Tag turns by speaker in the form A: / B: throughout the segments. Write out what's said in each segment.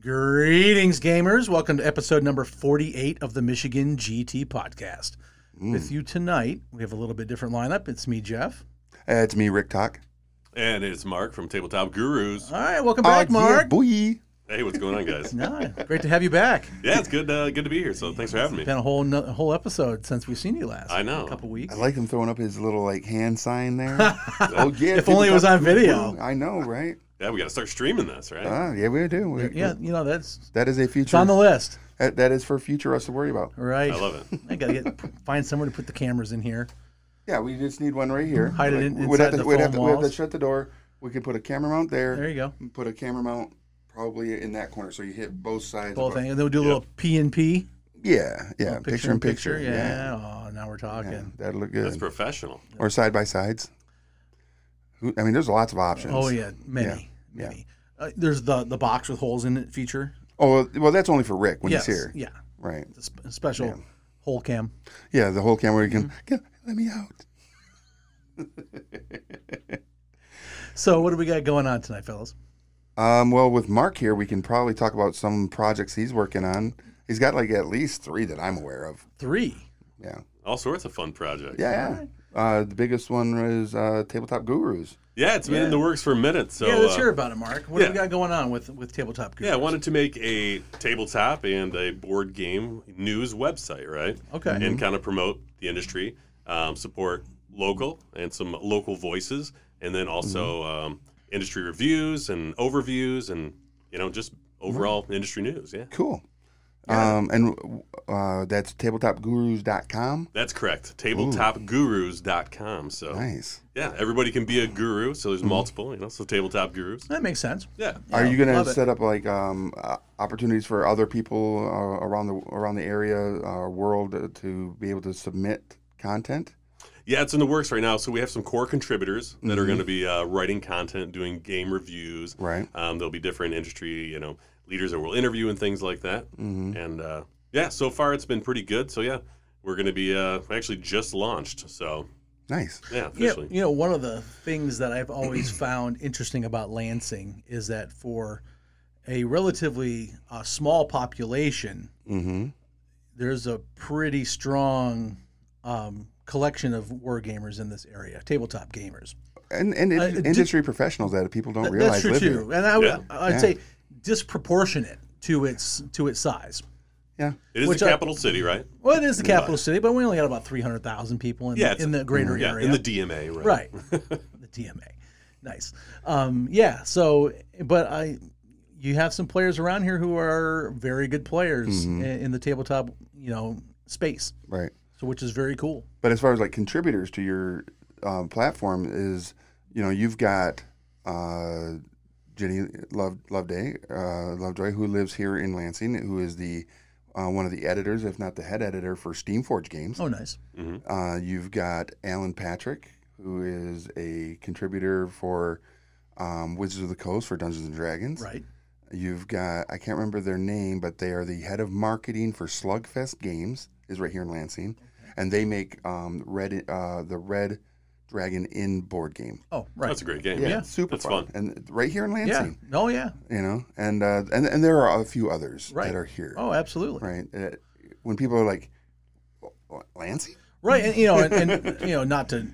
A: Greetings, gamers. Welcome to episode number 48 of the Michigan GT podcast.
B: Hmm.
A: With you tonight, we have a little bit different lineup. It's me, Jeff.
B: Uh, it's me, Rick Talk.
C: And it's Mark from Tabletop Gurus.
A: All right, welcome back,
B: Oh,
A: Mark.
B: Yeah, boy.
C: Hey, what's going on, guys?
A: No, great to have you back.
C: Yeah, it's good. Uh, good to be here. So thanks for having me.
A: Been a whole no- a whole episode since we've seen you last.
C: I know.
A: a couple
B: I
A: weeks.
B: like him throwing up his little like hand sign there. oh yeah.
A: If only it
B: people
A: was
B: talk
A: on
B: to-
A: video.
B: I know, right?
C: Yeah, we got to start streaming this, right?
B: Ah, yeah, we do. We-
A: Yeah, you know that's
B: That is a future. uh,
A: it's on the list.
B: that- that is for future us to worry about.
A: All right,
C: I love it.
A: I gotta get find somewhere to put the cameras in here.
B: Yeah, we just need one right here.
A: Hide it in-
B: we'd have
A: inside
B: to,
A: the
B: we'd have
A: foam
B: to, we'd have to
A: walls.
B: shut the door. We could put a camera mount there.
A: There you go.
B: and Put a camera mount probably in that corner, so you hit both sides.
A: Both
B: of
A: things, and then we'll do a little P and P,
B: Yeah, yeah. Picture in picture.
A: Yeah. Oh, now we're talking.
B: Yeah, that'd look
C: That's
B: good.
C: professional.
B: or side by sides. Who- I mean, there's lots of options.
A: Oh yeah, many,
B: yeah.
A: many. Uh, there's the the box with holes in it feature.
B: Oh well, that's only for Rick when
A: yes,
B: he's here.
A: yeah,
B: Right.
A: the sp- special hole cam.
B: Yeah, the whole camera. You can
A: Mm-hmm.
B: "Get- let me out.
A: So what do we got going on tonight, fellas?
B: Um, well, with Mark here, we can probably talk about some projects he's working on. He's got like at least three that I'm aware of.
A: Three.
B: Yeah,
C: All sorts of fun projects.
B: yeah. yeah. Uh, the biggest one is uh, Tabletop Gurus.
C: Yeah, it's been in the works for a minute. So
A: yeah, let's
C: uh,
A: hear about it, Mark. What do we
C: yeah.
A: got going on with with tabletop? Guru?
C: yeah, I wanted to make a tabletop and a board game news website, right?
A: Okay.
C: And kind of promote the industry, um, support local and some local voices, and then also um, industry reviews and overviews and, you know, just overall industry news. Yeah.
B: Cool. Um, and uh, that's tabletopgurus.com.
C: That's correct. Tabletopgurus.com. So
A: Oh.
B: Nice.
C: yeah, everybody can be a guru.
A: Mm-hmm.
C: So there's multiple, you know. So tabletop gurus.
A: that makes sense.
C: Yeah.
B: Are you going
A: love
B: to
A: it.
B: set up like um, uh, opportunities for other people uh, around the around the area uh, world uh, to be able to submit content?
C: Yeah, it's in the works right now. So we have some core contributors that
A: Mm-hmm.
C: are going to be uh, writing content, doing game reviews.
B: Right.
C: Um, there'll be different industry, you know, leaders that we'll interview and things like that.
B: Mm-hmm.
C: And uh, yeah, so far it's been pretty good. So yeah, we're going to be uh, actually just launched. So
B: Nice.
C: yeah,
A: Yeah,
C: officially.
A: you know, one of the things that I've always found interesting about Lansing is that for a relatively uh, small population,
B: Mm-hmm.
A: there's a pretty strong um, collection of war gamers in this area, tabletop gamers.
B: and and
A: Uh,
B: in-
A: did-
B: industry professionals that people don't
A: Th- That's
B: realize
A: true
B: live
A: too,
B: here.
A: and I would
C: Yeah.
A: I'd
B: Yeah.
A: say disproportionate to its to its size.
B: Yeah,
C: it is
A: which
C: the
A: I-
C: capital city, right?
A: Well, it is the capital city, but we only got about three hundred thousand people in,
C: Yeah,
A: the,
C: it's-
A: in the greater
C: Yeah,
A: area.
C: in the DMA, right?
A: right, the DMA, nice. Um, yeah. So, but I, you have some players around here who are very good players
B: Mm-hmm.
A: i- in, the tabletop, you know, space.
B: right.
A: So, which is very cool.
B: But as far as like contributors to your um, platform is, you know, you've got uh, Jenny Love Loveday uh, Lovejoy who lives here in Lansing, who is the uh, one of the editors, if not the head editor for Steamforge Games.
A: Oh, nice.
B: Uh, you've got Alan Patrick, who is a contributor for um, Wizards of the Coast for Dungeons and Dragons.
A: Right.
B: You've got I can't remember their name, but they are the head of marketing for Slugfest Games, is right here in Lansing, and they make um, red uh, the Red Dragon Inn board game.
A: Oh, right.
C: That's a great game.
B: Yeah,
C: Yeah,
B: super
C: that's fun.
B: and right here in
A: yeah.
B: Lansing,
A: Oh, yeah.
B: you know, and uh, and and there are a few others
A: Right.
B: that are here,
A: Oh, absolutely.
B: right? Uh, when people are like, "What, Lansing,
A: right and you know and, and you know not to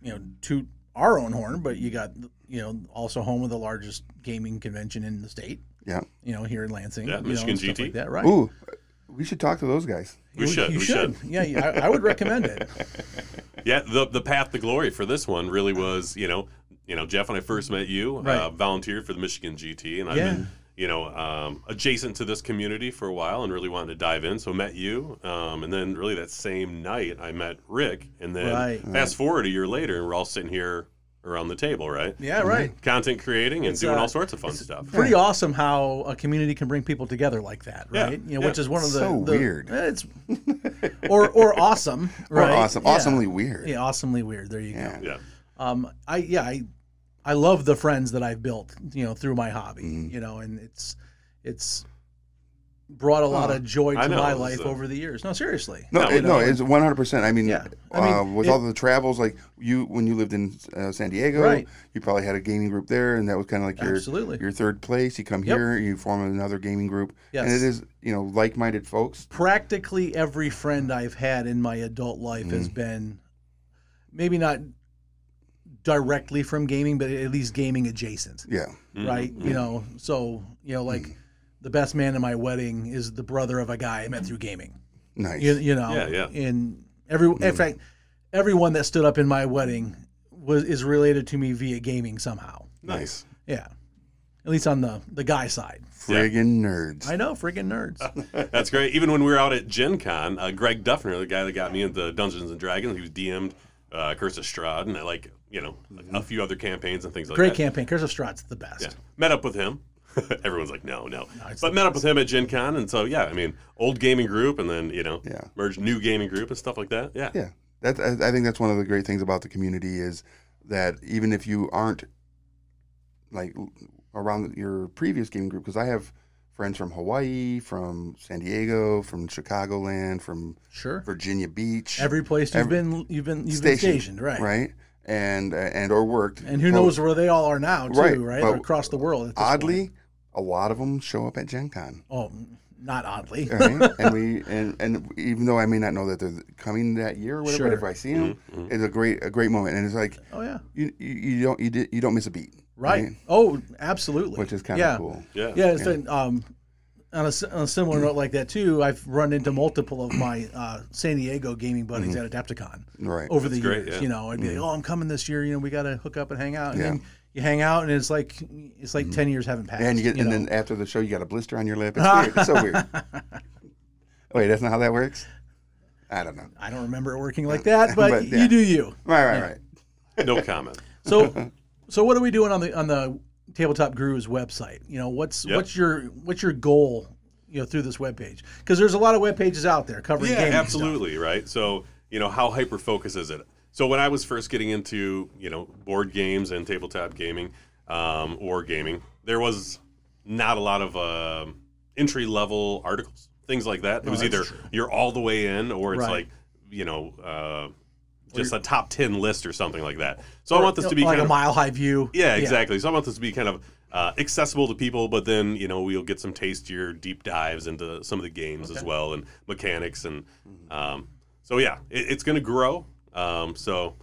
A: you know toot our own horn but you got you know also home of the largest gaming convention in the state
B: yeah,
A: you know here in lansing
C: Yeah,
A: you know,
C: Michigan
A: and stuff
C: GT.
A: like that right
B: ooh, we should talk to those guys."
C: We
A: You-
C: should.
A: you
C: we
A: should, yeah, yeah I, I would recommend it
C: Yeah, the the path to glory for this one really was, you know, you know, Jeff when I first met you, uh,
A: Right.
C: volunteered for the Michigan GT, and I've
A: Yeah.
C: been, you know, um, adjacent to this community for a while, and really wanted to dive in. So met you, um, and then really that same night I met Rick, and then
A: Right.
B: Uh,
C: fast forward a year later, and we're all sitting here around the table, right?
A: yeah
B: Mm-hmm.
A: right
C: Content creating and doing
A: uh,
C: all sorts of fun stuff.
A: pretty awesome how a community can bring people together like that
C: Yeah,
A: right you know
C: yeah.
A: which is one of the,
B: So
A: the-
B: weird.
A: eh, it's or or awesome right
B: Or awesome,
A: Yeah.
B: awesomely weird.
A: yeah awesomely weird there you go
B: Yeah.
C: Yeah.
A: um, I yeah, I I love
B: Mm-hmm.
A: the friends that I've built, you know, through my hobby, you know, and it's it's brought a lot of joy
C: I
A: to
C: know,
A: my
C: it's,
A: life
C: uh,
A: over the years. No, seriously.
B: No,
C: No,
B: it, no, it's one hundred percent. I mean,
A: Yeah. I
B: uh,
A: mean,
B: with
A: it-
B: all the travels, like you when you lived in uh, San Diego,
A: Right.
B: you probably had a gaming group there, and that was kind of like your
A: Absolutely.
B: your third place. You come
A: Yep.
B: here, you form another gaming group, and
A: Yes.
B: it is you know like minded folks.
A: Practically every friend I've had in my adult life has
B: Mm-hmm.
A: been maybe not directly from gaming, but at least gaming adjacent.
B: Yeah,
A: right?
B: Mm-hmm.
A: You know, so you know, like the best man at my wedding is the brother of a guy I
B: Mm-hmm.
A: met through gaming.
B: nice.
A: You, you know,
C: Yeah, yeah. Mm-hmm.
A: And every in fact, everyone that stood up in my wedding was is related to me via gaming somehow.
C: Nice.
A: Yeah, at least on the the guy side.
B: Friggin' nerds.
A: I know, friggin' nerds.
C: That's great. Even when we were out at Gen Con, uh, Greg Duffner, the guy that got me into Dungeons and Dragons, he was DM'd uh, Curse of Strahd and uh, like, you know, a few other campaigns and things like
A: Great
C: that.
A: campaign. Curse of Strahd's the best.
C: Yeah. Met up with him. Everyone's like, no, no.
A: it's
C: but met up with him at Gen Con. And so, yeah, I mean, old gaming group and then, you know,
B: Yeah.
C: merged new gaming group and stuff like that. Yeah.
B: Yeah, that I I think that's one of the great things about the community is that even if you aren't like l- around your previous gaming group, because I have friends from Hawaii, from San Diego, from Chicagoland, from
A: Sure.
B: Virginia Beach,
A: Every place you've
B: Every-
A: been, you've been, you've been stationed, right?
B: Right, and and or worked,
A: And who
B: Well,
A: knows where they all are now, too,
B: Right,
A: right?
B: but
A: They're across the world. at this point.
B: Oddly, a lot of them show up at Gen Con.
A: oh, not oddly.
B: all right? and we and and even though I may not know that they're coming that year or whatever,
A: Sure. Mm-hmm.
B: but if I see them,
C: Mm-hmm.
B: it's a great a great moment, and it's like
A: Oh yeah,
B: you you, you don't you, di- you don't miss a beat,
A: right. Oh, absolutely.
B: Which is kind of
A: yeah.
B: cool.
C: Yeah.
A: Yeah, it's been, um, on a, s- on a similar note like that too. I've run into multiple of my uh, San Diego gaming buddies at Adepticon
B: Right.
A: over the
C: Mm-hmm. great,
A: years.
C: yeah. Mm-hmm.
A: You know, I'd be like, "Oh, I'm coming this year. You know, we got to hook up and hang out." And then you hang out, and it's like it's
C: Mm-hmm.
A: like ten years haven't passed.
B: and you get and
A: know?
B: then after the show you got a blister on your lip. It's weird. It's so weird. Wait, that's not how that works. I don't know.
A: I don't remember it working like that, but,
B: But, yeah.
A: you do you.
B: Right, right, right.
C: No comment.
A: So, so what are we doing on the on the Tabletop Guru's website? You know, what's
C: Yep.
A: what's your what's your goal? You know, through this webpage because there's a lot of web pages out there covering
C: yeah,
A: gaming stuff.
C: absolutely, right? So, you know, how hyper focus is it? So, when I was first getting into, you know, board games and tabletop gaming um, or gaming, there was not a lot of um entry level articles, things like that. It was
A: Oh, that's
C: either
A: true.
C: you're all the way in or it's
A: Right.
C: like, you know, uh, just a top 10 list or something like that. So, I want this to be
A: like
C: kind
A: a
C: of
A: mile high view.
C: Yeah, exactly. So I want this to be kind of uh, accessible to people, but then you know we'll get some tastier deep dives into some of the games as well and mechanics and um, so yeah, it, it's going to grow. Um, so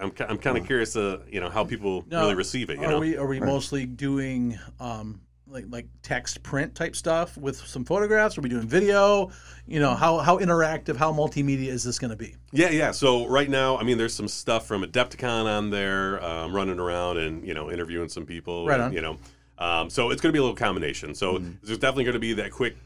C: I'm ki- I'm kind of curious to you know how people
A: Now,
C: really receive it. You
A: are
C: know,
A: we are we mostly doing um like like text print type stuff with some photographs? Are we doing video? You know how how interactive, how multimedia is this going to be?
C: yeah, yeah. So right now, I mean, there's some stuff from Adepticon on there, um, running around and you know interviewing some people.
A: Right
C: and,
A: on. Mm-hmm.
C: You know, um, so it's going to be a little combination. So there's definitely going to be that quick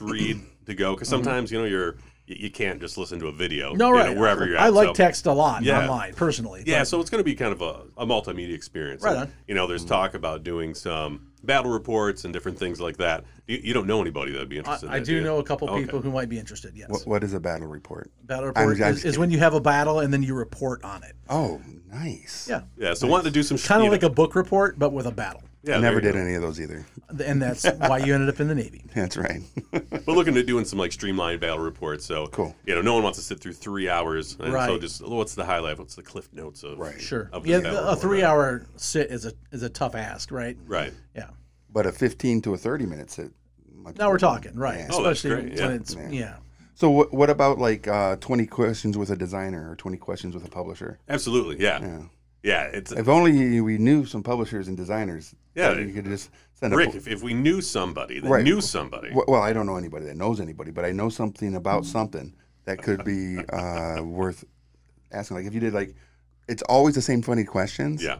C: read to go because sometimes you know you're. You you can't just listen to a video.
A: No,
C: you know,
A: right.
C: wherever you're at.
A: I like
C: so-
A: text a lot
C: Yeah.
A: online personally.
C: Yeah,
A: but-
C: so it's going to be kind of a, a multimedia experience.
A: Right
C: And,
A: on. Mm-hmm.
C: You know, there's talk about doing some battle reports and different things like that. You, you don't know anybody that'd be interested. in
A: I, I
C: that,
A: do
C: you?
A: know a couple
C: Okay.
A: people who might be interested. Yes,
B: What, what is a battle report?
A: battle
B: I'm-
A: report
B: I'm
A: is, is when you have a battle and then you report on it.
B: Oh, nice.
A: Yeah,
C: Yeah, so wanted to do some
A: kind of like a book report, but with a battle,
C: Yeah,
B: I
C: there
B: never did
C: you go.
B: any of those either.
A: and that's why you ended up in the navy.
B: That's right.
C: But looking to doing some like streamlined battle reports. So
B: Cool.
C: You know, no one wants to sit through three hours. And So
A: Right.
C: just what's the highlight? What's the cliff notes of?
B: Right.
A: Sure.
C: Of the
A: Yeah,
C: battle
A: the- a
C: report,
A: three hour sit is a is a tough ask, right?
C: Right.
A: Yeah.
B: But a 15 to a 30 minute sit. much
A: Now we're
B: better.
A: talking, right?
B: Yeah.
C: Oh, that's
A: Especially
C: great, yeah.
A: when it's yeah.
B: So what, what about like uh, 20 questions with a designer or 20 questions with a publisher?
C: Absolutely. Yeah. Yeah. it's
B: If only we knew some publishers and designers.
C: Yeah.
B: You could just send
C: Rick.
B: a.
C: If, if we knew somebody that
B: Right.
C: knew somebody,
B: Well, well, I don't know anybody that knows anybody, but I know something about something that could be uh, worth asking. Like if you did like, it's always the same funny questions,
C: yeah,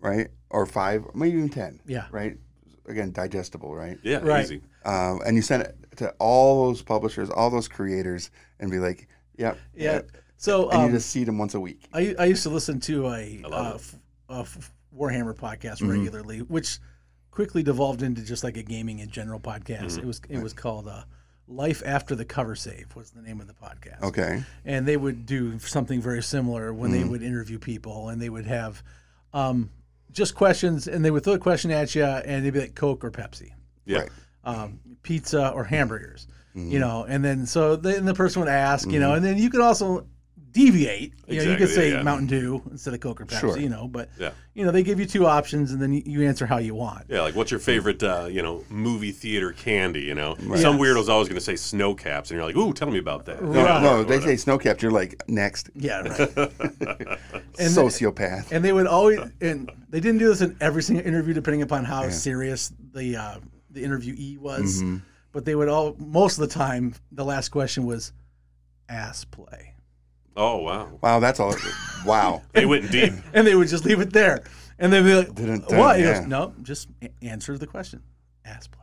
B: right? Or five, maybe even ten,
A: Yeah.
B: right? Again, digestible, right?
C: yeah,
A: Right.
C: easy.
B: Um, and you send it to all those publishers, all those creators, and be like, "Yep,
A: Yeah. So
B: And
A: um,
B: you just see them once a week.
A: I I used to listen to a,
C: love
A: uh,
C: it.
A: f- a f- Warhammer podcast
B: Mm-hmm.
A: regularly, which quickly devolved into just like a gaming in general podcast.
C: Mm-hmm.
A: It was it was called uh, Life After the Cover Save was the name of the podcast.
B: Okay. Mm-hmm.
A: and they would do something very similar when they would interview people and they would have um, just questions and they would throw a question at you and they'd be like coke or pepsi
C: Yeah.
B: Right.
A: um, pizza or hamburgers, you know, and then so then the person would ask, you know, and then you could also deviate. You know, you
C: Exactly,
A: could say
C: yeah.
A: Mountain Dew instead of Coke or Pepsi,
B: Sure.
A: you know, but
C: Yeah.
A: you know they give you two options and then you, you answer how you want.
C: Yeah, like what's your favorite, uh, you know, movie theater candy? You know, some weirdo's always going to say snow caps, and you're like, "Ooh, tell me about that."
B: No,
A: Right.
B: no, they say snow capped. You're like next
A: Yeah, right. And-
B: sociopath.
A: and they would always and they didn't do this in every single interview depending upon how serious the uh, the interviewee was
B: Mm-hmm.
A: but they would all most of the time the last question was ass play
C: Oh wow,
B: wow, that's all. Wow.
C: they went deep.
A: and they would just leave it there and they'd be like
B: Didn't, uh,
A: what He
B: yeah.
A: goes, no just a- answer the question ass play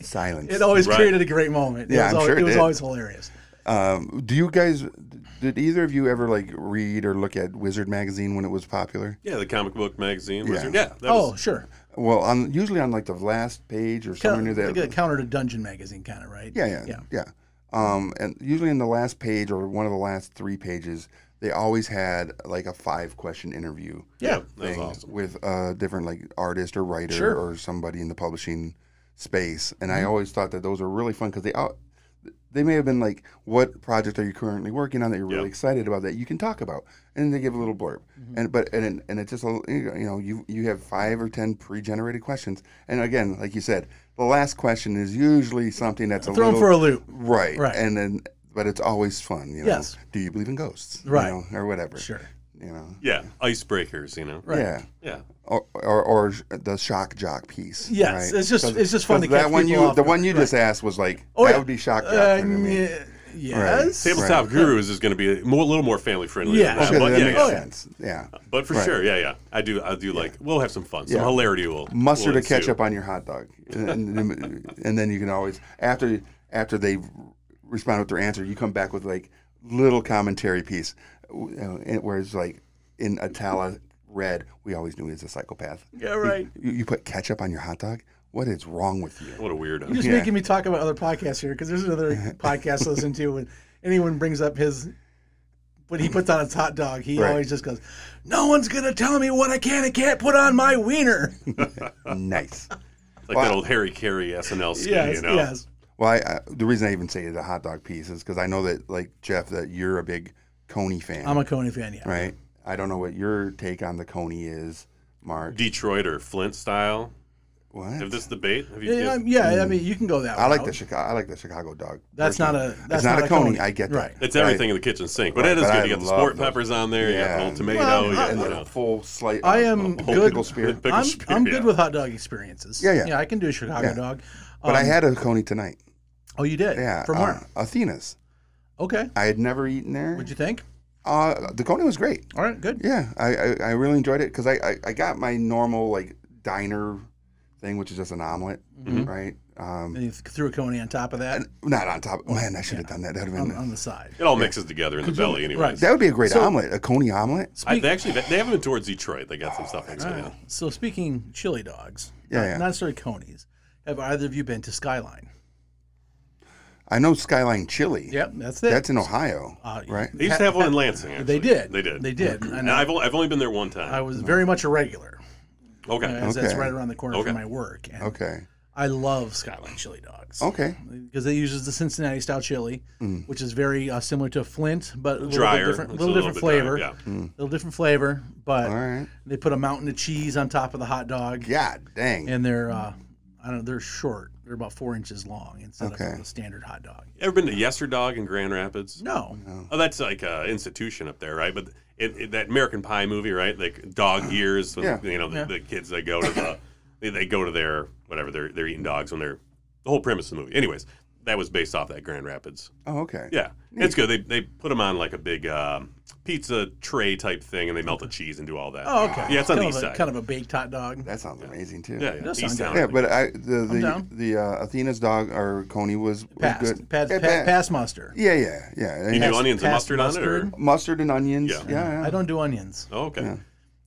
B: Silence.
A: it always
C: Right.
A: created a great moment it
B: Yeah,
A: was,
B: I'm
A: always,
B: sure it
A: it was
B: did.
A: always hilarious
B: Um, do you guys? Did either of you ever like read or look at Wizard magazine when it was popular?
C: Yeah, the comic book magazine. Wizard.
B: Yeah.
C: Yeah, that
A: oh
C: was,
A: sure
B: Well, on usually on like the last page or somewhere
A: Kinda
B: near that.
A: like a counter to dungeon magazine kind of right
B: Yeah, yeah,
A: yeah
B: yeah. Um, and usually in the last page or one of the last three pages, they always had like a five question interview
A: yeah,
C: that was
B: thing
C: awesome.
B: with a different like artist or writer
A: Sure. Mm-hmm.
B: or somebody in the publishing space. And I always thought that those were really fun because they all, they may have been like, "What project are you currently working on that you're really
C: Yeah.
B: excited about that you can talk about?" And they give a little blurb.
A: Mm-hmm.
B: And but and and it's just a, little- you know you you have five or ten pre-generated questions. And again, like you said, the last question is usually something that's a
A: throw 'em
B: little
A: for a loop
B: right,
A: Right.
B: and then. But it's always fun, you know.
A: Yes.
B: Do you believe in ghosts, you
A: Right.
B: know, or whatever,
A: sure
B: you know.
C: Yeah, icebreakers. You know.
A: Right.
B: Yeah
C: Yeah.
B: or, or, or sh- the shock jock piece.
A: Yes,
B: right?
A: it's just-
B: 'Cause-
A: it's just fun
B: 'cause
A: to
B: that
A: catch
B: one
A: people
B: you
A: off
B: the
A: guard.
B: one you just asked was like
A: Oh,
B: that
A: yeah.
B: would be shock jock
A: Uh,
B: to me.
A: yeah, yes
C: Tabletop Gurus is going to be more, a little more family friendly.
A: Oh, Yeah.
C: than that,
B: Okay,
C: but
B: that
C: yeah,
B: makes
C: yeah.
B: sense. Yeah,
C: But for sure, yeah, yeah. I do, I do like. We'll have some fun, some
B: Yeah.
C: hilarity. Will
B: mustard
C: will
B: or ketchup
C: ensue.
B: on your hot dog, and, and, and then you can always after after they respond with their answer, you come back with like little commentary piece, w- uh, and where it's like in italic red. We always knew he was a psychopath.
A: Yeah, right.
B: You, you put ketchup on your hot dog. What is wrong with you?
C: What a weirdo.
A: You're just
B: Yeah.
A: making me talk about other podcasts here because there's another podcast I listen to when anyone brings up his when he puts on his hot dog, he
B: Right.
A: always just goes, "No one's gonna tell me what I can and can't put on my wiener."
B: Nice.
C: It's like that old Harry Carey SNL skit.
A: yes,
C: you know?
A: yes,
B: Well, I, I, the reason I even say the hot dog piece is because I know that, like Jeff, that you're a big Coney fan,
A: I'm a Coney fan. Yeah,
B: right? I don't know what your take on the Coney is, Mark.
C: Detroit or Flint style. Have
B: What?
C: this debate? Have you,
A: yeah, yeah, yeah, I mean, you can go that.
B: Mm. I like
A: route.
B: the Chicago. I like the Chicago dog.
A: That's not a. That's
B: it's not, a Coney. I get that.
A: right.
C: It's everything in the kitchen sink, but
B: Right,
C: it is
B: but
C: good.
B: I
C: you got the
B: love
C: sport
B: those.
C: peppers on there.
B: Yeah.
C: You got the old tomato.
A: Well,
C: you
A: I-
C: got,
B: And
C: oh, you
B: then a
C: know,
B: full slice.
A: I am
B: whole
A: good-
B: pickle spear.
C: pickle
A: I'm,
C: spear,
A: I'm good
C: yeah.
A: with hot dog experiences.
B: Yeah, yeah.
A: Yeah, I can do a Chicago dog.
B: But
A: um,
B: I had a Coney tonight.
A: Oh, you did.
B: Yeah,
A: From
B: uh,
A: where?
B: Athena's.
A: Okay.
B: I had never eaten there.
A: What'd you think?
B: uh, the Coney was great.
A: All right. Good.
B: Yeah, I, I, I really enjoyed it because I, I, I got my normal like diner thing, which is just an omelet,
A: Mm-hmm.
B: right? Um,
A: And you threw a Coney on top of that
B: not on top.
A: Oh,
B: Man, I should have done that. That would have
A: on,
B: been
A: on the side.
C: it all mixes together in the belly, anyway.
A: Right.
B: that would be a great
A: Um, So-
B: omelet, a Coney omelet.
C: I, they actually, they haven't been towards Detroit. They got some stuff mixed in.
A: Ah, So speaking chili dogs,
B: Yeah,
A: not,
B: yeah.
A: not necessarily conies. Have either of you been to Skyline?
B: I know Skyline Chili.
A: Yep, that's it.
B: that's in Ohio,
A: Uh,
B: right?
C: They used to have one in Lansing.
A: they
C: actually.
A: did.
C: They did.
A: They did. And
C: And
A: I,
C: I've only, I've only been there one time.
A: I was very much a regular,
C: okay.
A: as that's
B: Okay.
A: right around the corner
C: Okay.
A: from my work. And
B: Okay,
A: I love Skyline chili dogs
B: okay,
A: because they uses the Cincinnati style chili,
B: Mm.
A: which is very uh, similar to Flint, but a little bit
C: Drier.
A: different,
C: It's
A: little,
C: a
A: different
C: bit
A: flavor,
C: drier,
A: a little different flavor. But
B: Mm. all right.
A: they put a mountain of cheese on top of the hot dog.
B: God dang.
A: and they're uh, I don't know, they're short. They're about four inches long instead
B: Okay.
A: of the standard hot dog.
C: yeah. Ever been to Yesterdog in Grand Rapids?
A: No,
C: Oh, that's like an institution up there, right? But it, it, that American Pie movie, right? Like dog ears. When,
B: Yeah.
C: You know, the,
A: Yeah.
C: the kids they go to the they, they go to their whatever they're they're eating dogs when they're the whole premise of the movie. Anyways, that was based off that Grand Rapids.
B: oh, okay.
C: Yeah, it's good. They they put them on like a big um, pizza tray type thing, and they melt the cheese and do all that.
A: oh okay,
C: Yeah, it's on
A: kind
C: the
A: of
C: east
A: a,
C: side.
A: Kind of a baked hot dog.
B: That sounds amazing too.
C: yeah, yeah,
A: does
C: east
A: sound good.
C: town.
B: Yeah, but I the the
A: down.
B: the uh, Athena's dog or Coney was, was
A: Pass,
B: good.
A: pass,
B: Yeah,
A: pa-
B: pa-
A: pass mustard.
B: Yeah, yeah, yeah.
C: you
B: And
C: do onions and
A: past
C: mustard, on it,
A: mustard.
C: or
B: mustard and onions.
C: Yeah.
B: Yeah, yeah.
A: I don't do onions.
C: oh, okay.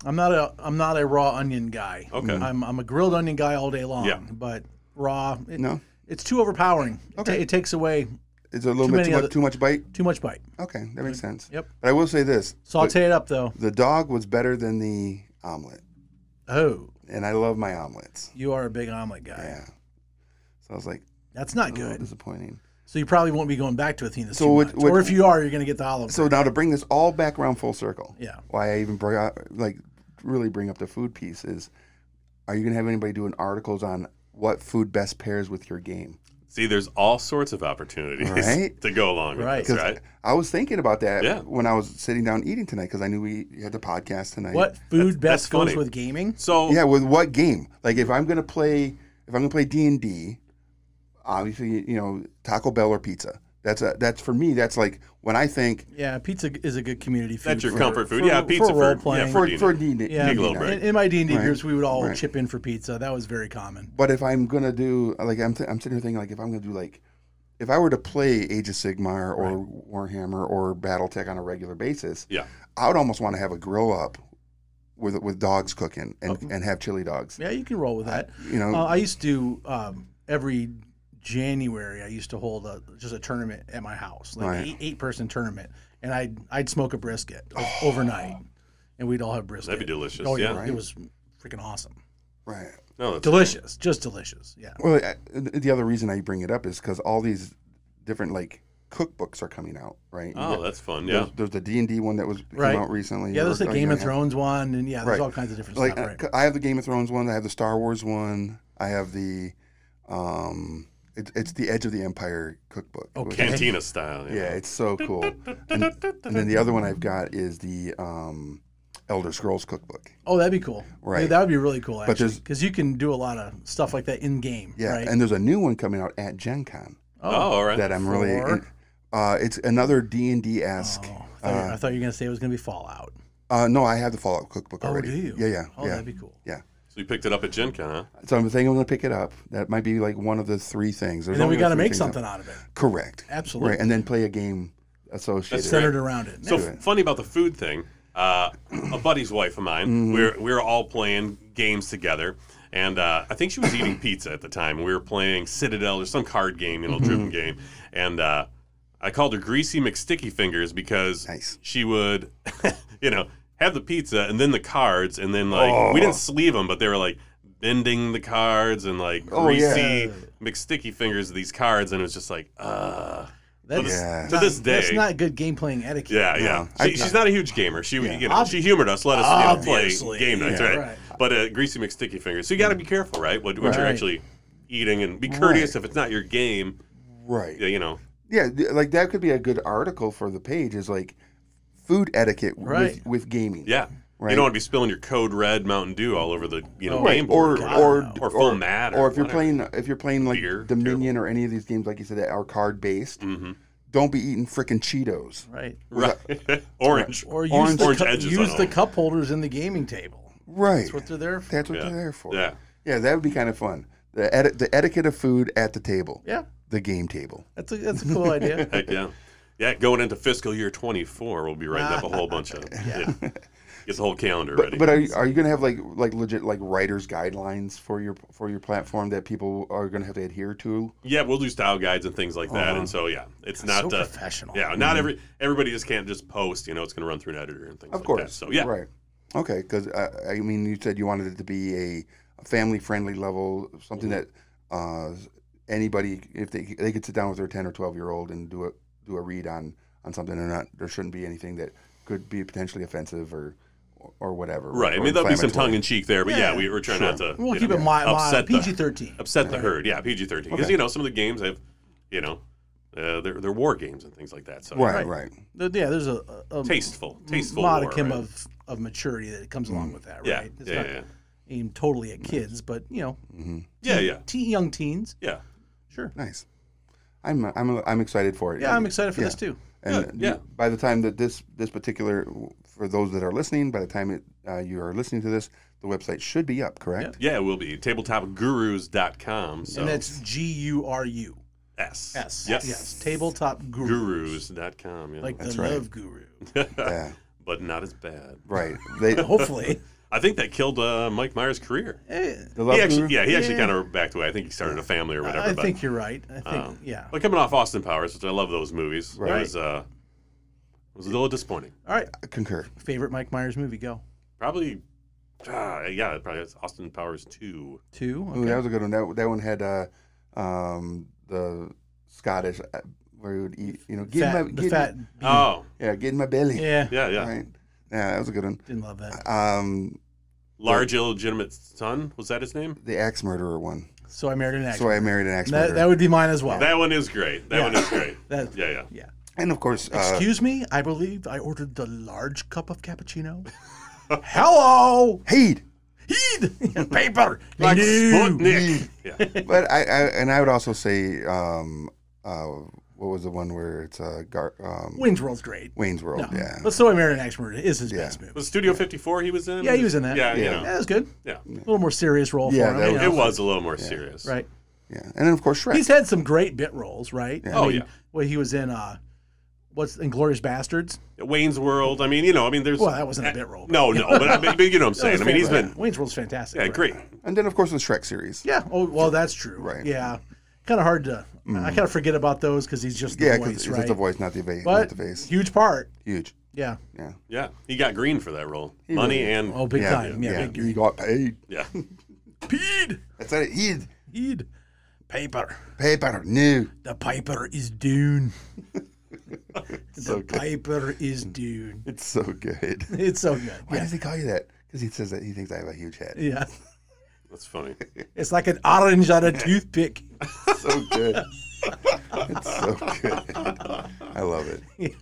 A: I'm not a I'm not a raw onion guy.
C: Okay.
A: I'm I'm a grilled onion guy all day long.
C: Yeah.
A: but raw it,
B: No.
A: it's too overpowering. Okay, it, ta- it takes away
B: It's a little bit
A: many
B: too much,
A: other-
B: too much bite.
A: too much bite.
B: Okay, that makes sense.
A: Yep.
B: But I will say this:
A: Saute it up though.
B: the dog was better than the omelet.
A: Oh,
B: and I love my omelets.
A: you are a big omelet guy.
B: Yeah. So I was like,
A: That's not
B: oh,
A: good.
B: disappointing.
A: So you probably won't be going back to Athena's
B: So
A: too
B: what-
A: much.
B: what-
A: or if you are, you're going to get the olive.
B: So now to bring this all back around full circle,
A: yeah.
B: why I even brought like really bring up the food piece is, are you gonna have anybody doing articles on what food best pairs with your game?
C: See, there's all sorts of opportunities
B: Right.
C: to go along with
A: Right.
C: this, right?
B: I was thinking about that
C: Yeah.
B: when I was sitting down eating tonight because I knew we had the podcast tonight.
A: What food
C: that's
A: best goes
C: funny.
A: with gaming?
C: So
B: Yeah, with what game? Like if I'm gonna play, if I'm gonna play D and D, obviously you know Taco Bell or pizza. That's a, that's for me. That's like when I think
A: Yeah, pizza is a good community food.
C: that's your
A: for-
C: comfort food.
A: for-
C: yeah, pizza
A: for
C: for,
A: role
C: yeah,
A: playing.
C: for,
B: for
C: dinner.
B: for D and D.
A: Yeah,
C: Take a little break.
A: in, in my D and D
B: Right.
A: groups, we would all
B: Right.
A: chip in for pizza. That was very common.
B: But if I'm gonna do like I'm th- I'm sitting here thinking like if I'm gonna do like if I were to play Age of Sigmar or Warhammer or BattleTech on a regular basis,
C: Yeah.
B: I would almost want to have a grill up with with dogs cooking and,
A: Oh.
B: and have chili dogs.
A: Yeah, you can roll with that.
B: You know,
A: Uh, I used to um, every January. I used to hold a, just a tournament at my house, like
B: Right.
A: eight, eight person tournament, and I'd I'd smoke a brisket overnight, and we'd all have brisket.
C: That'd be delicious.
A: Oh yeah,
C: yeah.
A: it was freaking awesome.
B: right.
C: No, that's
A: Delicious, just delicious. Yeah.
B: Well, I- the other reason I bring it up is because all these different like cookbooks are coming out, right? You
C: Oh,
B: got-
C: that's fun. Yeah.
B: There's, there's the D and D one that was
A: Right.
B: came out recently.
A: Yeah, there's
B: or-
A: the
B: or
A: Game
B: you
A: of
B: have-
A: Thrones one, and yeah, there's
B: Right.
A: all kinds of different
B: Like
A: stuff. Right.
B: uh, I have the Game of Thrones one. I have the Star Wars one. I have the, um, it, it's the Edge of the Empire cookbook. which
A: Okay.
B: is-
C: Cantina style.
B: Yeah, it's so cool. And, and then the other one I've got is the um, Elder Scrolls cookbook.
A: Oh, that'd be cool.
B: Right.
A: Yeah, that would be really cool,
B: But
A: actually,
B: there's-
A: because you can do a lot of stuff like that in game.
B: Yeah,
A: Right.
B: and there's a new one coming out at Gen Con
C: Oh, all right.
B: that I'm really.
A: Four.
B: uh, it's another D and D esque.
A: Oh, I thought, you- I thought you were gonna say it was gonna be Fallout.
B: Uh, no, I have the Fallout cookbook
A: Oh,
B: already.
A: do you?
B: Yeah, yeah,
A: Oh,
B: yeah.
A: that'd be cool.
C: so you picked it up at Gen Con, huh?
B: So I'm thinking I'm gonna pick it up. That might be like one of the three things. There's
A: And then we
B: only
A: got to
B: three
A: make
B: things up.
A: something out of it,
B: Correct.
A: Absolutely.
B: Right, and then play a game associated.
C: That's
A: centered around it.
C: So
A: Nice.
C: f- funny about the food thing. Uh, a buddy's wife of mine.
A: Mm-hmm.
C: We were we were all playing games together, and uh, I think she was eating pizza at the time. We were playing Citadel or some card game,
A: Mm-hmm.
C: you know, driven game, and uh, I called her Greasy McSticky Fingers because
B: Nice.
C: she would, you know, have the pizza and then the cards, and then like
A: Oh.
C: we didn't sleeve them, but they were like bending the cards and like
B: Oh, yeah.
C: greasy McSticky Fingers of these cards, and it was just like, uh.
A: That's
C: to this-
B: Yeah.
C: To this day,
A: That's not good game playing etiquette.
C: yeah, yeah.
B: No.
C: She,
B: I-
C: she's not a huge gamer. She, you know,
A: Ob-
C: she humored us, let us you know, play
A: Obviously.
C: game nights,
A: Yeah.
C: right?
A: Right.
C: But uh, greasy McSticky fingers. So you got to be careful, right? What, what you're
A: Right.
C: actually eating, and be courteous
B: Right.
C: if it's not your game.
B: Right.
C: You know,
B: Yeah, th- like that could be a good article for the page. Is like food etiquette
A: Right.
B: with, with gaming.
C: yeah.
B: Right.
C: You don't want to be spilling your code red Mountain Dew all over the you know
A: Oh,
B: Right.
C: game
B: Or
C: board
B: or,
C: whatever. or full mat
B: or if you're
C: whatever.
B: playing if you're playing like
C: Beer, Mm-hmm.
B: Dominion or any of these games like you said that are card based, don't be eating frickin' Cheetos.
A: Right.
C: right orange
A: Or use
B: Orange-
A: the,
C: Orange
A: cu-
C: edges
A: use
C: on
A: the
C: them.
A: cup holders in the gaming table.
B: Right.
A: That's what they're there for.
B: That's what
C: Yeah.
B: they're there for.
C: Yeah.
B: Yeah, that would be kind of fun. The eti- the etiquette of food at the table.
A: Yeah.
B: The game table.
A: That's a that's a cool idea.
C: Heck yeah, yeah. Going into fiscal year 24, we'll be writing up a whole bunch of yeah. Get the whole calendar ready.
B: But are you, are you gonna have like like legit like writers guidelines for your for your platform that people are gonna have to adhere to?
C: Yeah, we'll do style guides and things like that. And so, yeah, it's not
A: Uh-huh. so
C: uh,
A: professional. Mm-hmm.
C: Yeah, not every everybody just can't just post. You know, it's going to run through an editor and things.
B: Of
C: like
B: course.
C: That. So yeah,
B: Right. Okay. Because I, I mean, you said you wanted it to be a, a family-friendly level, something
C: Mm-hmm.
B: that uh, anybody, if they they could sit down with their ten or twelve year old and do a do a read on on something, or not, there shouldn't be anything that could be potentially offensive or or whatever.
C: right. I
B: or
C: mean, there'll be some
B: inflammatory.
C: tongue in cheek there, but yeah,
A: Yeah.
C: we, we're trying not to.
A: We'll
C: you
A: keep
C: know,
A: it mild, mild
C: upset
A: PG
C: the
A: thirteen.
C: upset the herd. Yeah, PG thirteen because
B: Okay.
C: you know some of the games have, you know, uh, they're they're war games and things like that. So
B: Right. Right.
A: Yeah, there's a, a, a
C: tasteful, tasteful
A: modicum
C: war, right?
A: of of maturity that comes
B: Mm.
A: along with that,
C: yeah,
A: right? It's
C: yeah,
A: not
C: yeah, yeah,
A: aimed totally at kids, but you know,
C: yeah, yeah,
A: teen, young teens.
C: yeah.
A: Sure.
B: Nice. I'm I'm I'm excited for it.
A: Yeah, I'm excited for
B: Yeah.
A: this too.
B: And
C: Yeah, yeah.
B: by the time that this this particular for those that are listening, by the time it, uh, you are listening to this, the website should be up. Correct.
C: Yeah, it will be tabletopgurus.com. So
A: And that's G U R U.
C: S.
A: Yes.
C: Yes.
A: Yes. Tabletop guru.
C: Gurus.com. Yeah.
A: Like the
B: right.
A: love guru.
B: yeah.
C: but not as bad.
B: Right. They
A: Hopefully.
C: I think that killed uh, Mike Myers' career.
A: Eh,
B: The love
C: he actually,
B: guru?
C: yeah, he actually
A: Yeah.
C: kind of backed away. I think he started a family or whatever.
A: I
C: but,
A: think you're right. I think
C: um,
A: yeah.
C: But coming off Austin Powers, which I love those movies,
B: Right.
C: it was uh, it was a little disappointing.
A: All right.
B: concur.
A: Favorite Mike Myers movie, go.
C: Probably ah, yeah, it probably it's Austin Powers two.
A: Two.
B: Ooh,
A: okay.
B: that was a good one. That that one had uh, um, the Scottish uh, where he would eat. You know, get in
A: fat,
B: my
A: the
B: get in-
A: fat.
C: Oh,
B: yeah, get in my belly.
A: yeah.
C: yeah, yeah.
B: Right. Yeah, that was a good one.
A: Didn't love that.
B: Um,
C: Large illegitimate son was that his name?
B: the axe murderer one.
A: So I married an actor.
B: So I married an axe murderer.
A: that, that would be mine as well.
C: That one is great.
A: Oh.
C: That
A: Yeah.
C: one is great.
A: That-
C: Yeah, yeah.
B: and of course, uh,
A: Excuse me, I believe I ordered the large cup of cappuccino. Hello,
B: heed.
A: heed paper.
C: Like
A: No.
C: Sputnik. Yeah.
B: But I, I and I would also say, um, uh, what was the one where it's uh, Gar, um,
A: Wayne's World's great.
B: Wayne's World?
A: No,
B: Oh, Yeah.
A: but so I married an axe murderer is his best movie.
C: Was Studio 54 he was in?
A: Yeah, he was in that.
C: Yeah,
B: Yeah.
C: you
A: Yeah,
C: know.
A: that was good.
C: Yeah.
A: A little more serious role
B: Yeah,
A: for
B: that
A: him. you
B: was-
A: know.
C: It was a little more serious.
A: right.
B: Yeah. And then of course Shrek.
A: He's had some great bit roles, right? I
C: Oh,
A: mean,
C: yeah.
A: Well, he was in uh, what's Inglorious Bastards?
C: Wayne's World. I mean, you know, I mean, there's.
A: Well, that wasn't a bit role.
C: No, no, but, I, but you know what I'm
A: That
C: saying.
A: was
C: I mean, he's
A: fantastic.
C: been.
A: Wayne's World's fantastic.
C: Yeah,
A: right?
C: great.
B: and then of course the Shrek series.
A: Yeah. Oh, well, that's true.
B: Right. Mm-hmm.
A: Yeah. Kind of hard to. I kind of forget about those because he's just the
B: Yeah,
A: voice,
B: because it's
A: right?
B: just the voice, not the, va-
A: but
B: not the face.
A: huge part.
B: Huge.
A: Yeah.
B: Yeah.
C: Yeah. He got green for that role. Money and.
A: Oh, big
B: yeah,
A: time. Yeah. Big
B: You got paid.
C: Yeah.
A: Peed.
B: That's it. Heed.
A: Peed. Paper.
B: Paper. New.
A: The Piper is Dune. the Piper is Dune.
B: It's so good.
A: It's so good.
B: Why
A: Yeah.
B: does he call you that? Because he says that he thinks I have a huge head.
A: yeah.
C: That's funny.
A: It's like an orange on a toothpick.
B: so good. it's so good. I love it.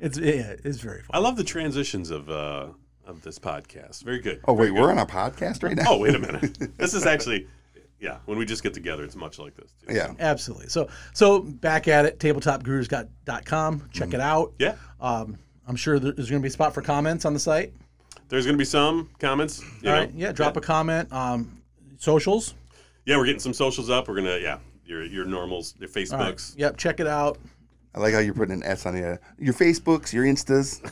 A: It's yeah, it's very fun.
C: I love the transitions of uh, of this podcast. Very good.
B: Oh wait, we're on a podcast right now.
C: Oh, wait a minute. This is actually, yeah, when we just get together, it's much like this. Too.
B: Yeah.
A: Absolutely. So so back at it, tabletopgurus.com.
C: Mm-hmm.
A: Check it out.
C: Yeah.
A: Um, I'm sure there- there's going to be a spot for comments on the site.
C: There's going to be some comments. You
A: All
C: know.
A: right. Yeah. Drop a comment. Um, socials.
C: Yeah, we're getting some socials up. We're going to, yeah, your your normals, your
A: All right.
C: Facebooks.
A: Yep. Check it out.
B: I like how you're putting an S on your your Facebooks, your Instas,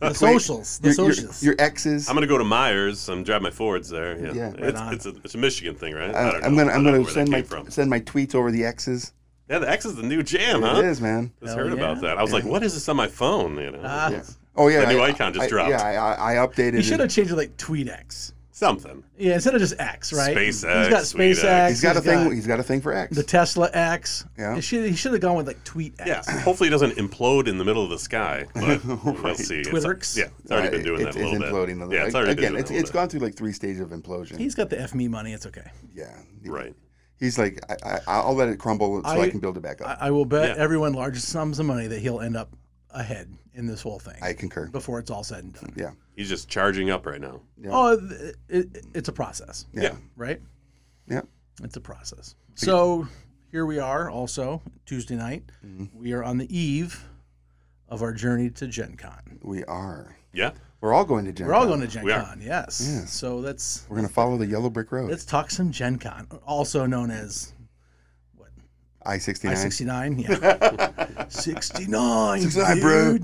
A: The socials. The
B: your, your,
A: socials.
B: your X's.
C: I'm going to go to Myers. I'm driving my Fords there. Yeah.
B: Yeah.
C: it's,
A: on.
C: it's, a, it's a Michigan thing, right? I
B: I,
C: don't
B: I'm
C: know.
B: gonna
C: I
B: I'm
C: don't know
B: gonna
C: where that
B: send my
C: came from.
B: send my tweets over the X's.
C: Yeah, the X is the new jam,
B: It
C: huh?
B: is, man.
C: Just
A: Hell
C: heard about
A: yeah.
C: that. I was like, what is this on my phone? You know,
A: Ah.
C: It's
B: Oh yeah,
C: The new
B: I-
C: icon just
B: I-
C: dropped.
B: Yeah, I, I updated.
A: you
B: it.
A: should have changed it like tweet X.
C: something.
A: Yeah, instead of just X, right? He's
C: SpaceX,
A: got
C: tweet X.
A: SpaceX.
B: He's got a thing. He's got a thing for X.
A: The Tesla X.
B: Yeah.
A: It should- He should have gone with like tweet X.
C: Yeah, hopefully it doesn't implode in the middle of the sky. But we'll see. It's-
A: Twitterx.
C: yeah, it's already
B: Uh,
C: been doing
B: it's,
C: that a little
B: it's
C: bit.
B: imploding. a little-
C: yeah, it's already
B: again,
C: been doing
B: it's
C: that a
B: it's
C: little
B: gone through like three stages of implosion.
A: He's got the F me money. It's okay.
B: yeah,
C: bit. right.
B: He's like, I, I, I'll let it crumble so I,
A: I-
B: can build it back up.
A: I, I will bet
C: Yeah.
A: everyone large sums of money that he'll end up ahead in this whole thing
B: I, concur.
A: before it's all said and done.
B: Yeah,
C: He's just charging up right now.
B: Yeah.
A: Oh, th- it, it's a process,
B: yeah,
C: Yeah.
B: yeah.
A: right?
B: yeah.
A: It's a process. So here we are also Tuesday night.
B: Mm-hmm.
A: We are on the eve of our journey to Gen Con.
B: We are.
C: Yeah.
B: We're all going to Gen.
A: We're all
B: Con.
A: going to Gen
C: We are.
A: Con, yes. So let's
B: We're going to follow the yellow brick road.
A: let's talk some Gen Con, also known as
B: I sixty
A: I
B: nine.
A: sixty nine. Yeah. sixty nine.
B: 69, bro.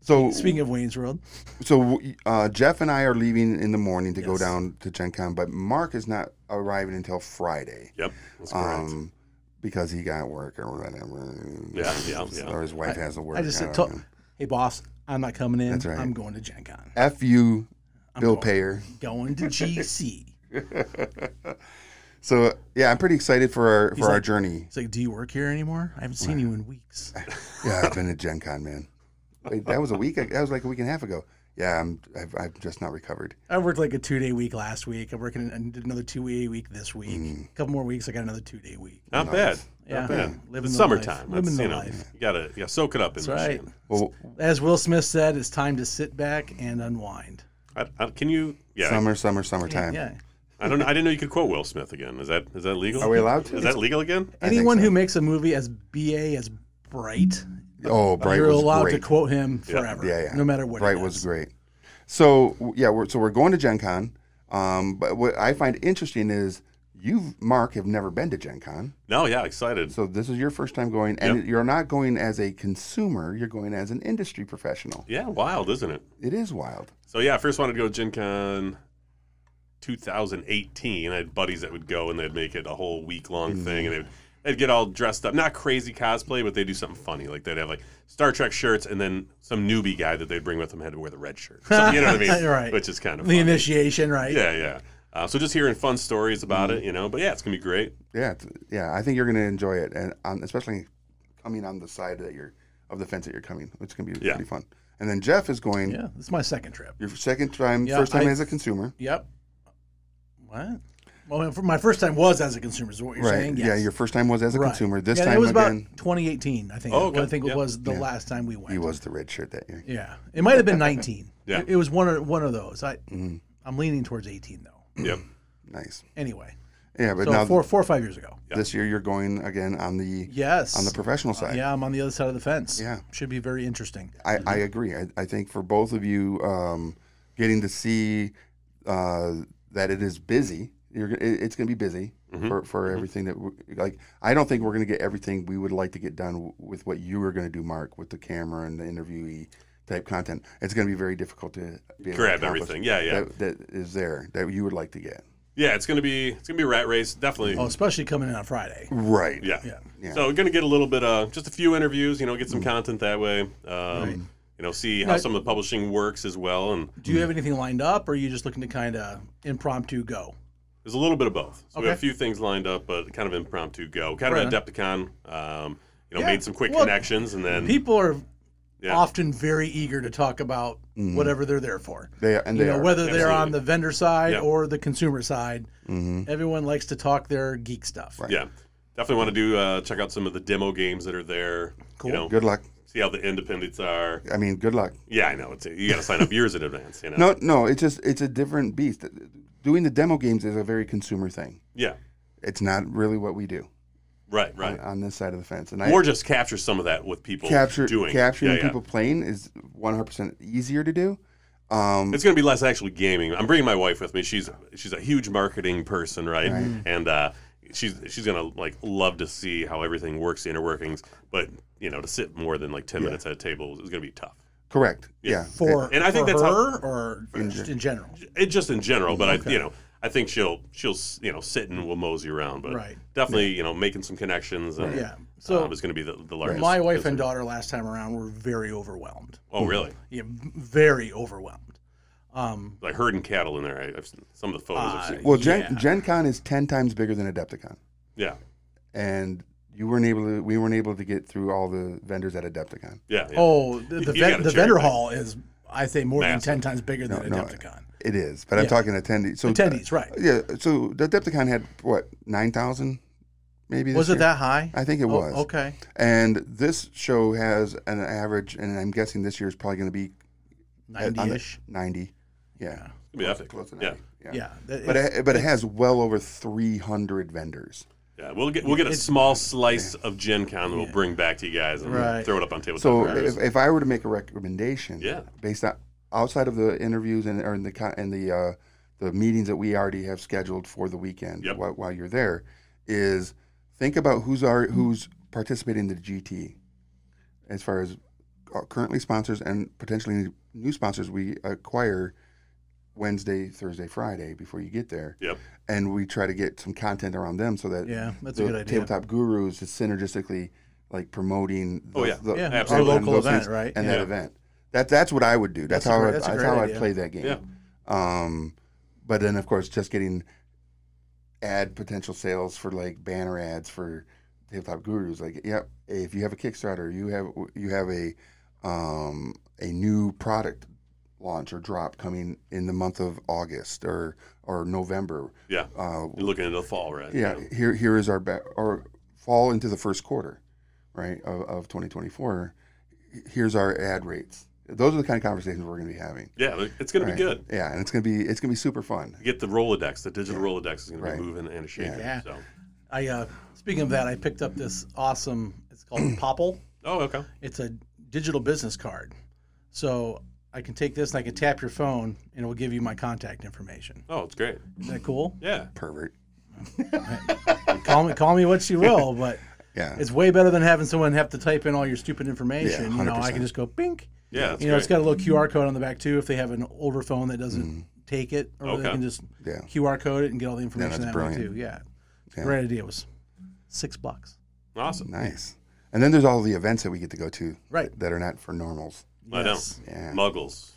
B: So
A: Speaking of Wayne's World.
B: so uh, Jeff and I are leaving in the morning to go
A: Yes.
B: down to Gen Con, but Mark is not arriving until Friday.
C: Yep. That's correct.
B: Um, because he got work or whatever.
C: Yeah, yeah, yeah.
B: Or his wife has to work.
A: I just
B: don't
A: said, to-
B: know.
A: "Hey, boss, I'm not coming in.
B: That's right.
A: I'm going to Gen Con.
B: F you, bill
A: going.
B: payer.
A: Going to GC."
B: So yeah, I'm pretty excited for our for our
A: like-
B: journey.
A: It's like, "Do you work here anymore? I haven't seen you in weeks."
B: Yeah, I've been at Gen Con, man. Wait, that was a week. That was like a week and a half ago. Yeah, I'm I've, I've just not recovered.
A: I worked like a two day week last week. I'm working and did another two day week this week.
B: Mm.
A: A couple more weeks, I got another two day week.
C: Not bad.
A: Yeah.
C: Not bad.
A: Living
C: it's
A: the
C: summertime.
A: life. Living
C: That's,
A: the
C: you know,
A: life.
C: You gotta, yeah, soak it up in
A: That's right.
C: Michigan.
B: Well,
A: As Will Smith said, it's time to sit back and unwind.
C: I, I, can you? Yeah.
B: summer, summer, summertime.
A: Yeah.
C: I don't. know- I didn't know you could quote Will Smith again. Is that is that legal?
B: Are we allowed to?
C: Is that legal again?
A: Anyone
B: so.
A: who makes a movie as BA as Bright,
B: Oh, Bright
A: you're
B: was
A: allowed to
B: great.
A: quote him forever.
B: Yeah, yeah.
A: No matter what. he
B: Bright
A: does.
B: was great. So w- yeah, we're so we're going to Gen Con. Um, but what I find interesting is you, Mark, have never been to Gen Con.
C: No. Yeah. Excited.
B: So this is your first time going, and you're not going as a consumer. You're going as an industry professional.
C: Yeah. Wild, isn't it?
B: It is wild.
C: So yeah, I first wanted to go to Gen Con
A: Mm-hmm.
C: 2018. I had buddies that would go and they'd make it a whole week long thing, and they'd, They'd get all dressed up, not crazy cosplay, but they do something funny. Like they'd have like Star Trek shirts, and then some newbie guy that they'd bring with them had to wear the red shirt. So, you know what I mean?
A: Right.
C: Which is kind of
A: the
C: funny.
A: initiation, right?
C: Yeah, yeah. Uh, so just hearing fun stories about
A: Mm-hmm.
C: it, you know. But yeah, it's gonna be great.
B: Yeah, it's, yeah. I think you're gonna enjoy it, and on, especially coming on the side that you're of the fence that you're coming. It's gonna be
C: Yeah.
B: pretty fun. And then Jeff is going
A: Yeah, this is my second trip.
B: your second time,
A: Yeah,
B: first time
A: I-
B: as a consumer,
A: Yep. What? Well, for- my first time was as a consumer. Is what you're
B: right?
A: saying?
B: Yeah,
A: Yes.
B: your first time was as a
A: Right.
B: consumer. This
A: Yeah,
B: time
A: it was
B: again,
A: about 2018. I think.
C: Oh, okay.
A: I think
C: Yeah.
A: it was the
B: Yeah.
A: last time we went.
B: he was the red shirt that year.
A: Yeah, it might have been 19.
C: Yeah.
A: It, it was one or one of those. I
B: Mhm.
A: I'm leaning towards 18 though.
C: Yep.
B: Nice.
A: Anyway,
B: Yeah, but
A: so
B: now
A: four four or five years ago.
B: this year you're going again on the
A: Yes.
B: on the professional side.
A: yeah, I'm on the other side of the fence.
B: Yeah.
A: Should be very interesting.
B: I,
C: Mm-hmm.
B: I agree. I, I think for both of you, um, getting to see uh, that it is busy, you're, it, it's going to be busy
C: Mm-hmm.
B: for, for everything that, we, like, I don't think we're going to get everything we would like to get done w- with what you were going to do, Mark, with the camera and the interviewee type content. It's going to be very difficult to be able to
C: Grab
B: accomplish
C: everything. Yeah, yeah.
B: That, that is there that you would like to get.
C: Yeah, it's gonna be it's gonna be a rat race, definitely.
A: Oh, especially coming in on Friday.
B: Right.
C: Yeah.
A: Yeah. Mm.
B: Yeah.
C: So we're gonna get a little bit of just a few interviews, you know, get some content that way. Um, You know, see how
A: Now-
C: some of the publishing works as well, and
A: Do you have anything lined up, or are you just looking to kind of impromptu go?
C: there's a little bit of both. So we have
A: Okay.
C: a few things lined up, but kind of impromptu go, kind
A: Right
C: of
A: on.
C: Adepticon. Um, you know,
A: Yeah.
C: made some quick
A: Well,
C: connections, and then
A: People are
C: Mm. Yeah.
A: often very eager to talk about whatever they're there for.
B: They are, and
A: You
B: they
A: know,
B: are.
A: whether they're on
C: Absolutely.
A: the vendor side
C: Yeah.
A: or the consumer side,
B: Mm-hmm.
A: everyone likes to talk their geek stuff.
B: Right.
C: yeah, definitely want to do uh, check out some of the demo games that are there.
A: Cool.
C: You know,
B: good luck.
C: see how the independents are.
B: I mean, good luck.
C: Yeah, I know. It's you got to sign up years in advance. You know.
B: No, no, it's just it's a different beast. Doing the demo games is a very consumer thing.
C: Yeah.
B: It's not really what we do
C: Right. Right.
B: on, on this side of the fence. And
C: or just capture some of that with people
B: I capture
C: doing it.
B: capturing
C: Yeah, yeah.
B: people playing is 100% easier to do. Um,
C: It's going to be less actually gaming. I'm bringing my wife with me. She's she's a huge marketing person, right? And uh, she's she's going to like love to see how everything works, the inner workings. But you know, to sit more than like ten minutes at a table is going to be tough.
B: correct. Yeah.
A: For
C: And I think
A: for
C: that's how-
A: her or just in general.
C: It just in general, but I you know I think she'll she'll you know sit and we'll mosey around, but
A: Right.
C: definitely you know making some connections. And,
A: Yeah. So-
C: um, it's going to be the, the largest.
A: My wife and daughter last time around were very overwhelmed.
C: oh really?
A: Yeah, very overwhelmed. Um,
C: Like herding cattle in there. I, I've seen some of the photos. I've
A: Uh,
C: seen.
B: Well, Gen,
A: Yeah.
B: Gen Con is 10 times bigger than Adepticon.
C: Yeah.
B: And you weren't able to, we weren't able to get through all the vendors at Adepticon.
C: Yeah. yeah.
A: Oh, the, the,
C: you
A: ven-
C: gotta
A: the
C: cherry
A: vendor
C: pick.
A: hall is, I say, more
C: Massive.
A: than 10 times bigger than
B: no,
A: Adepticon.
B: It is, but I'm
A: Yeah.
B: talking attendees. So
A: Attendees, right.
B: Yeah. So the Adepticon had what, 9,000 maybe?
A: Was
B: this
A: it
B: year?
A: that high?
B: I think it
A: Oh,
B: was.
A: okay.
B: And this show has an average, and I'm guessing this year is probably going to be at- on the-
A: 90 ish.
B: 90. Yeah.
C: It'll be epic.
B: Close to
C: Yeah.
B: 90. Yeah.
A: Yeah. that-
B: But it, but it has well over 300 vendors.
C: Yeah, we'll get we'll get a
A: It's-
C: small slice of Gen Con that we'll bring back to you guys and
A: Right.
C: throw it up on tabletop.
B: So
C: computers.
B: if, if I were to make a recommendation,
C: Yeah.
B: based on outside of the interviews and or in the co- and the uh, the meetings that we already have scheduled for the weekend
C: Yep.
B: while, while you're there, is think about who's are who's participating in the GT, as far as our currently sponsors and potentially new sponsors we acquire Wednesday, Thursday, Friday before you get there,
C: yep,
B: and we try to get some content around them so that
A: yeah, that's a
B: the
A: good idea.
B: tabletop gurus is synergistically like promoting
C: Oh, yeah.
A: Yeah,
B: and
C: absolutely.
B: those
A: Our local
B: things
A: event, right?
B: and that
C: Yeah.
B: event that that's what i would do that's,
A: That's a
B: how
A: great-
B: I,
A: that's
B: that's,
A: a great
B: how i
A: idea.
B: play that game
C: yeah,
B: um but then of course just getting ad potential sales for like banner ads for tabletop gurus like yep if you have a kickstarter you have you have a um a new product launch or drop coming in the month of august or or november
C: yeah.
B: uh
C: You're looking into the fall, right?
B: yeah, here here is our ba- our fall into the first quarter, right of, of 2024. Here's our ad rates. Those are the kind of conversations we're going to be having.
C: yeah. It's gonna
B: right?
C: be good.
B: Yeah, and it's going to be it's going to be super fun.
C: Get the Rolodex, the digital Rolodex is gonna
B: Right.
C: be moving and a shaking.
A: Yeah.
C: So,
A: I uh, speaking of that, I picked up this awesome. It's called Popple.
C: oh, okay.
A: It's a digital business card, so I can take this and I can tap your phone, and it will give you my contact information.
C: Oh, it's great.
A: Isn't that cool?
C: Yeah,
B: Pervert.
A: call me, call me what you will, but
B: Yeah,
A: it's way better than having someone have to type in all your stupid information.
B: Yeah,
A: you know, I
B: 100%.
A: can just go bink.
C: yeah. That's
A: you know, it's got a little QR code on the back too. If they have an older phone that doesn't take it, or they
C: Okay.
A: can just
B: Mm-hmm. yeah.
A: QR code it and get all the information
B: that's
A: that way
B: brilliant.
A: too. Yeah,
B: Yeah.
A: great idea. It was six bucks.
C: Awesome.
B: Nice. And then there's all the events that we get to go to
A: Right.
B: that are not for normals.
C: I know.
A: Yes.
B: Yeah.
C: Muggles.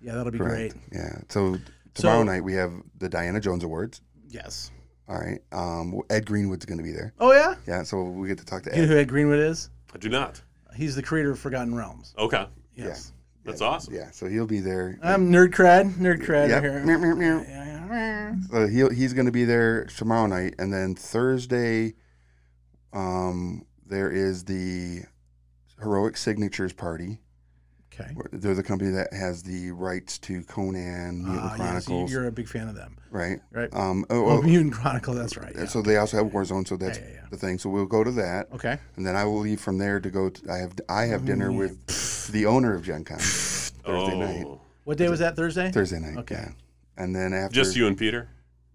A: Yeah, that'll be great.
B: Correct. Yeah. So tomorrow
A: So-
B: night we have the Diana Jones Awards.
A: Yes.
B: All right. Um, Ed Greenwood's going to be there.
A: Oh yeah.
B: Yeah. So we get to talk to
A: You know
B: Ed.
A: who Ed Greenwood is?
C: I do not.
A: He's the creator of Forgotten Realms.
C: Okay.
A: Yes.
C: That's awesome.
B: Yeah. So he'll be there.
A: I'm nerd crad. Nerd crad
B: Yep.
A: here.
B: Meow, meow, meow.
A: Yeah, yeah.
B: So he'll, uh, he's going to be there tomorrow night, and then Thursday, um, there is the heroic signatures party.
A: Okay.
B: They're the company that has the rights to Conan, Mutant
A: Ah, yes, you-
B: Chronicles,
A: you're a big fan of them,
B: right?
A: right?
B: Um,
A: Oh,
B: oh, oh,
A: Mutant Chronicle. That's right. yeah.
B: So they also have Warzone, so that's
A: Yeah, yeah, yeah.
B: the thing. So we'll go to that,
A: Okay.
B: and then I will leave from there to go. To, I have I have dinner
A: yeah.
B: with the owner of Gen Con Thursday
C: oh.
B: night.
A: What day was that? Thursday.
B: Thursday night.
A: Okay.
B: Yeah. And then after
C: Just you and Peter?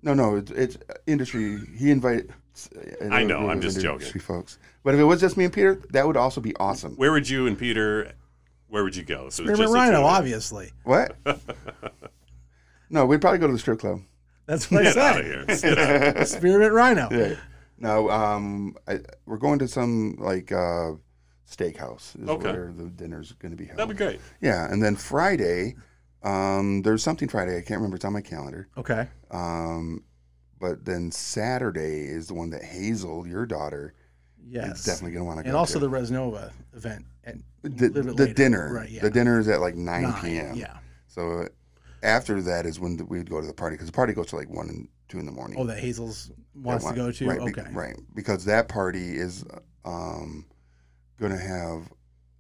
B: No, no, it's, it's industry. He invited. uh,
C: I know, I'm just
B: industry folks. But if it was just me and Peter, that would also be awesome.
C: Where would you and Peter, where would you go? If it
A: Spearmint
C: was just the two of
A: Rhino,
C: you.
A: obviously.
B: What? no, we'd probably go to the strip club.
A: That's what I
C: Get out
A: said.
C: of here.
A: Spearmint Rhino.
B: Yeah. No, um, I, we're going to some like uh, steakhouse. Is
C: Okay.
B: Where the dinner's going to be held.
C: That'd be great.
B: Yeah, and then Friday, um, there's something Friday. I can't remember. It's on my calendar.
A: Okay.
B: Um, but then Saturday is the one that Hazel, your daughter,
A: Yes.
B: is definitely going to want to go.
A: And also
B: to.
A: the Resnova event. And
B: the,
A: little bit
B: the
A: later.
B: dinner.
A: Right, yeah.
B: The dinner is at like 9 p.m.
A: Yeah.
B: So uh, after that is when we'd go to the party because the party goes to like 1 and 2 in the morning.
A: Oh, that Hazel's wants
B: At
A: to go
B: one-
A: to.
B: Right, be-
A: okay.
B: right. Because that party is um, going to have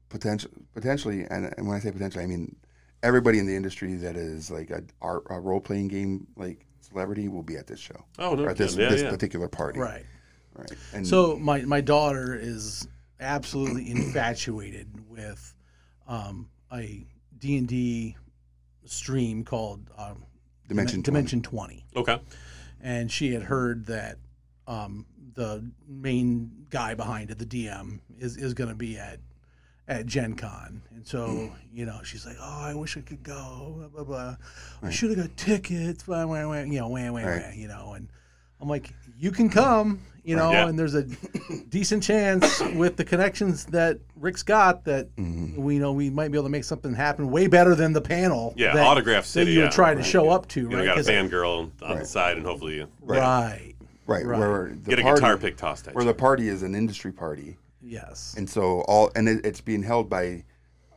B: potential, potentially, and, and when I say potentially, I mean everybody in the industry that is like a, art, a role playing game like celebrity will be at this show.
C: Oh, no.
B: Or at this,
C: kidding. yeah,
B: this
C: yeah.
B: particular party.
A: Right.
B: Right. And
A: So my my daughter is absolutely infatuated with um, a D and D stream called um,
B: Dimension 20.
A: Dimension Twenty,
C: Okay.
A: and she had heard that um, the main guy behind it, the DM, is is going to be at at Gen Con. And so,
C: Hmm.
A: you know, she's like, Oh, I wish I could go, blah, blah, blah. I should have got tickets, blah, blah, blah, you know, wah, wah, wah,
B: Right.
A: you know. And I'm like, You can come, you know,
C: Yeah.
A: and there's a decent chance with the connections that Rick's got that
C: Mm-hmm.
A: we know we might be able to make something happen way better than the panel.
C: Yeah,
A: that,
C: Autograph
A: that
C: City.
A: you
C: yeah.
A: were trying to show up to,
C: You know,
A: right?
C: got a
A: 'Cause-
C: fangirl on the side, and hopefully you
A: right. right.
B: right, Where the
C: get a
B: party,
C: guitar pick tossed at
B: Where
C: you.
B: the party is an industry party.
A: Yes.
B: and so all and it, it's being held by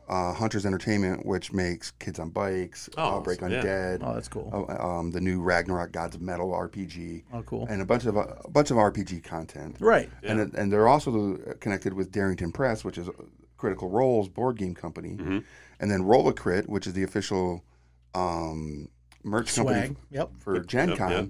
B: uh, Hunters Entertainment, which makes Kids on Bikes,
C: Oh,
B: Outbreak
C: awesome. Yeah.
B: Undead,
A: Oh, that's cool.
B: uh, um, the new Ragnarok Gods of Metal RPG,
A: Oh, cool.
B: and a bunch of uh, a bunch of RPG content.
A: Right.
B: And it- and they're also uh, connected with Darrington Press, which is a Critical Role's board game company,
A: Mm-hmm.
B: and then Roll a Crit, which is the official um, merch
A: Swag.
B: company
A: Yep.
B: for Gen
C: Yep,
B: Con,
C: yeah.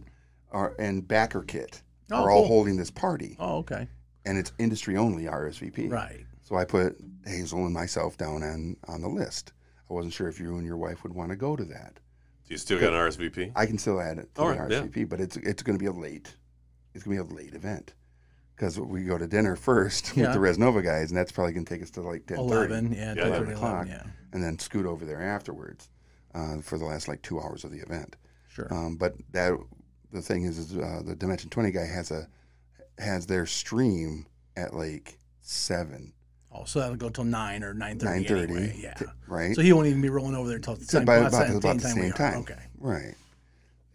B: are, and Backer Kit
A: Oh,
B: are all
A: cool.
B: holding this party,
A: Oh, okay.
B: and it's industry only RSVP.
A: Right.
B: So I put Hazel and myself down on, on the list. I wasn't sure if you and your wife would want to go to that.
C: Do you still got an RSVP?
B: I can still add it to
C: All
B: the
C: right, yeah.
B: RSVP, but it's it's going to be a late, it's going to be a late event because we go to dinner first
A: Yeah.
B: with the Resnova guys, and that's probably going to take us to like ten thirty,
A: Eleven. Yeah.
C: Yeah,
A: 11,
B: 11 o'clock.
A: Yeah.
B: and then scoot over there afterwards uh, for the last like two hours of the event.
A: Sure.
B: Um, but that the thing is, is uh, the Dimension Twenty guy has a has their stream at like seven,
A: oh, so that'll go till nine or nine thirty.
B: nine thirty,
A: Anyway. Yeah.
B: right?
A: so he won't even be rolling over there until the
B: It's
A: same,
B: about,
A: about,
B: about,
A: same,
B: about the
A: time
B: same
A: we are.
B: time.
A: Okay.
B: Right.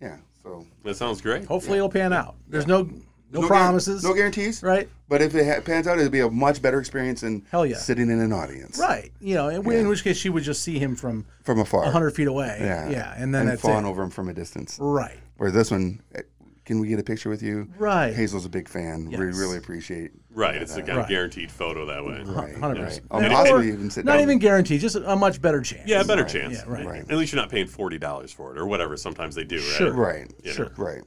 B: Yeah. So
C: That sounds great.
A: Hopefully it'll pan out. There's no no, promises.
B: no guarantees.
A: right.
B: But if it ha- pans out, it'll be a much better experience than
A: Hell yeah.
B: sitting in an audience
A: Right. You know, and we- in which case she would just see him from
B: from afar.
A: hundred feet away.
B: Yeah.
A: Yeah. And then
B: and
A: that's
B: falling
A: it.
B: over him from a distance.
A: Right.
B: Where this one, eh, can we get a picture with you?
A: Right.
B: Hazel's a big fan. We
A: Yes.
B: really appreciate.
C: Right. It's a kind
A: Right.
C: of guaranteed photo that way.
B: Right.
A: Hundred
B: right.
A: percent.
B: Um,
A: And-
B: possibly
A: or
B: even sit
A: Not
B: down.
A: even guaranteed. Just a, a much better chance.
C: Yeah, better chance.
A: Yeah. Right.
B: Right.
C: At least you're not paying forty dollars for it or whatever. Sometimes they do, right?
A: Sure.
B: Right.
A: Sure.
B: Right.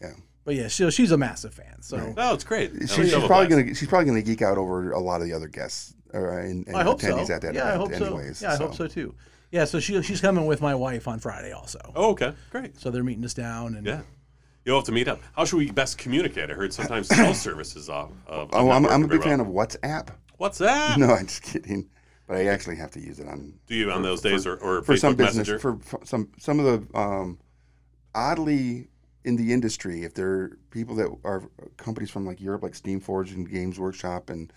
B: Yeah.
A: But yeah, she, she's a massive fan. So.
C: No, it's great. I
B: She,
C: would
B: she's
C: double
B: probably
C: blast.
B: gonna she's probably gonna geek out over a lot of the other guests or and, and
A: I hope so.
B: attendees at that
A: yeah, I
B: event.
A: hope
B: anyways,
A: so. Yeah, I hope so too. Yeah, so she she's coming with my wife on Friday also.
C: Oh, okay, great.
A: So they're meeting us down and
C: Yeah, you'll have to meet up. How should we best communicate? I heard sometimes cell services off. Of,
B: Oh, I'm, I'm a big fan of WhatsApp.
C: What's that?
B: No, I'm just kidding. But I actually have to use it on
C: Do you on those days or, or
B: for some
C: Facebook
B: business
C: Messenger?
B: for, for some some of the um, oddly in the industry, if there are people that are companies from like Europe, like Steam Forge and Games Workshop and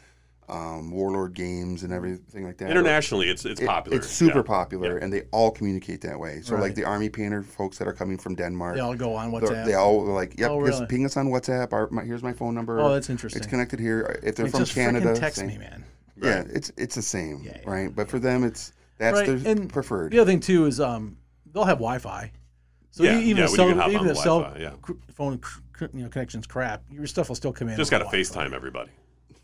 B: um, Warlord Games and everything like that.
C: Internationally, it's it's
B: It-
C: popular.
B: It's super
C: Yeah.
B: popular, and they all communicate that way. So, like
A: Right.
B: the army painter folks that are coming from Denmark,
A: They all go on
B: they're-
A: WhatsApp.
B: they all were like, "Yep,
A: Oh,
B: just
A: really?
B: ping us on WhatsApp. Our, my, here's my phone number.
A: oh, that's interesting.
B: it's connected here. If they're
A: Like,
B: from
A: just freaking
B: Canada,
A: text
B: same-
A: me, man.
B: Yeah,
C: Right.
B: it's it's the same,
A: Yeah, yeah,
B: right? But for them, it's that's
A: Right,
B: their
A: and
B: preferred.
A: The other thing too is um, they'll have Wi-Fi. So
C: Yeah,
A: e- even
C: yeah,
A: if
C: we
A: cell,
C: can hop
A: even
C: on
A: if cell
C: Wi-Fi, yeah.
A: cr- phone cr- cr- you know connections crap, your stuff will still come in.
C: Just
A: on
C: got to
A: Wi-Fi.
C: FaceTime everybody.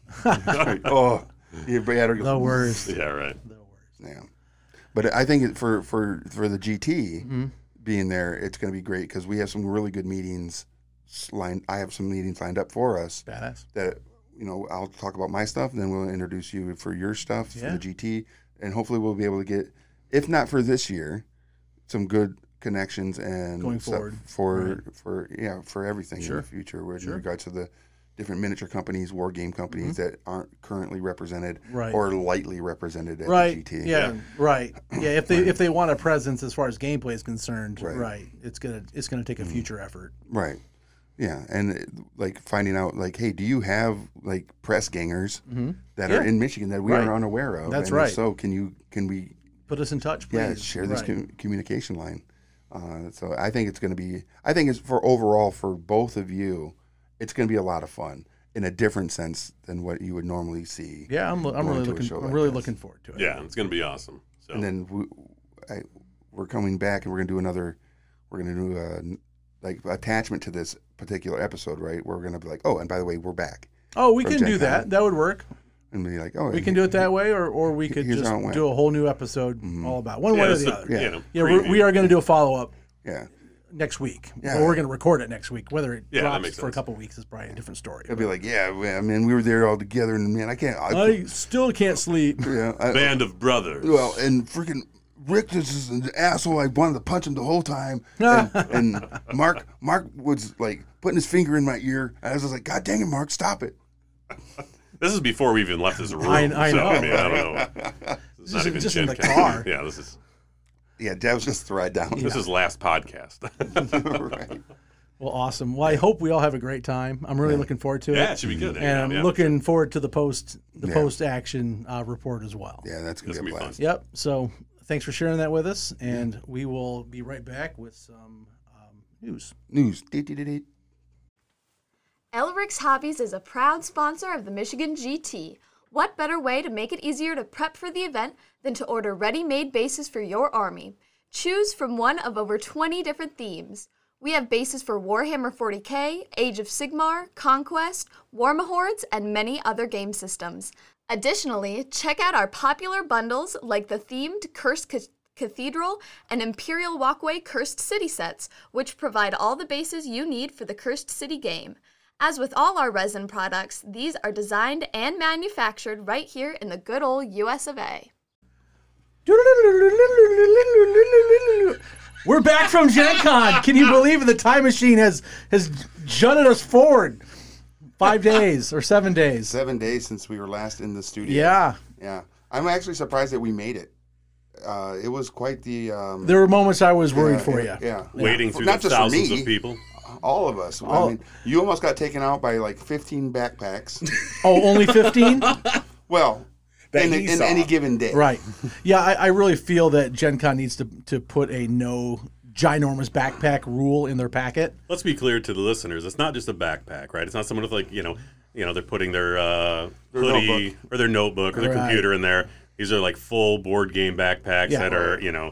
B: Right. oh, yeah, but yeah, they're-
A: The worst.
C: Yeah, right.
A: The worst.
B: Yeah, but I think it- for for for the GT
A: Mm-hmm.
B: being there, it's going to be great because we have some really good meetings s- lined. I have some meetings lined up for us
A: Badass.
B: that you know I'll talk about my stuff, then we'll introduce you for your stuff
A: Yeah.
B: for the GT, and hopefully we'll be able to get, if not for this year, some good connections and
A: Going
B: stuff
A: forward,
B: for for yeah for everything in
A: Sure.
B: the future with
A: Sure. Mm-hmm.
B: in regards to the different miniature companies, war game companies that aren't currently represented
A: Right.
B: or lightly represented at
A: Right.
B: the GT.
A: Yeah,
C: Yeah.
A: Right. Yeah. If they if they want a presence as far as gameplay is concerned,
B: Right. Mm-hmm.
A: right. It's gonna it's gonna take a future effort.
B: Right. Yeah, and it- like finding out, like, hey, do you have like press gangers
C: Mm-hmm.
B: that are
A: Yeah.
B: in Michigan that we
A: Right.
B: are unaware of?
A: That's
B: and if
A: right.
B: So can you can we
A: Put us in touch, please.
B: yeah share this
A: Right.
B: com- communication line? Uh, so I think it's going to be. I think it's for overall for both of you, it's going to be a lot of fun in a different sense than what you would normally see.
A: yeah, I'm, lo- I'm
B: Going
A: really
B: to a
A: looking.
B: show
A: I'm
B: like
A: really
B: this.
A: looking forward to it.
C: Yeah, it's gonna be awesome. So
B: And then we, I, we're coming back and we're going to do another. We're going to do a n- like attachment to this particular episode, right? Where we're going to be like, oh, and by the way, we're back.
A: Oh, we
B: From
A: can
B: Gen
A: do
B: Con.
A: that. That would work.
B: and be like, oh,
A: We can do it that way, or, or we could
B: Here's
A: just
B: how it went. Mm-hmm.
A: do a whole new episode all about one
C: yeah,
A: way or
C: that's
A: the
C: the-
A: other.
C: you
B: Yeah.
C: know,
A: Yeah, we're,
C: preview.
A: we are going to do a follow up
B: Yeah,
A: next week.
B: Yeah.
A: Or we're going to record it next week. Whether it
C: Yeah, that
A: drops
C: makes
A: for a
C: sense.
A: couple weeks is probably a different story.
B: it'll be like, yeah, man, I mean, we were there all together, and man, I can't. I,
A: I still can't sleep.
B: yeah, I-
C: band of brothers.
B: well, and freaking Rick just is an asshole. I wanted to punch him the whole time, and, and Mark, Mark was like putting his finger in my ear. And I was just like, God dang it, Mark, stop it.
C: this is before we even left this room.
A: I- I
C: so, I
A: know.
C: mean, I don't know. This is
A: Just-
C: not even
A: just in
C: Gen
A: the
C: Con.
A: car.
C: yeah, this is
B: Yeah, Dev's just right down.
C: this is last podcast.
B: right.
A: Well, awesome. Well, I hope we all have a great time. I'm really looking forward to
C: yeah,
A: it.
C: it should be good.
A: And I'm
C: yeah,
A: looking forward to the post the
B: Yeah.
A: post action uh, report as well.
B: Yeah, that's gonna
C: This
B: be
C: will
B: a
C: be
B: blast.
C: fun.
A: Yep. So thanks for sharing that with us. And we will be right back with some um, news.
B: News. Deet, deet, deet, deet.
D: Elric's Hobbies is a proud sponsor of the Michigan GT. What better way to make it easier to prep for the event than to order ready made bases for your army? Choose from one of over 20 different themes. We have bases for Warhammer 40k, Age of Sigmar, Conquest, War Hordes, and many other game systems. Additionally, check out our popular bundles like the themed Cursed Ca- Cathedral and Imperial Walkway Cursed City sets, which provide all the bases you need for the Cursed City game. As with all our resin products, these are designed and manufactured right here in the good old US of A.
A: We're back from Gen Con. Can you believe it? The time machine has has jutted us forward five days or seven days.
B: Seven days since we were last in the studio.
A: Yeah.
B: Yeah. I'm actually surprised that we made it. Uh, it was quite the. Um,
A: There were moments I was worried
B: yeah,
A: for
B: yeah,
A: you.
B: Yeah.
C: waiting
B: For-
C: through
B: not
C: the
B: just for
C: thousands
B: me.
C: of people.
B: All of us. I mean, you almost got taken out by like 15 backpacks.
A: Oh, only 15?
B: well,
E: That
B: in,
E: he
B: in
E: saw.
B: any given day.
A: right. Yeah, I, I really feel that Gen Con needs to, to put a no ginormous backpack rule in their packet.
C: Let's be clear to the listeners: it's not just a backpack, right? It's not someone with like you know, you know, they're putting their uh, hoodie
B: notebook.
C: or their notebook or their
A: Right.
C: computer in there. These are like full board game backpacks
A: Yeah.
C: that are you know,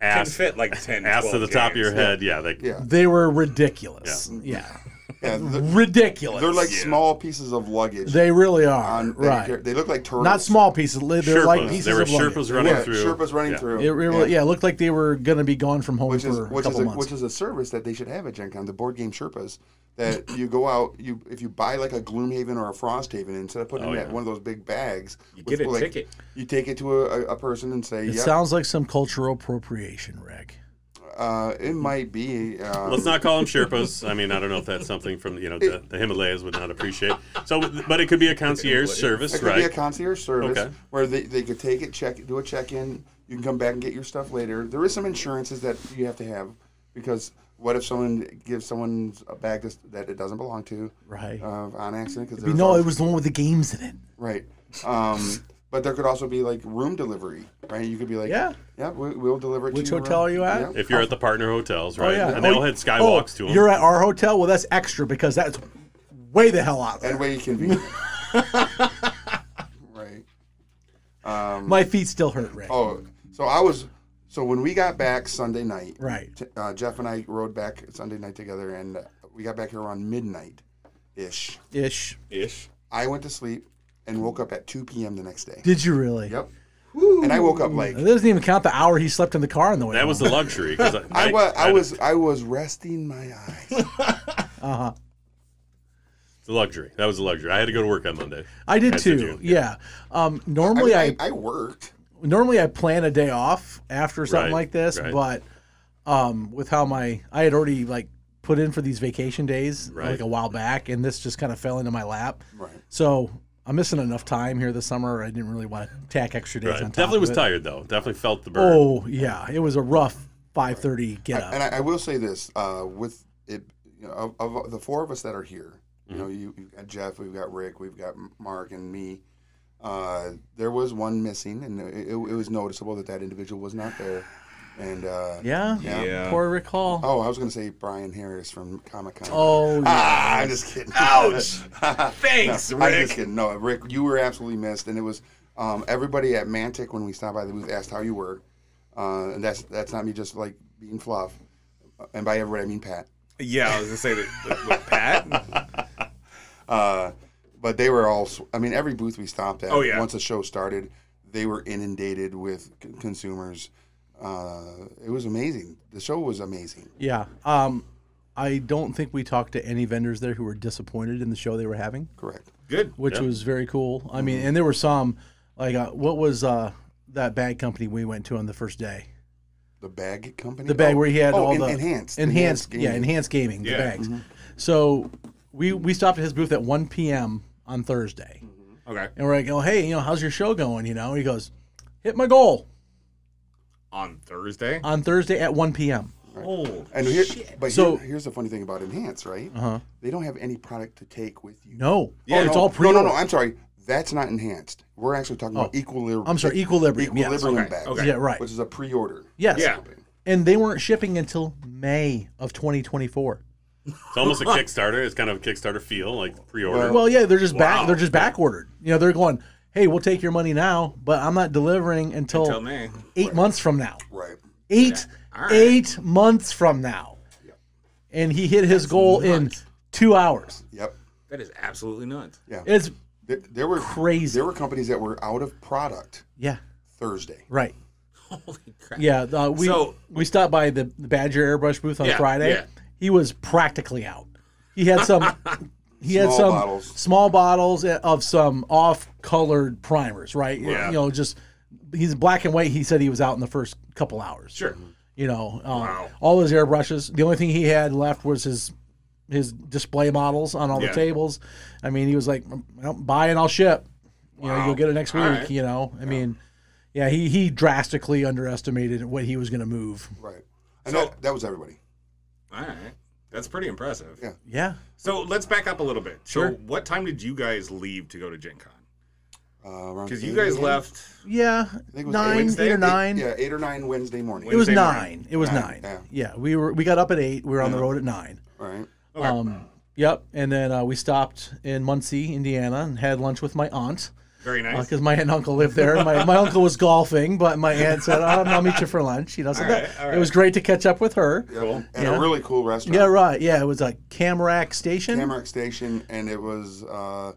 E: Can
C: ass
E: fit like 10
C: ass to
E: 12
C: the top of
E: games.
C: your head. Yeah, like
B: Yeah.
A: They were ridiculous. Yeah.
B: Yeah, they're,
A: Ridiculous.
B: they're like small pieces of luggage.
A: They really are.
B: on- they-
A: right.
B: They look like turtles.
A: Not small pieces. They're
C: Sherpas.
A: like pieces
C: there were
A: of luggage.
C: Sherpas running
B: yeah,
C: through.
B: Sherpas running
C: Yeah.
B: through.
A: It really, yeah. it looked like they were going to be gone from home
B: which
A: for
B: is
A: a
B: which
A: couple
B: is a,
A: months.
B: which is a service that they should have at Gen Con, the board game Sherpas. That you go out, you if you buy like a Gloomhaven or a Frosthaven, instead of putting it in that one of those big bags, you
E: get a ticket.
B: You take it to a, a, a person and say,
A: it
B: "Yeah,
A: sounds like some cultural appropriation, Rick.
B: uh, it might be." Uh,
C: Let's not call them Sherpas. I mean, I don't know if that's something from you know the, the Himalayas would not appreciate. So, but it could be a concierge
B: it
C: service,
B: could be a
C: right?
B: concierge service
C: Okay.
B: where they, they could take it, check, do a check in. You can come back and get your stuff later. There is some insurances that you have to have because What if someone gives someone a bag that's- that it doesn't belong to
A: Right.
B: uh, on accident? Because
A: You know, it was the one with the games in it.
B: Right. Um, but there could also be like room delivery, right? You could be like,
A: Yeah.
B: yeah, we, we'll deliver. it
A: Which
B: to your
A: hotel
B: room.
A: are you at?
B: Yeah.
C: If you're at the partner hotels, right? And they
A: Oh,
C: all had skywalks
A: oh,
C: to them.
A: You're at our hotel. Well, that's extra because that's way the hell out.
B: And
A: There.
B: way you can be. right.
A: My feet still hurt, Ray.
B: um, Oh, so I was. So when we got back Sunday night,
A: Right.
B: t- uh, Jeff and I rode back Sunday night together, and uh, we got back here around midnight, ish.
A: Ish.
C: Ish.
B: I went to sleep and woke up at 2 p.m. the next day.
A: Did you really?
B: Yep. And I woke up like
A: It doesn't even count the hour he slept in the car on the way.
C: That was the luxury. 'cause
B: I was I was I was resting my eyes.
C: the luxury. That was the luxury. I had to go to work on Monday.
A: I did
C: Yes, did
A: too.
C: you?
A: yeah. Um,
B: I,
A: normally,
B: mean,
A: I,
B: I, I worked.
A: normally I plan a day off after something
C: Right,
A: like this,
C: right.
A: but um, with how my I had already like put in for these vacation days
C: Right.
A: like a while back, and this just kind of fell into my lap.
B: Right.
A: So I'm missing enough time here this summer. I didn't really want to tack extra days
C: Right.
A: on top.
C: Definitely
A: of
C: was
A: it.
C: tired though. Definitely felt the burn.
A: Oh yeah, it was a rough 5:30 get up.
B: And I, I will say this: uh, with it, you know, of, of the four of us that are here, you know, you, you got Jeff, we've got Rick, we've got Mark, and me. Uh, there was one missing, and it, it, it was noticeable that that individual was not there. And uh,
A: yeah?
B: Yeah.
A: Poor Rick Hall.
B: oh, I was going to say Brian Harris from Comic Con.
A: Oh, yeah.
B: Ah, I'm just kidding.
C: Ouch!
B: Thanks, no, Rick. I'm just kidding. No, Rick, you were absolutely missed, and it was um, everybody at Mantic when we stopped by the booth asked how you were, uh, and that's that's not me just like being fluff, Uh, and by everybody I mean Pat.
E: Yeah, I was gonna say that, that- that Pat.
B: Uh, but they were all, s- I mean, every booth we stopped at,
E: Oh, yeah.
B: once the show started, they were inundated with c- consumers. Uh, it was amazing. The show was amazing.
A: yeah. Um, I don't think we talked to any vendors there who were disappointed in the show they were having.
B: Correct.
E: Good.
A: which was very cool. I
B: Mm-hmm.
A: mean, and there were some like uh, what was uh, that bag company we went to on the first day?
B: The bag company?
A: The bag
B: Oh,
A: where he had
B: oh,
A: all
B: en-
A: the
B: enhanced.
A: enhanced, yeah,
B: gaming. Mm-hmm.
A: enhanced gaming, the
E: Yeah.
A: bags. So we we stopped at his booth at 1 p.m. on Thursday,
E: Okay.
A: and we're like, oh hey, you know, how's your show going? You know, and he goes, hit my goal
E: On Thursday.
A: on Thursday at 1 p.m.
E: Oh.
B: And here, but
A: So-
B: here, here's the funny thing about enhanced, right? Uh-huh. They don't have any product to take with you.
A: No,
E: Yeah,
A: yeah, it's
B: no,
A: all pre.
B: No, no, no. I'm sorry. That's not enhanced. We're actually talking about equilibrium.
A: Oh. I'm sorry, Equilibrium, yes.
B: Equilibrium
E: Okay,
B: bags,
E: okay.
A: Yeah, right.
B: which is a pre-order.
A: Yes.
E: Yeah.
A: And they weren't shipping until May of 2024.
C: It's almost a Kickstarter. It's kind of a Kickstarter feel, like
E: Oh.
C: pre-order.
A: Well, yeah, they're just back.
C: Wow.
A: They're just back ordered. You know, they're going, "Hey, we'll take your money now, but I'm not delivering until,
E: Tell me.
A: eight months from now.
B: Right.
A: Eight,
E: All right.
A: eight months from now." And he hit his goal
E: nuts.
A: in two hours.
B: Yep.
E: That is absolutely nuts.
B: Yeah.
A: It's
B: There, there were
A: Crazy.
B: There were companies that were out of product
A: yeah,
B: Thursday.
A: right.
E: Holy crap.
A: Yeah, uh, we
E: So-
A: we stopped by the the Badger Airbrush booth on
E: Yeah,
A: Friday.
E: yeah.
A: He was practically out. He had some. He had
B: Small
A: some
B: bottles.
A: small bottles of some off-colored primers, right?
E: Yeah.
A: You know, just he's black and white. He said he was out in the first couple hours.
E: Sure.
A: You know, um,
E: Wow.
A: all his airbrushes. The only thing he had left was his his display models on all
E: Yeah.
A: the tables. I mean, he was like, "Well, "Buy and I'll ship." You know,
E: Wow.
A: you'll get it next week.
E: All right.
A: You know, I mean, yeah, he he drastically underestimated what he was going to move.
B: Right. And
E: So-
B: that, that was everybody.
E: All right. That's pretty impressive.
B: Yeah.
A: Yeah,
E: So let's back up a little bit.
A: Sure.
E: So what time did you guys leave to go to Gen Con?
B: Uh, around
E: Because
B: 8
E: you guys
B: a.m.
E: left.
A: yeah,
B: I think it was
A: nine,
E: Wednesday?
A: eight or
E: It-
A: nine.
B: Yeah, eight or nine Wednesday morning.
A: It was
E: Wednesday morning.
A: nine. It was
B: Nine,
A: nine.
B: yeah.
A: Yeah. we were we got up at eight. We were on the road at nine.
B: All right.
E: Okay.
A: Um, yep. And then uh, we stopped in Muncie, Indiana, and had lunch with my aunt.
E: Very nice.
A: because my aunt and uncle lived there. My, my uncle was golfing, but my aunt said, oh, "I'll meet you for lunch." You know, so
E: All
A: that,
E: right, all
A: it was great to catch up with her.
B: Yeah.
E: Cool.
B: At
A: Yeah.
B: a really cool restaurant.
A: Yeah, right. Yeah, it was a Camrack station.
B: Tamarack Station, and it was uh,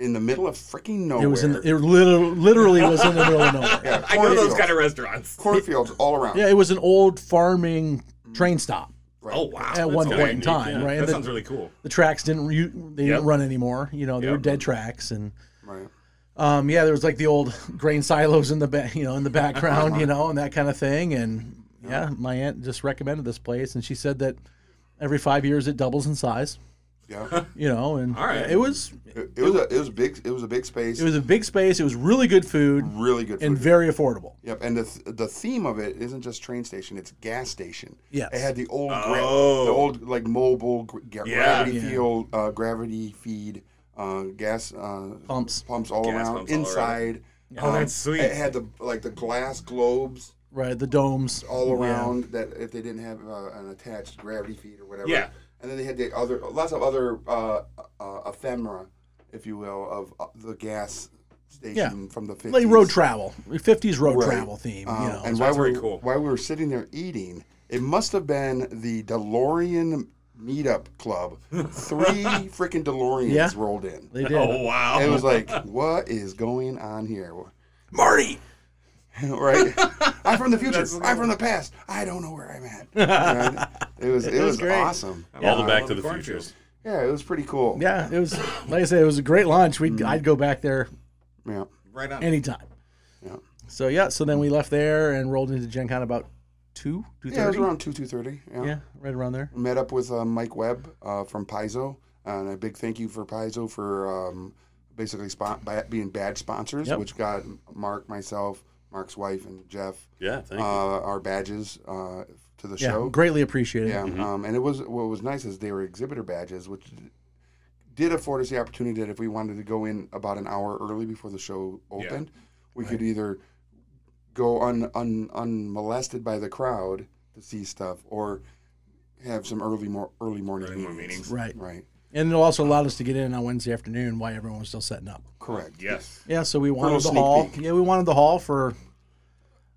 B: in the middle of freaking nowhere.
A: it was in. The, it literally, literally was in the middle of nowhere.
B: yeah,
E: I know those
B: cornfields.
E: kind of restaurants.
B: cornfields all around.
A: Yeah, it was an old farming train stop
B: Right.
E: Oh wow.
A: at one point in time, right?
E: That
A: And
E: sounds
A: the,
E: really cool.
A: the tracks didn't re, they
E: Yep.
A: didn't run anymore. You know, they were
E: Yep.
A: dead tracks and.
B: Right.
A: Um, yeah, there was like the old grain silos in the back, you know, in the background, you know, and that kind of thing. And yeah, my aunt just recommended this place, and she said that every five years it doubles in size.
B: Yeah,
A: you know, and
E: All right.
A: it was
B: it, it was a it was a big it was a big space.
A: it was a big space. It was really good food
B: really good.
A: and
B: food.
A: very affordable.
B: Yep, and the th- the theme of it isn't just train station; it's gas station.
A: Yes.
B: it had the old gra-
E: Oh.
B: the old like mobile gr- ga-
E: Yeah.
B: gravity
A: Yeah.
B: field, uh, gravity feed uh, gas uh,
A: Pumps,
B: pumps all
E: Gas
B: around
E: pumps all
B: inside. Um,
E: Oh, that's sweet.
B: It had the like the glass globes
A: right? The domes
B: all
A: Yeah.
B: around that if they didn't have uh, an attached gravity feed or whatever.
E: Yeah.
B: and then they had the other lots of other uh, uh, ephemera, if you will, of uh, the gas station from the 50s.
A: like road travel, fifties road
B: Right.
A: travel theme.
B: Um,
A: you know,
B: and
E: So
B: while
E: that's
B: we
E: pretty cool.
B: while we were sitting there eating, it must have been the DeLorean meetup club. Three freaking DeLoreans
A: Yeah.
B: rolled in.
A: they did.
E: Oh wow.
B: And it was like, what is going on here?
A: Marty,
B: right? I'm from the future. I'm from the past. I don't know where I'm at. You know, It was it,
A: was
B: was,
A: great.
B: awesome.
C: All the Back
E: Love
C: to the
E: corn
C: Future.
E: chips.
B: Yeah, it was pretty cool.
A: yeah, it was like I said, it was a great lunch. We
B: Mm-hmm.
A: would I'd go back there
B: Yeah.
E: Right on.
A: anytime.
B: Yeah.
A: So yeah, so then we left there and rolled into Gen Con about two, two
B: Yeah, it was
A: thirty.
B: around two two thirty.
A: yeah, right around there.
B: met up with uh, Mike Webb uh, from Paizo, and a big thank you for Paizo for um, basically spon- ba- being badge sponsors,
A: Yep.
B: which got Mark, myself, Mark's wife, and Jeff
C: Yeah, thank
B: uh,
C: you.
B: our badges uh, to the
A: Yeah,
B: show.
A: greatly appreciated.
B: Yeah, um, and it was what was nice is they were exhibitor badges, which did afford us the opportunity that if we wanted to go in about an hour early before the show opened, we could either go un, un unmolested by the crowd to see stuff, or have some early more early morning
E: Early morning meetings.
A: Right.
B: Right.
A: And it also allowed us to get in on Wednesday afternoon while everyone was still setting up.
B: Correct.
E: Yes.
A: Yeah, so we wanted the
B: sneak
A: hall.
B: peek.
A: Yeah, we wanted the hall for.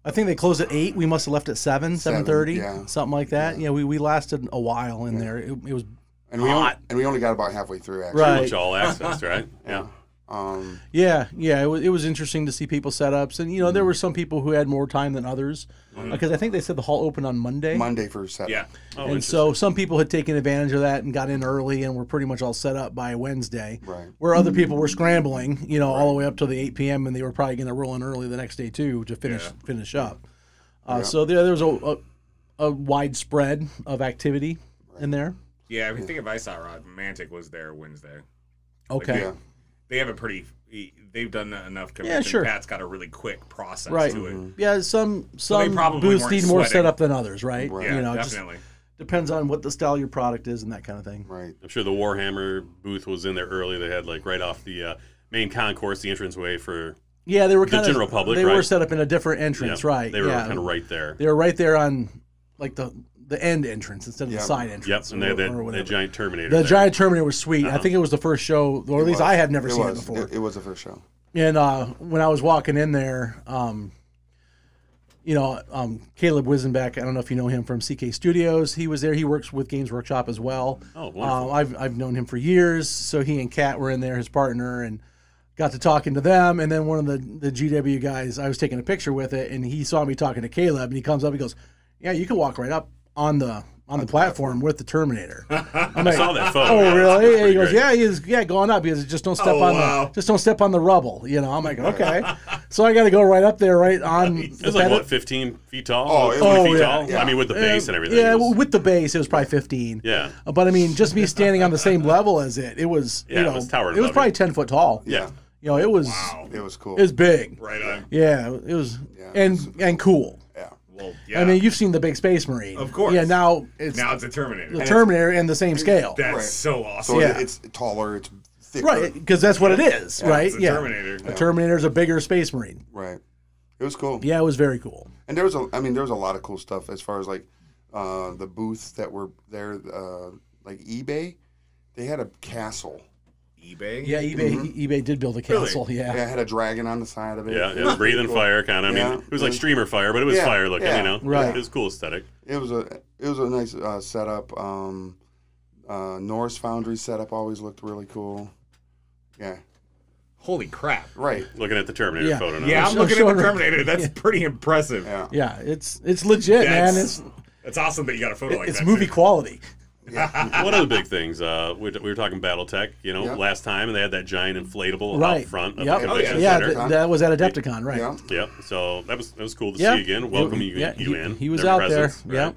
A: I think they closed at eight. We must have left at seven, seven thirty,
B: yeah.
A: something like that. Yeah, we, we lasted a while in there. It, it was
B: And we only, and we only got about halfway through actually.
A: Right.
C: Much all access, right? Yeah.
B: Um,
A: yeah, yeah. It was it was interesting to see people setups, and you know there were some people who had more time than others because I think they said the hall opened on Monday,
B: Monday for seven.
E: Yeah.
C: Oh,
A: and so some people had taken advantage of that and got in early and were pretty much all set up by Wednesday.
B: Right.
A: Where other people were scrambling, you know, all the way up to the 8 p.m. and they were probably going to roll in early the next day too to finish finish up. Uh, So there, there was a, a a widespread of activity in there.
E: Yeah. I think if I saw Rod Mantic was there Wednesday.
A: Okay.
B: Yeah.
E: They have a pretty. e, They've done enough.
A: Yeah, sure.
E: Pat's got a really quick process
A: Right. Mm-hmm.
E: to it.
A: Yeah, some some
E: probably
A: booths
E: weren't
A: need more
E: sweating.
A: setup than others, right?
B: Right.
E: Yeah,
A: You know, it just
E: definitely.
A: depends on what the style of your product is and that kind of thing.
B: Right.
C: I'm sure the Warhammer booth was in there early. They had like right off the uh, main concourse, the entranceway for
A: Yeah, they were
C: The
A: kind of
C: general public,
A: They were
C: right.
A: set up in a different entrance,
C: Yeah,
A: right?
C: They were
A: yeah.
C: kind of right there.
A: They were right there on like the the end entrance instead of
B: Yeah.
A: the side
C: Yep,
A: entrance.
C: and they had
A: or-
C: that,
A: or
C: that
A: whatever.
C: giant Uh-huh. Terminator.
A: The
C: there.
A: giant Terminator was sweet. I think it was the first show, or at least I had never
B: It
A: seen
B: was.
A: it before.
B: It, it was the first show.
A: and uh, when I was walking in there, um, you know, um, Caleb Wisenbeck, I don't know if you know him from CK Studios. He was there. He works with Games Workshop as well.
C: Oh,
A: Um,
C: wonderful.
A: I've, I've known him for years. So he and Kat were in there, his partner, and got to talking to them. And then one of the, the GW guys, I was taking a picture with it, and he saw me talking to Caleb, and he comes up and goes, Yeah, you can walk right up on the. On the platform with the Terminator. I'm like,
C: saw that photo.
A: Oh,
C: Yeah, that's
A: really? And
C: pretty
A: he goes,
C: great.
A: "Yeah, he is. Yeah, going up. He goes, just don't step
E: Oh,
A: on
E: wow.
A: the just don't step on the rubble." You know, I'm like, okay. so I got to go right up there, right on.
C: It was like what, 15 feet tall?
B: Oh, it
C: 20
A: was-
C: feet
A: yeah,
C: tall?
B: yeah.
C: I mean, with the base and everything.
A: Yeah,
C: it was-
A: with the base, it was probably 15.
C: yeah.
A: Uh, But I mean, just me standing on the same level as it, it was
C: Yeah,
A: you
C: it
A: know,
C: was tower level.
A: probably 10 foot tall.
C: Yeah.
A: You know, it was
E: Wow.
B: It was cool.
A: it was big.
E: Right on.
A: Yeah, it was
B: Yeah.
A: and and cool.
B: yeah.
E: Well, yeah.
A: I mean, you've seen the Big Space Marine,
E: Of course.
A: Yeah, now it's
E: now it's a Terminator.
A: the Terminator and the same scale,
E: That's
B: Right.
E: so awesome.
B: So
A: Yeah.
B: it's taller. It's thicker.
A: right? Because that's what it is, right?
E: It's a
A: yeah,
E: Terminator.
A: A Terminator is a bigger Space Marine.
B: Right. It was cool.
A: Yeah, it was very cool.
B: And there was a, I mean, there was a lot of cool stuff as far as like uh, the booths that were there, uh, like eBay. They had a castle.
E: eBay.
A: Yeah, eBay eBay did build a castle. Yeah.
B: Mm-hmm. Yeah, it had a dragon on the side of it.
C: Yeah, it was breathing fire, kind of. I
B: Yeah.
C: mean, it was like streamer fire, but it was
B: Yeah,
C: fire looking,
B: yeah,
C: you know?
A: Right.
C: It was cool aesthetic.
B: It was a it was a nice uh, setup. Um, uh, Norris Foundry setup always looked really cool. Yeah,
E: Holy crap.
B: right.
C: Looking at the Terminator
A: Yeah.
C: photo now.
E: Yeah, I'm
A: I'm
E: looking
A: sure-
E: at the Terminator. That's pretty impressive.
B: Yeah,
A: Yeah, it's it's legit, man.
E: That's-
A: It's
E: That's awesome that you got a photo like
A: it's
E: that.
A: movie
E: too.
A: quality.
C: One of the big things, uh, we, we were talking BattleTech, you know,
B: Yeah.
C: last time, and they had that giant inflatable
A: Right.
C: out front of
A: Yep.
C: the
A: Oh,
C: convention
A: yeah,
C: center.
A: th- that was at Adepticon, right?
B: yeah.
C: Yep. So that was that was cool to
A: Yeah.
C: see again. Welcome you,
A: yeah,
C: you
A: he,
C: in.
A: He was
C: their
A: out
C: presence,
A: there.
C: right?
A: Yep.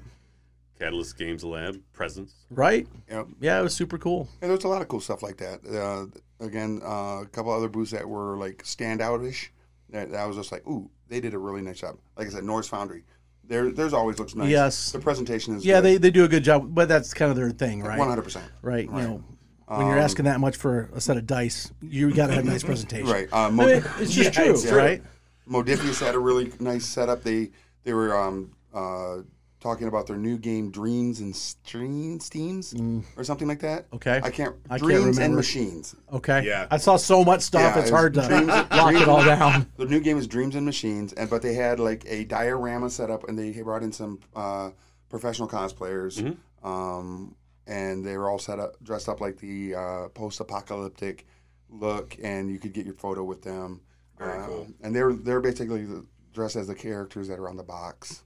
C: Catalyst Games Lab presence.
A: Right?
B: Yep.
A: Yeah, it was super cool.
B: And there's a lot of cool stuff like that. Uh, again, uh, a couple other booths that were like standout-ish. That, that was just like, ooh, they did a really nice job. Like I said, Norse Foundry. There, there's always looks nice.
A: Yes.
B: The presentation is
A: Yeah, they, they do a good job, but that's kind of their thing, right?
B: one Um, hundred percent.
A: Right. You know, when you're asking that much for a set of dice, you got to have nice presentation.
B: Right. Uh,
A: I
B: Mo-
A: mean, it's just true,
B: it's true.
A: right?
B: Modifius had a really nice setup. They they were um, uh, talking about their new game Dreams and Streams, Steams, or something like that.
A: Mm. Okay.
B: I can't.
A: I can't
B: Dreams and
A: remember.
B: Machines.
A: Okay.
E: Yeah.
A: I saw so much stuff,
B: Yeah,
A: it's
B: it's
A: hard to
B: dreams-
A: lock it all down.
B: The new game is Dreams and Machines, and but they had like a diorama set up, and they brought in some uh, professional cosplayers,
E: Mm-hmm.
B: um, and they were all set up, dressed up like the uh, post-apocalyptic look, and you could get your photo with them. Um,
E: Very cool.
B: And they're they're basically dressed as the characters that are on the box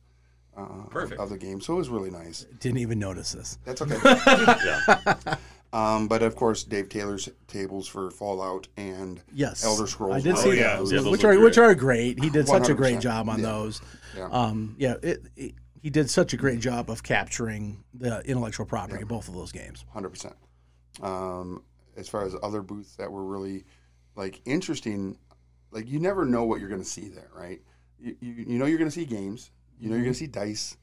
B: uh,
E: Perfect.
B: of the game, so it was really nice.
A: Didn't even notice this.
B: That's okay.
C: Yeah.
B: um, but of course, Dave Taylor's tables for Fallout and
A: Yes.
B: Elder Scrolls. Oh,
A: I did
B: were-
A: see
E: yeah,
A: those,
C: yeah, those
A: which
C: were
A: are
C: great.
A: which are great. He did such a great
B: 100%,
A: job on
B: yeah.
A: those.
B: Yeah.
A: Um, yeah, it, it, he did such a great job of capturing the intellectual property in both of those games.
B: hundred percent. Um, as far as other booths that were really like interesting, like you never know what you're going to see there, right? You, you, you know you're going to see games, you know you're going to see dice,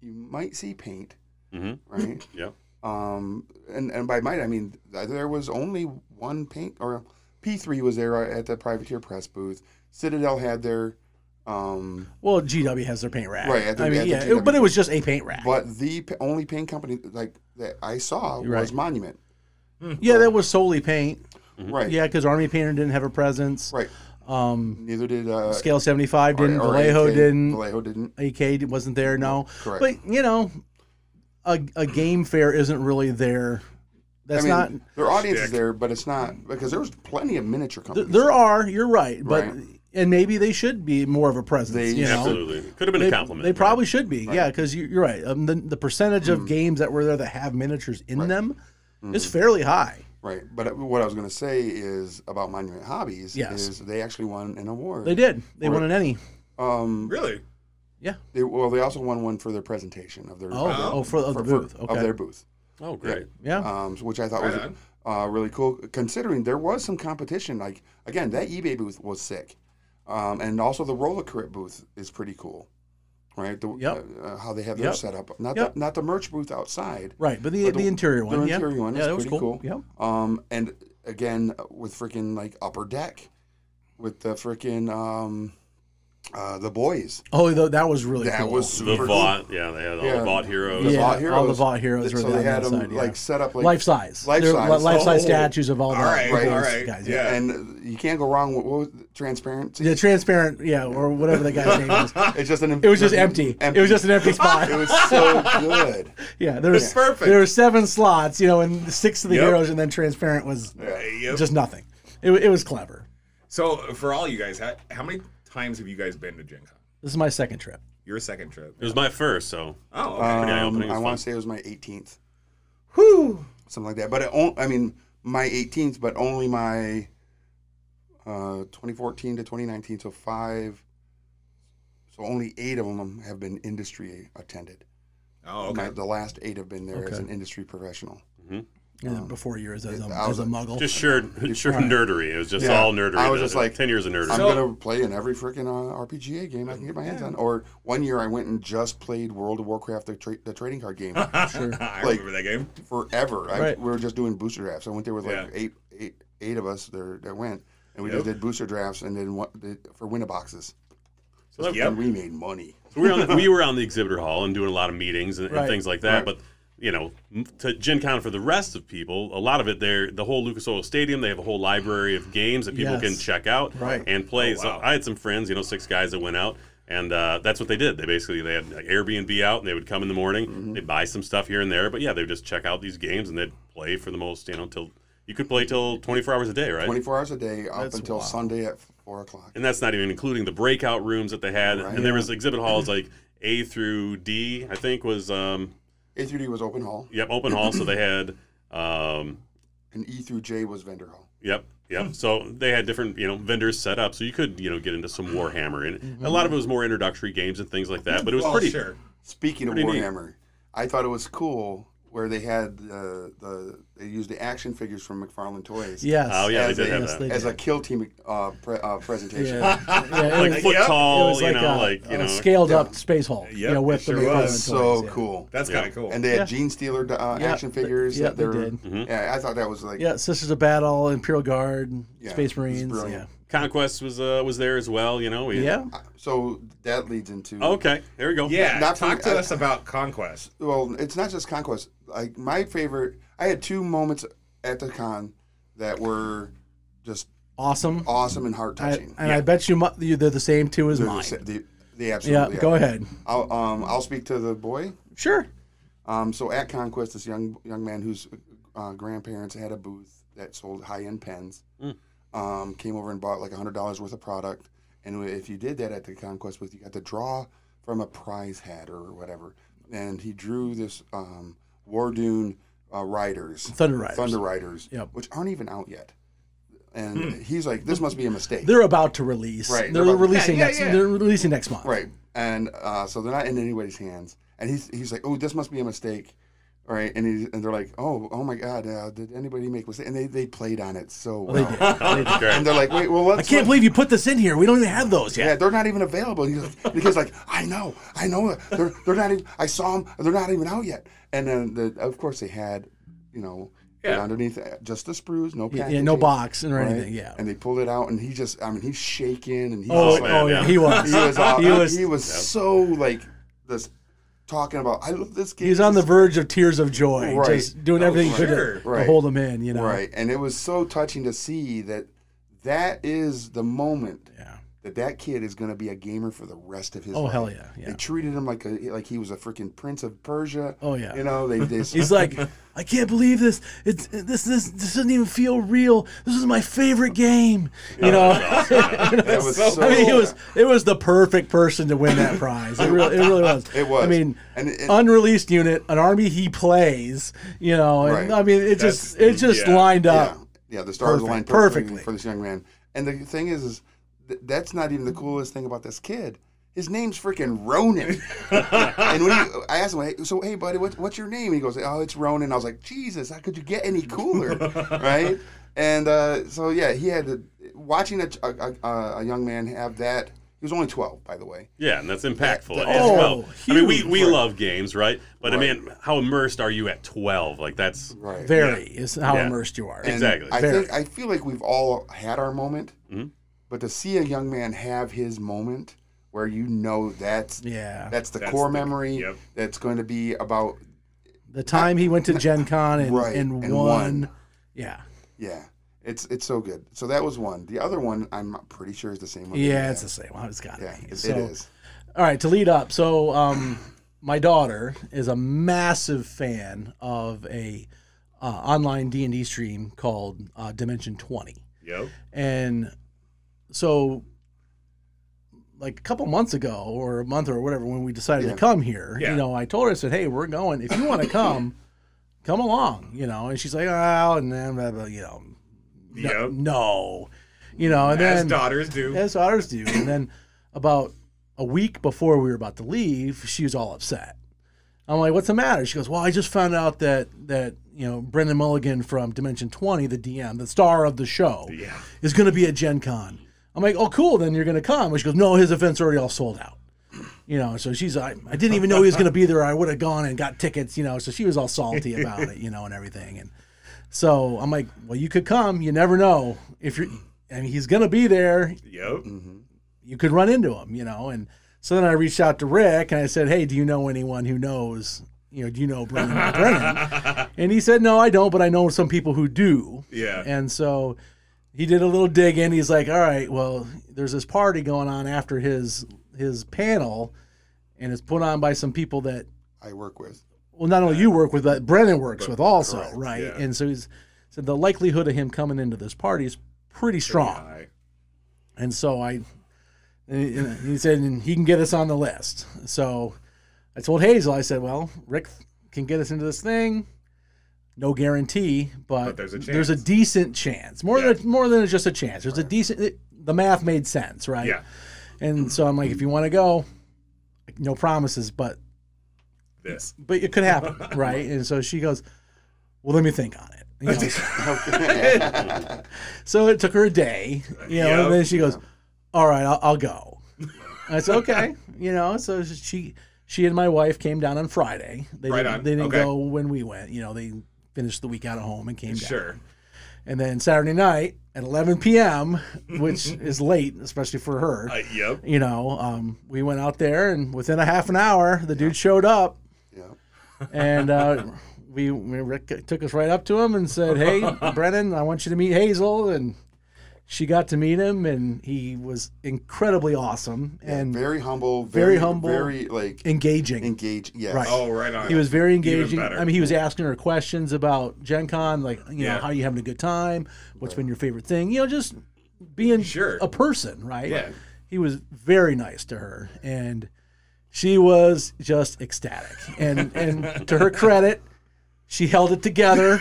B: you might see paint,
C: Mhm.
B: right?
C: Yeah.
B: um, and and by might I mean there was only one paint or P three was there uh, at the privateer press booth. Citadel had their, um,
A: Well, GW has their paint rack.
B: Right, at the-
A: I mean,
B: at the
A: yeah,
B: GW.
A: it, but it was just a paint rack.
B: but the p- only paint company like that I saw was
A: Right.
B: Monument,
A: yeah, that was solely paint.
B: right?
A: Yeah, because Army Painter didn't have a presence.
B: right.
A: Um,
B: Neither did uh,
A: Scale 75 didn't.
B: or
A: Vallejo
B: AK.
A: didn't.
B: Vallejo didn't.
A: AK wasn't there, no.
B: correct.
A: But, you know, a, a game fair isn't really there.
B: I
A: That's
B: mean,
A: not.
B: their audience is
E: Shtick.
B: there, but it's not because there was plenty of miniature
A: th-
B: companies.
A: There are, you're right. But,
B: Right.
A: and maybe they should be more of a presence.
B: They-
A: you know?
C: Absolutely. Could have been
A: They,
C: a compliment.
A: they
C: right?
A: probably should be, yeah, because you, you're right. Um, the, the percentage
B: Mm.
A: of games that were there that have miniatures in them is fairly high.
B: right. But uh, what I was going to say is about Monument Hobbies
A: Yes.
B: is they actually won an award.
A: They did. They won an any.
B: Um,
E: Really?
A: Yeah.
B: they, well, they also won one for their presentation of their
A: Oh,
B: of their-
A: oh, for, of the
B: for-
A: booth.
B: for-
A: Okay.
B: of their booth,
C: Oh, great.
A: yeah.
B: um, which I thought
E: Right
B: was uh, really cool. Considering there was some competition, like again, that eBay booth was sick, um, and also the Roller Crit booth is pretty cool, right? The,
A: Yep.
B: uh, how they have their
A: Yep.
B: setup, not
A: Yep.
B: the, not the merch booth outside,
A: Right, but the,
B: But
A: the, interior one,
B: The
A: yeah.
B: interior one
A: yeah,
B: is
A: that was
B: pretty
A: cool.
B: cool.
A: Yep.
B: Um, and again with freaking like upper deck, with the freaking um, uh, the boys.
A: Oh, tho- that was really
B: That
A: cool.
B: was
C: The
B: super cool.
C: Vaught. Yeah, they had all
B: Yeah.
C: the Vaught heroes.
B: The
A: Yeah,
B: Vought
A: all the
B: Heroes.
A: Vought heroes were
B: so
A: on
B: they had
A: that
B: them
A: side, yeah.
B: like set up like
A: life size.
B: Life
A: They're
B: size.
A: li- life size
E: Oh.
A: statues of all the
E: All right,
A: Royals
E: all right.
A: guys. Yeah.
E: Yeah.
B: and you can't go wrong with what was it, transparency.
A: yeah, transparent, yeah, or whatever that guy's name was.
B: It's just an.
A: It was just empty. It was just an empty spot.
B: It was so good.
A: Yeah, there was
E: That's perfect.
A: There were seven slots, you know, and six of the
E: Yep.
A: heroes, and then transparent was
E: Yep.
A: just nothing. It, wa- it was clever.
E: So, for all you guys, how, how many times have you guys been to Gen Con?
A: This is my second trip.
E: Your second trip.
C: It was my first, so
E: Oh, okay.
A: Uh,
B: Um,
C: eye-opening. It
B: I
C: was
B: want
C: fun.
B: to say it was my 18th,
A: Whew.
B: something like that. But it on, I mean, my 18th, but only my uh, 2014 to 2019. So five. So only eight of them have been industry attended.
E: oh, okay.
B: My, the last eight have been there as
A: Okay.
B: an industry professional.
A: And then before yours as a,
B: I
A: as
B: was
A: a muggle.
C: just sure, sure nerdery. It was just
B: Yeah.
C: all nerdery.
B: I was
C: The-
B: just like-
C: ten years of nerdery.
B: I'm
E: So-
B: gonna play in every freaking uh, RPGA game I can get my hands on. Or one year I went and just played World of Warcraft, the, tra- the trading card game,
E: I
B: like-
E: remember that game.
B: forever. I,
A: Right.
B: We were just doing booster drafts. I went there with like
E: Yeah.
B: eight, eight, eight of us there that went, and we
E: Yep.
B: just did booster drafts and then one, did, for winner boxes.
E: Yep.
B: And we made money.
C: So we were on the, we were on the exhibitor hall and doing a lot of meetings and, and
A: Right.
C: things like that.
B: Right.
C: But you know, m- to Gen Con for the rest of people, a lot of it there, the whole Lucas Oil Stadium, they have a whole library of games that people
A: Yes.
C: can check out
A: Right.
C: and play.
E: Oh,
C: So
E: wow.
C: I had some friends, you know, six guys that went out. And uh, that's what they did. They basically they had like, Airbnb out, and they would come in the morning.
A: Mm-hmm.
C: They'd buy some stuff here and there, but yeah, they would just check out these games and they'd play for the most, you know, till you could play till twenty four hours a day, right?
B: Twenty four hours a day up
A: That's
B: until
A: wild.
B: Sunday at four o'clock.
C: and that's not even including the breakout rooms that they had.
B: Right.
C: And there was exhibit halls like A through D, I think was um,
B: A through D was open hall,
C: Yep, open hall. so they had, um,
B: and E through J was vendor hall.
C: yep, yep. So they had different, you know, vendors set up. So you could, you know, get into some Warhammer, and a lot of it was more introductory games and things like that. But it was
E: Well,
C: pretty.
E: Oh, sure.
B: Speaking
C: Pretty
B: of
C: neat.
B: Warhammer, I thought it was cool where they had the the they used the action figures from McFarlane Toys.
A: Yes.
C: Oh, yeah, they
B: as
C: did
B: a,
C: have
A: Yes,
C: that.
A: they
B: as a
A: did.
B: kill team uh, pre, uh, presentation.
A: Yeah. Yeah, it
C: Like
A: was-
C: foot
E: Yep.
A: it
C: tall,
A: was
C: you
A: like a,
C: know, like, you
A: a
C: know.
A: scaled up space hulk.
E: Yep,
A: you know,
E: it
A: with
E: sure
A: the McFarlane
E: was.
A: toys,
B: so
A: yeah.
B: cool.
E: That's
C: Yeah.
E: kind of cool.
B: And they had
A: Yeah.
B: Gene Steeler uh,
A: Yeah,
B: action
A: they-
B: figures.
A: yeah,
B: that
A: they
B: they were-
A: did.
B: Yeah, I thought that was like
A: Yeah, Sisters of Battle, Imperial Guard,
B: Yeah,
A: Space
B: it's
A: Marines. Yeah.
B: brilliant.
C: Conquest was uh, was there as well. You know. We,
A: Yeah.
B: so that leads into
C: Okay. There we go.
E: yeah,
B: Not for-
E: talk to
B: I-
E: us about Conquest.
B: well, it's not just conquest. Like my favorite, I had two moments at the con that were just
A: Awesome.
B: awesome and heart
A: I,
B: touching.
A: and I bet you, mu- you they're the same too as
B: They're
A: mine.
B: the, sa- the, they
A: Yeah,
B: absolutely.
A: go
B: are.
A: ahead.
B: I'll um I'll speak to the boy.
A: Sure.
B: Um, so at Conquest, this young young man whose uh, grandparents had a booth that sold high end pens,
A: Mm.
B: um, came over and bought like hundred dollars worth of product. And if you did that at the Conquest booth, you got to draw from a prize hat or whatever. And he drew this um, Wardoon uh, riders,
A: Thunder Riders.
B: Thunder Riders,
A: Yep.
B: which aren't even out yet. And he's like, "This must be a mistake."
A: They're about to release.
B: Right,
A: They're,
B: they're about-
A: releasing
E: Yeah, yeah,
A: next.
E: yeah.
A: They're releasing next month.
B: Right. And uh, so they're not in anybody's hands. And he's he's like, oh, this must be a mistake. All right. And he's, and they're like, oh, oh my God, uh, did anybody make a mistake? And they, they played on it so
A: Oh,
B: well.
A: They did. They did.
B: And they're like, wait, well,
A: I
B: let's.
A: can't believe you put this in here. We don't even have those
B: yeah,
A: yet.
B: they're not even available. And He's like, because like I know, I know, it. they're they're not even. I saw them. They're not even out yet. And then the, of course they had, you know,
E: Yeah.
B: underneath uh, just the sprues, no
A: Yeah,
B: packaging,
A: no box or
B: right?
A: anything. Yeah.
B: And they pulled it out, and he just, I mean, he's shaking, and he's
A: Oh,
B: just like,
A: oh yeah, he was.
B: he was all,
A: He
B: he
A: was-
B: was, so like this talking about I love this game.
A: He's on the verge of tears of joy,
B: Right. Oh,
A: just doing everything he could
E: sure.
A: to, to
B: Right.
A: hold him in. You know.
B: right, and it was so touching to see that that is the moment
A: Yeah.
B: that that kid is going to be a gamer for the rest of his.
A: Oh
B: life.
A: hell yeah. Yeah.
B: They treated him like a like he was a freaking prince of Persia.
A: Oh, yeah.
B: you know they. they
A: He's like, I can't believe this. It's this this this doesn't even feel real. This is my favorite game. You know.
B: that was so.
A: I mean, it was it was the perfect person to win that prize. It really, it really was.
B: It was.
A: I mean,
B: And it-
A: unreleased unit, an army he plays. You know, and,
B: Right.
A: I mean, it just it just
C: yeah.
A: lined
B: yeah,
A: up.
B: yeah. The stars
A: Perfect.
B: aligned
A: Perfectly.
B: Uh, perfectly for this young man. And the thing is, is th- that's not even the coolest thing about this kid. His name's freaking Ronan. and when he, I asked him, hey, so hey, buddy, what, what's your name? And he goes, oh, it's Ronan. I was like, Jesus, how could you get any cooler, right? And uh, so yeah, he had to, watching a, a, a, a young man have that. He was only twelve, by the way.
C: Yeah, and that's impactful
B: That-
C: as
A: oh,
C: well. I mean, we,
A: huge.
C: we love games, right? But I mean, how immersed are you at 12? Like, that's
B: Right.
A: Very is how
C: Yeah.
A: immersed you are.
B: And
C: Exactly.
B: I
A: Very.
B: think I feel like we've all had our moment,
E: Mm-hmm.
B: but to see a young man have his moment where you know that's
A: Yeah.
B: that's the
E: That's
B: core
E: the-
B: memory
E: yep.
B: that's going to be about
A: the time he went to Gen Con and,
B: Right,
A: and,
B: and
A: won.
B: won.
A: Yeah.
B: yeah. It's it's so good. So that was one. The other one I'm pretty sure is the same one.
A: Yeah, it's the same. Well, it's got to
B: yeah,
A: be.
B: it,
A: So-
B: it is.
A: All right, to lead up. So, um, my daughter is a massive fan of a uh, online D and D stream called uh, Dimension Twenty,
E: Yep.
A: and so like a couple months ago or a month or whatever when we decided to come here,
E: Yeah.
A: you know, I told her I said, "Hey, we're going. If you want to come, come along." You know, and she's like, "Oh, and then blah, blah," you know, no,
E: Yep.
A: no, you know," and
E: As
A: then
E: daughters do.
A: as ours do. And then about a week before we were about to leave, she was all upset. I'm like, "What's the matter?" She goes, "Well, I just found out that that you know Brendan Mulligan from Dimension 20, the DM, the star of the show,
E: Yeah.
A: is going to be at Gen Con." I'm like, "Oh, cool. Then you're going to come." And she goes, "No, his event's already all sold out." You know, so she's I, I didn't even know he was going to be there. I would have gone and got tickets. You know, so she was all salty about it. You know, and everything. And so I'm like, "Well, you could come. You never know if you're." And he's going to be there
E: Yep.
B: Mm-hmm.
A: you could run into him, you know. And so then I reached out to Rick and I said, "Hey, do you know anyone who knows? You know, do you know Brendan Brennan?" and he said, "No, I don't, but I know some people who do."
E: Yeah.
A: And so he did a little dig in. He's like, "All right, well, there's this party going on after his his panel, and it's put on by some people that
B: I work with.
A: well, not only you work with, but Brennan works with also,
E: correct,
A: right?"
E: yeah.
A: And so he's said the likelihood of him coming into this party is pretty strong.
E: Aye.
A: And so I, and he- and he said, and he can get us on the list. So I told Hazel, I said, well, Rick can get us into this thing. No guarantee, but,
E: But there's a chance.
A: decent chance. More than more than just a chance. There's a decent. It, the math made sense, right?
E: Yeah.
A: And so I'm like, if you want to go, no promises, but
E: this.
A: but it could happen, right? And so she goes, "Well, let me think on it." you know. so it took her a day, you know.
E: Yep.
A: And then she goes, "All right, I'll, I'll go." I said, "Okay," you know. So she, she and my wife came down on Friday. They
E: Right
A: didn't,
E: on.
A: They didn't
E: Okay.
A: go when we went. You know, they finished the week out at home and came down.
E: Sure.
A: And then Saturday night at 11 p.m., which is late, especially for her.
E: Uh, yep.
A: you know, um, we went out there, and within a half an hour, the dude showed up,
B: Yeah.
A: and uh, we, we Rick took us right up to him and said, "Hey, Brennan, I want you to meet Hazel." And she got to meet him, and he was incredibly awesome and
B: very humble.
A: very
B: Very,
A: humble.
B: Very like
A: engaging.
B: engaged. Yes.
A: Right.
E: Oh, right on.
A: he was very
E: Even
A: engaging.
E: better.
A: I mean, he was asking her questions about Gen Con, like, you know,
E: Yeah.
A: how you having a good time? What's been your favorite thing? You know, just being
E: Sure.
A: a person, right?
E: Yeah.
A: He was very nice to her and she was just ecstatic. And and to her credit, she held it together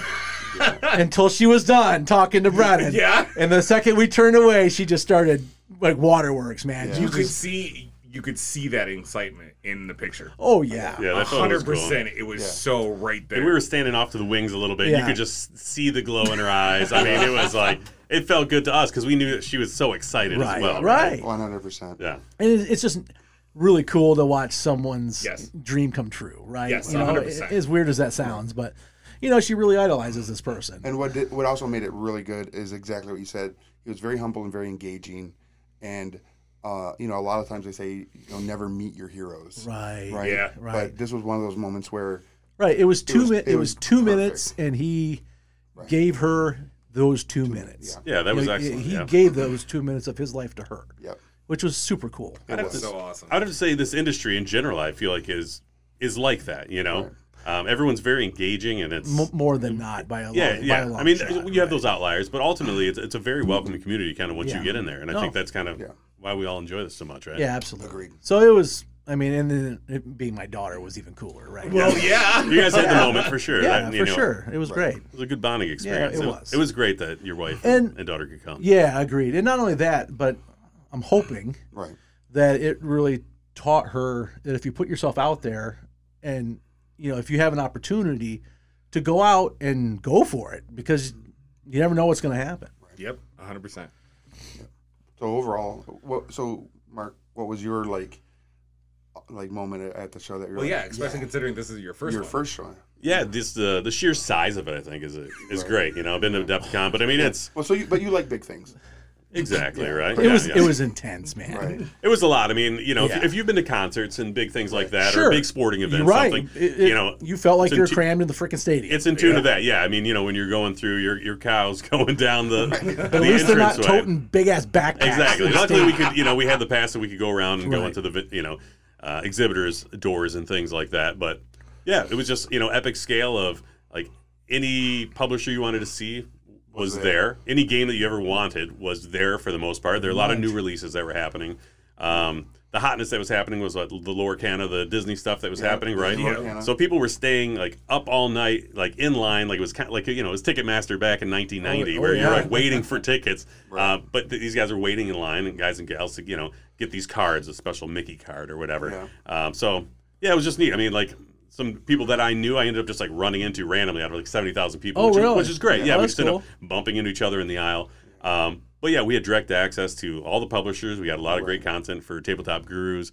A: until she was done talking to Brennan.
E: Yeah.
A: And the second we turned away, she just started like waterworks, man. She
E: you
A: was
E: could
A: just-
E: see you could see that excitement in the picture.
A: oh yeah.
C: Yeah, that
E: A
C: photo was
E: hundred
C: cool.
E: percent. It was so right there.
C: And we were standing off to the wings a little bit.
A: Yeah.
C: You could just see the glow in her eyes. I mean, it was like it felt good to us because we knew that she was so excited
A: Right.
C: as well.
A: right.
B: One hundred percent.
C: Yeah.
A: and it- it's just really cool to watch someone's
E: Yes.
A: dream come true, right?
E: Yes,
A: you know,
E: 100%.
A: as weird as that sounds, but you know, she really idolizes this person.
B: And what did, what also made it really good is exactly what you said. He was very humble and very engaging, and uh, you know a lot of times they say you know never meet your heroes.
A: right.
B: Right.
E: Yeah.
A: Right.
B: But this was one of those moments where
A: Right. It was 2
B: was-
A: minutes
B: it
A: it was
B: was
A: 2
B: perfect.
A: minutes and he gave her those 2 minutes.
C: Yeah, that was
A: Like,
C: excellent.
A: He
C: yeah.
A: gave those 2 minutes of his life to her.
B: Yep.
A: Which was super cool.
E: That was so awesome.
C: I'd have to say this industry in general, I feel like is is like that. You know, um, everyone's very engaging, and it's
A: M- more than not by a long,
C: Mm. yeah,
A: by a
C: yeah.
A: long
C: I mean,
A: shot,
C: you have those outliers, but ultimately, it's, it's a very welcoming community. Kind of once
A: Yeah.
C: you get in there, and I
A: No.
C: think that's kind of why we all enjoy this so much, right?
A: Yeah, absolutely.
B: Agreed.
A: So it was I mean, and then it being my daughter was even cooler, right?
E: well, Oh, yeah.
C: You guys had the moment for sure.
A: yeah,
C: That, you
A: for
C: know,
A: sure. It was great.
C: It was a good bonding experience.
A: it was.
C: It was great that your wife
A: And-
C: and, and daughter could come.
A: Yeah, agreed. And not only that, but I'm hoping
B: Right.
A: that it really taught her that if you put yourself out there and you know, if you have an opportunity to go out and go for it because you never know what's going to happen.
E: Yep. A hundred percent.
B: So overall, what? So Mark, what was your like, like moment at- at the show that you're
E: Well,
B: like,
E: yeah. Especially considering this is your first.
B: your
E: one.
B: first show?
C: Yeah, this uh, the the sheer size of it, I think, is is great. You know, I've been to DepthCon, but I mean, it's
B: Well, so you but you like big things,
C: exactly right.
A: It
C: Yeah,
A: was
C: yeah.
A: it was intense, man.
B: right?
C: it was a lot. I mean, you know,
A: Yeah.
C: if, if you've been to concerts and big things like that,
A: Sure.
C: or big sporting
A: You're
C: events,
A: right.
C: something,
A: It- it-
C: you know,
A: you felt like
C: it's
A: you were
C: intu-
A: crammed in the freaking stadium.
C: it's in tune to that. Yeah, I mean, you know, when you're going through your your cows going down the the
A: At least they're not
C: entrance way.
A: toting big ass backpacks.
C: Exactly. Luckily, we could, you know, we had the pass that we could go around and
A: Right.
C: go into the, vi- you know, uh, exhibitors' doors and things like that. But yeah, it was just, you know, epic scale of like any publisher you wanted to see was there. Any game that you ever wanted was there for the most part. There are a lot of new releases that were happening. Um, the hotness that was happening was like the Lorcana, the Disney stuff that was happening, right?
B: Lorcana.
C: So people were staying like up all night, like in line, like it was kind of like you know, it was Ticketmaster back in 1990,
A: Oh,
C: where
A: yeah.
C: you're like waiting for tickets. Uh, but th- these guys are waiting in line, and guys and gals, you know, get these cards, a special Mickey card or whatever. Um, so yeah, it was just neat. I mean, like some people that I knew, I ended up just like running into randomly out of like 70,000 people,
A: Oh,
C: which,
A: really?
C: is, which is great.
A: Yeah.
C: Yeah,
A: Oh,
C: we
A: that's
C: just ended up
A: cool.
C: bumping into each other in the aisle. Um, but yeah, we had direct access to all the publishers. We had a lot of great content for tabletopgurus.com,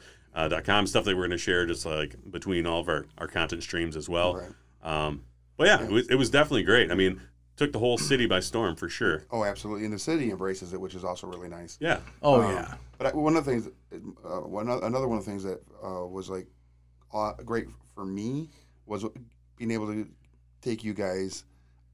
C: uh, .com, stuff that we're going to share just like between all of our, our content streams as well. Um, but yeah, It, was, it was definitely great. I mean, took the whole city by storm for sure.
B: Oh, absolutely. And the city embraces it, which is also really nice.
C: Yeah.
A: Oh
B: Um,
A: yeah.
B: But I, one of the things, uh, one o- another one of the things that uh, was like aw great for me was being able to take you guys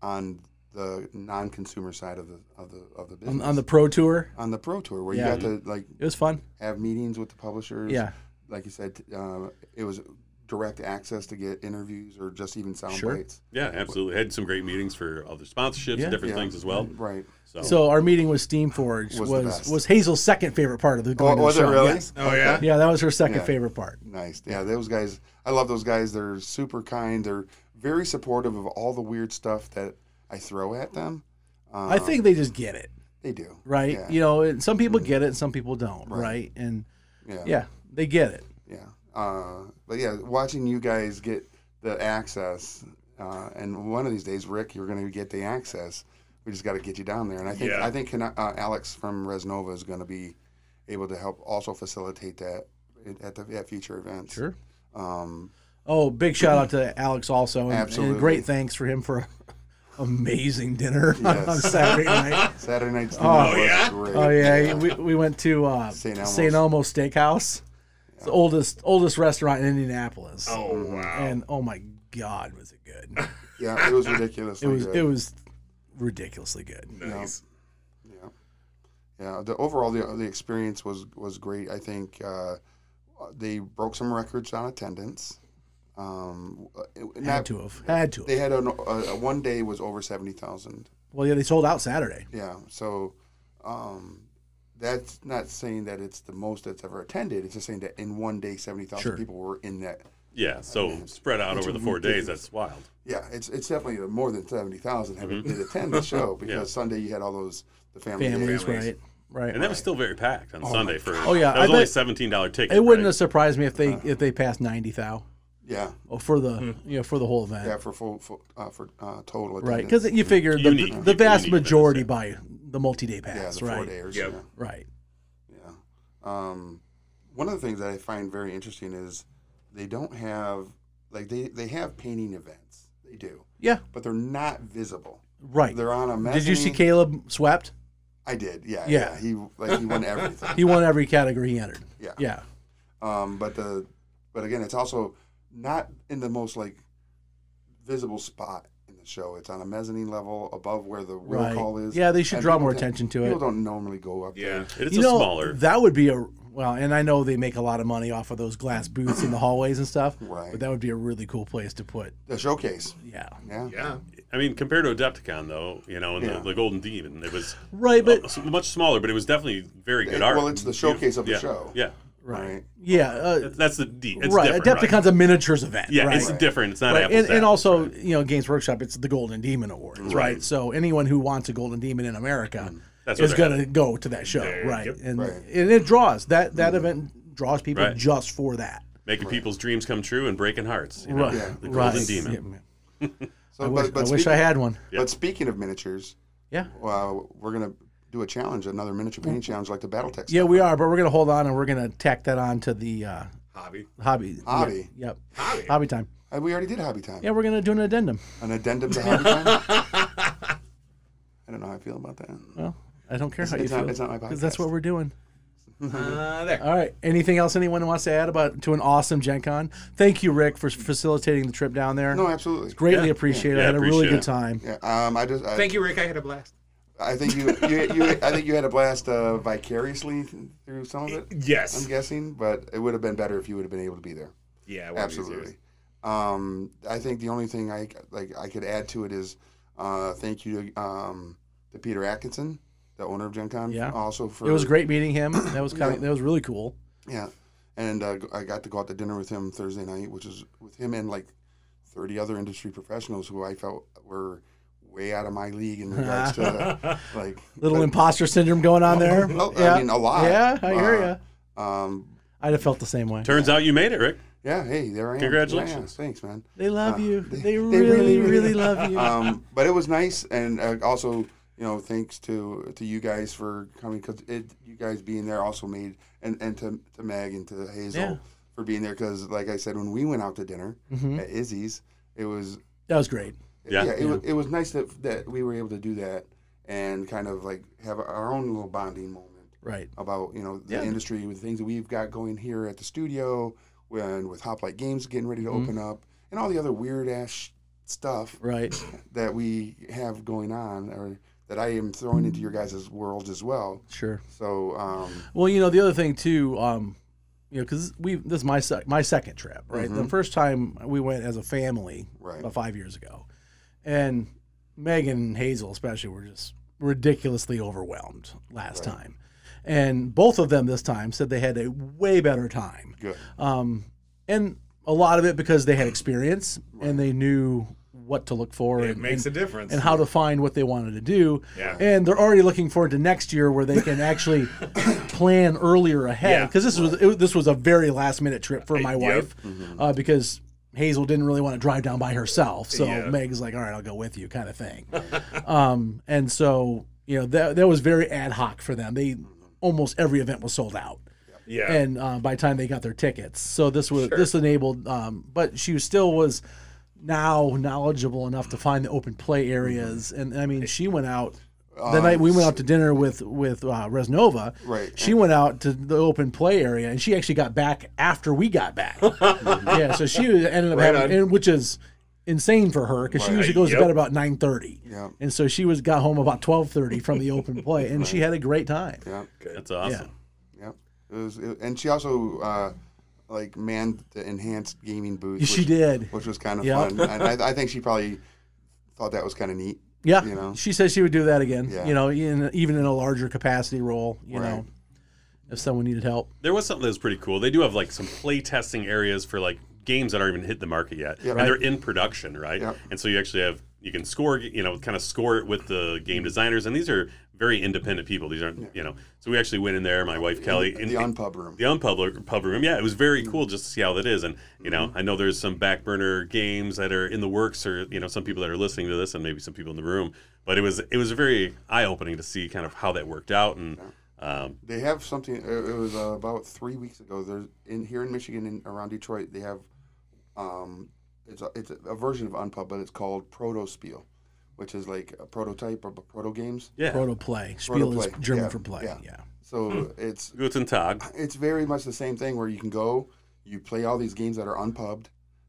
B: on the non-consumer side of the of the of the business
A: On, on the pro tour,
B: on the pro tour where
A: Yeah.
B: you got to like
A: it was fun.
B: have meetings with the publishers.
A: Yeah.
B: like you said, t- uh, it was direct access to get interviews or just even sound
A: Sure.
B: bites.
C: Yeah, absolutely. Had some great meetings for other sponsorships
A: Yeah. Mm-hmm.
C: and different
B: Yeah.
C: things as well.
B: Right.
C: So,
A: So our meeting with Steamforge was
B: Was the
A: was,
B: best.
A: Hazel's second favorite part of the going
B: Oh,
A: to the
B: was it
A: show.
B: really?
A: Yes.
E: Oh yeah.
A: Yeah, that was her second
B: Yeah.
A: favorite part.
B: Nice. Yeah, those guys. I love those guys. They're super kind. They're very supportive of all the weird stuff that I throw at them. Uh,
A: I think they just get it,
B: they do.
A: right?
B: Yeah.
A: You know, and some people get it, and some people don't, right?
B: Right.
A: And
B: Yeah.
A: yeah, they get it.
B: yeah. Uh, but yeah, watching you guys get the access, uh, and one of these days, Rick, you're going to get the access. We just got to get you down there, and I think
E: Yeah.
B: I think uh, Alex from Resnova is going to be able to help also facilitate that at- at the at future events.
A: Sure.
B: Um,
A: Oh, big shout out to Alex also. And,
B: Absolutely.
A: And great thanks for him for amazing dinner on-
B: Yes.
A: on Saturday night.
B: Saturday night's dinner
A: Oh,
B: was
E: yeah?
B: great.
A: Oh yeah, we, we went to uh,
B: St.
A: St. Elmo's.
B: Elmo's.
A: Steakhouse, It's the oldest oldest restaurant in Indianapolis.
E: Oh wow.
A: And oh my God, was it good!
B: Yeah, it was ridiculous.
A: It was it was ridiculously good.
E: Nice.
B: Yeah, yeah. The overall the, the experience was was great. I think uh, they broke some records on attendance. Um, it-
A: Had
B: not,
A: to have had to.
B: they
A: Have.
B: had an, a, a one day was over seventy thousand.
A: Well, yeah, they sold out Saturday.
B: Yeah, so um, that's not saying that it's the most that's ever attended. It's just saying that in one day, seventy thousand
A: Sure.
B: people were in that.
C: Yeah, so spread out over the four days, that's wild.
B: Yeah, it's it's definitely more than seventy thousand did attend the show because Sunday you had all those the family
A: Mm-hmm. Families,
B: days.
A: right, right.
C: And that was still very packed on Sunday for
A: Oh, yeah,
C: that was
A: I
C: only
A: bet-
C: seventeen dollar ticket.
A: It wouldn't
C: right?
A: have surprised me if they if they passed ninety thou oh,
B: Yeah,
A: for the you know for the whole event.
B: yeah, for full, full uh, for uh, total attendance.
A: Right, because you figure the,
C: Unique.
A: the vast
C: Unique,
A: majority buy the multi-day
B: Yeah,
A: pass,
B: the four
A: right?
B: dayers.
E: Yep.
B: Yeah.
A: Right.
B: yeah. Um, one of the things that I find very interesting is they don't have like they they have painting events. They do,
A: Yeah.
B: but they're not visible.
A: Right.
B: They're on a. Mezzanine.
A: Did you see Caleb swept?
B: I did. Yeah.
A: Yeah.
B: Yeah. He like he won everything.
A: He won every category he entered.
B: Yeah.
A: Yeah.
B: Um, but the but again, it's also not in the most like visible spot in the show. It's on a mezzanine level above where the roll
A: Right.
B: call is.
A: Yeah, they should draw
B: people
A: more
B: don't-
A: attention to
B: People
A: it.
B: don't normally go up
E: Yeah.
B: there.
C: It's
A: you
C: a
A: know,
C: smaller.
A: that would be a well, and I know they make a lot of money off of those glass booths in the hallways and stuff.
B: Right.
A: But that would be a really cool place to put.
B: The showcase.
A: Yeah.
B: Yeah.
E: Yeah.
C: I mean, compared to Adepticon, though, you know, and
B: Yeah.
C: the, the Golden Demon, it was
A: Right, but
C: uh, much smaller, but it was definitely very good
B: It-
C: art.
B: well, it's the showcase of the
C: yeah.
B: show.
C: Yeah,
A: right.
B: right.
A: Yeah. Uh,
C: That- that's the D. It's
A: right.
C: different,
A: Adepticon's a miniatures event.
C: Yeah,
A: right?
C: it's different. It's not
A: Right,
C: apples
A: and,
C: to
A: and
C: apples,
A: also
C: right.
A: you know Games Workshop, it's the Golden Demon Awards, right?
C: Right. Mm-hmm.
A: So anyone who wants a Golden Demon in America
C: That's
A: is
C: what they're
A: going to go to that show, right? And
B: Right.
A: and it draws that that event draws people
C: Mm-hmm. Right.
A: just for that,
C: making people's dreams come true and breaking hearts. You know?
A: right?
B: Yeah.
C: The Golden
A: right.
C: Demon.
A: Yeah, man.
B: So,
A: I, wish, I, wish
B: speaking,
A: I had one.
B: But speaking of miniatures,
A: Yeah,
B: uh, we're gonna do a challenge, another miniature painting challenge, like the BattleTech.
A: yeah, we are, but we're going to hold on and we're going to tack that on to the uh,
E: Hobby.
A: hobby.
B: Hobby.
A: Yeah, Yep.
E: Hobby.
A: Hobby time.
B: Uh, we already did hobby time.
A: Yeah, we're going to do an addendum.
B: An addendum to hobby time. I don't know how I feel about that.
A: Well, I don't care how
B: it's
A: you
B: not-
A: feel
B: it's not my
A: because that's
B: podcast.
A: what we're doing.
E: Uh, there.
A: All right. Anything else anyone wants to add about to an awesome Gen Con? Thank you, Rick, for facilitating the trip down there.
B: No, absolutely.
A: Greatly appreciate it.
C: Yeah,
A: I had a really
C: appreciate
A: good
C: it.
A: time.
B: Yeah, um, I just I,
E: Thank you, Rick. I had a blast.
B: I think you, you, you I think you had a blast uh, vicariously through some of it. I'm
E: Yes.
B: guessing, but it would have been better if you would have been able to be there.
E: Yeah. one of these
B: Absolutely.
E: years.
B: Um, I think the only thing I like I could add to it is uh, thank you to, um, to Peter Atkinson, the owner of Gen Con.
A: Yeah.
B: Also for
A: It was great meeting him. That was kind of that was really cool.
B: Yeah, and uh, I got to go out to dinner with him Thursday night, which is with him and like thirty other industry professionals who I felt were way out of my league in regards to like
A: Little imposter syndrome going on there.
B: Oh, Well,
A: yeah.
B: I mean, a lot.
A: Yeah, I hear
B: Uh,
A: ya.
B: Um,
A: I'd have felt the same way.
C: Turns out you made it, Rick.
B: yeah, hey, there I am.
C: Congratulations.
B: Yeah, thanks, man.
A: They love you.
B: they-
A: They,
B: they really,
A: really, really,
B: really-
A: love you.
B: Um, but it was nice, and uh, also, you know, thanks to to you guys for coming because it you guys being there also made and and to to Meg and to Hazel
A: Yeah.
B: for being there because, like I said, when we went out to dinner at Izzy's, it was
A: Mm-hmm. that was great.
C: Yeah.
B: it, Was, it was nice that that we were able to do that and kind of like have our own little bonding moment
A: Right.
B: about you know the
A: Yeah.
B: industry with things that we've got going here at the studio and with Hoplite Games getting ready to open up and all the other weird ass sh- stuff
A: Right.
B: that we have going on or that I am throwing into your guys' world as well.
A: Sure.
B: So um,
A: Well, you know, the other thing too, um, you know, because we this is my sec- my second trip, right?
B: Mm-hmm.
A: The first time we went as a family,
B: Right.
A: about five years ago, and Megan and Hazel especially were just ridiculously overwhelmed last time, and both of them this time said they had a way better time,
B: good.
A: um, and a lot of it because they had experience and they knew what to look for.
E: It
A: and,
E: makes
A: and-
E: a difference.
A: and how to find what they wanted to do.
E: Yeah.
A: And they're already looking forward to next year where they can actually plan earlier ahead
E: Yeah.
A: because this was it, was- this was a very last minute trip for my
E: yep. Mm-hmm.
A: wife uh, because Hazel didn't really want to drive down by herself, so
E: Yeah.
A: Meg's like, "All right, I'll go with you," kind of thing. um, and so you know that that was very ad hoc for them. They almost every event was sold out
E: yeah.
A: and uh, by the time they got their tickets. So this was this enabled, um, but she was- still was now knowledgeable enough to find the open play areas. And I mean, she went out the night we went out to dinner with with uh, Resnova.
B: Um, Right.
A: She went out to the open play area, and she actually got back after we got back. yeah. So she ended up
B: Right on.
A: having, and, which is insane for her because she usually goes
E: Yep.
A: to bed about nine thirty.
B: Yeah.
A: And so she was got home about twelve thirty from the open play, and she had a great time.
B: Yeah.
C: That's awesome.
B: Yeah. It was, it- and she also uh, like manned the enhanced gaming booth.
A: She did.
B: which was kind of
A: Yeah.
B: fun. And I, I think she probably thought that was kind of neat.
A: Yeah,
B: You know?
A: she says she would do that again.
B: Yeah.
A: You know, in, even in a larger capacity role. You
B: Right.
A: know, if someone needed help.
C: There was something that was pretty cool. They do have like some play testing areas for like games that aren't even hit the market yet, and they're in production, right?
B: Yeah.
C: And so you actually have you can score, you know, kind of score it with the game designers, and these are very independent people. These aren't, you know. So we actually went in there, my wife Kelly, and,
B: The unpub Mm. room.
C: the unpublic pub room. Yeah, it was very cool just to see how that is. And you know,
B: Mm-hmm.
C: I know there's some back burner games that are in the works, or you know, some people that are listening to this, and maybe some people in the room. But it was it was very eye opening to see kind of how that worked out. And um,
B: They have something. uh, It was uh, about three weeks ago. There's in here in Michigan and around Detroit. They have um, it's a, it's a version of unpub, but it's called Protospiel, which is like a prototype of proto games.
C: yeah, Mm-hmm.
A: Proto play. Spiel is
B: Protoplay,
A: German
B: yeah,
A: for play. Yeah.
B: yeah.
A: Hmm.
B: So it's
C: Guten Tag.
B: it's very much the same thing where you can go, you play all these games that are unpubbed,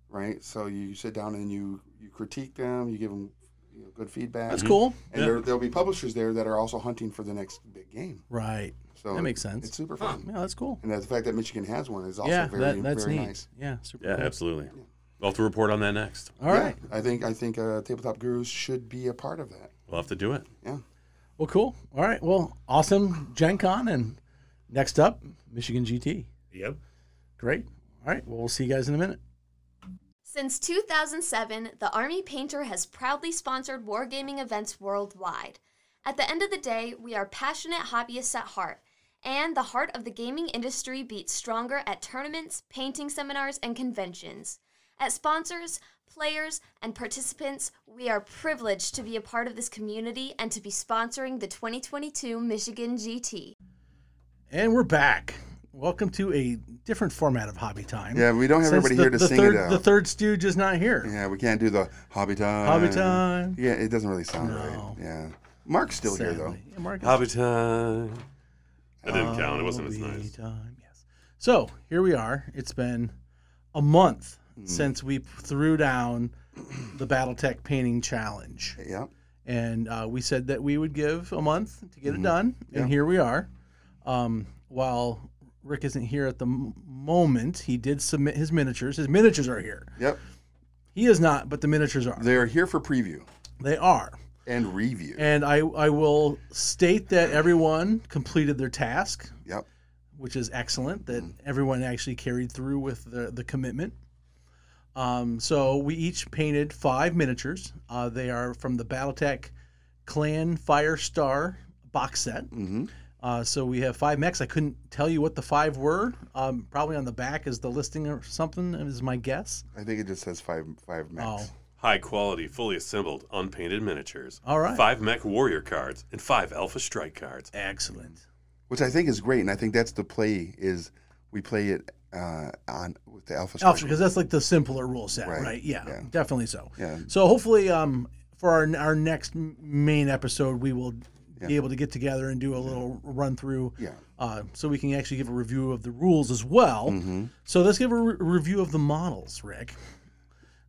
B: right? So you sit down and you you critique them, you give them you know, good feedback.
A: that's cool.
B: And there, there'll be publishers there that are also hunting for the next big game.
A: Right.
B: So
A: That makes
B: it-
A: sense.
B: It's super fun.
A: Yeah, that's cool.
B: And the fact that Michigan has one is also
A: yeah,
B: very
A: that, that's
B: very
A: neat.
B: nice.
A: Yeah, super.
C: Yeah,
A: cool.
C: absolutely. We'll have to report on that next.
A: All right.
B: Yeah, I think I think uh, Tabletop Gurus should be a part of that.
C: We'll have to do it.
B: Yeah.
A: Well, cool. All right. Well, awesome Gen Con. And next up, Michigan GT.
E: Yep.
A: Great. All right. Well, we'll see you guys in a minute.
D: Since 2007, the Army Painter has proudly sponsored wargaming events worldwide. At the end of the day, we are passionate hobbyists at heart, and the heart of the gaming industry beats stronger at tournaments, painting seminars, and conventions. As sponsors, players, and participants, we are privileged to be a part of this community and to be sponsoring the 2022 Michigan GT.
A: And we're back. Welcome to a different format of hobby time.
B: Yeah, we don't have
A: Since
B: everybody
A: the-
B: here to
A: the
B: sing
A: third,
B: it out.
A: The third stooge is not here.
B: Yeah, we can't do the hobby time.
A: Hobby time.
B: Yeah, it doesn't really sound right. Yeah. Mark's still here though.
A: Sadly. Yeah, Mark is-
C: Hobby time. That didn't count. It wasn't as
A: Hobby
C: nice.
A: time, yes. So here we are. It's been a month
C: Hmm.
A: since we threw down the BattleTech painting challenge,
B: Yeah.
A: and uh, we said that we would give a month to
C: Mm-hmm.
A: get it done, and here we are. Um, while Rick isn't here at the m- moment, he did submit his miniatures. His miniatures are here.
B: Yep.
A: He is not, but the miniatures are.
B: They're here for preview
A: They are.
B: and review.
A: And I, I will state that everyone completed their task.
B: yep.
A: which is excellent that everyone actually carried through with the, the commitment. Um, so we each painted five miniatures. Uh, they are from the Battletech Clan Firestar box set.
B: Mm-hmm.
A: Uh, so we have five mechs. I couldn't tell you what the five were. Um, probably on the back is the listing or something, is my guess.
B: I think it just says five five max.
A: Oh.
C: High quality, fully assembled, unpainted miniatures.
A: All right.
C: Five mech warrior cards and five alpha strike cards.
A: Excellent.
B: Which I think is great, and I think that's the play is we play it uh, on with the alpha.
A: Alpha,
B: Strike.
A: because Oh, that's like the simpler rule set, right?
B: Right.
A: Yeah,
B: Yeah.
A: definitely so.
B: Yeah.
A: So hopefully, um, for our our next m- main episode, we will be able to get together and do a little run through.
B: Yeah.
A: Uh, so we can actually give a review of the rules as well.
B: Mm-hmm.
A: So let's give a re- review of the models, Rick.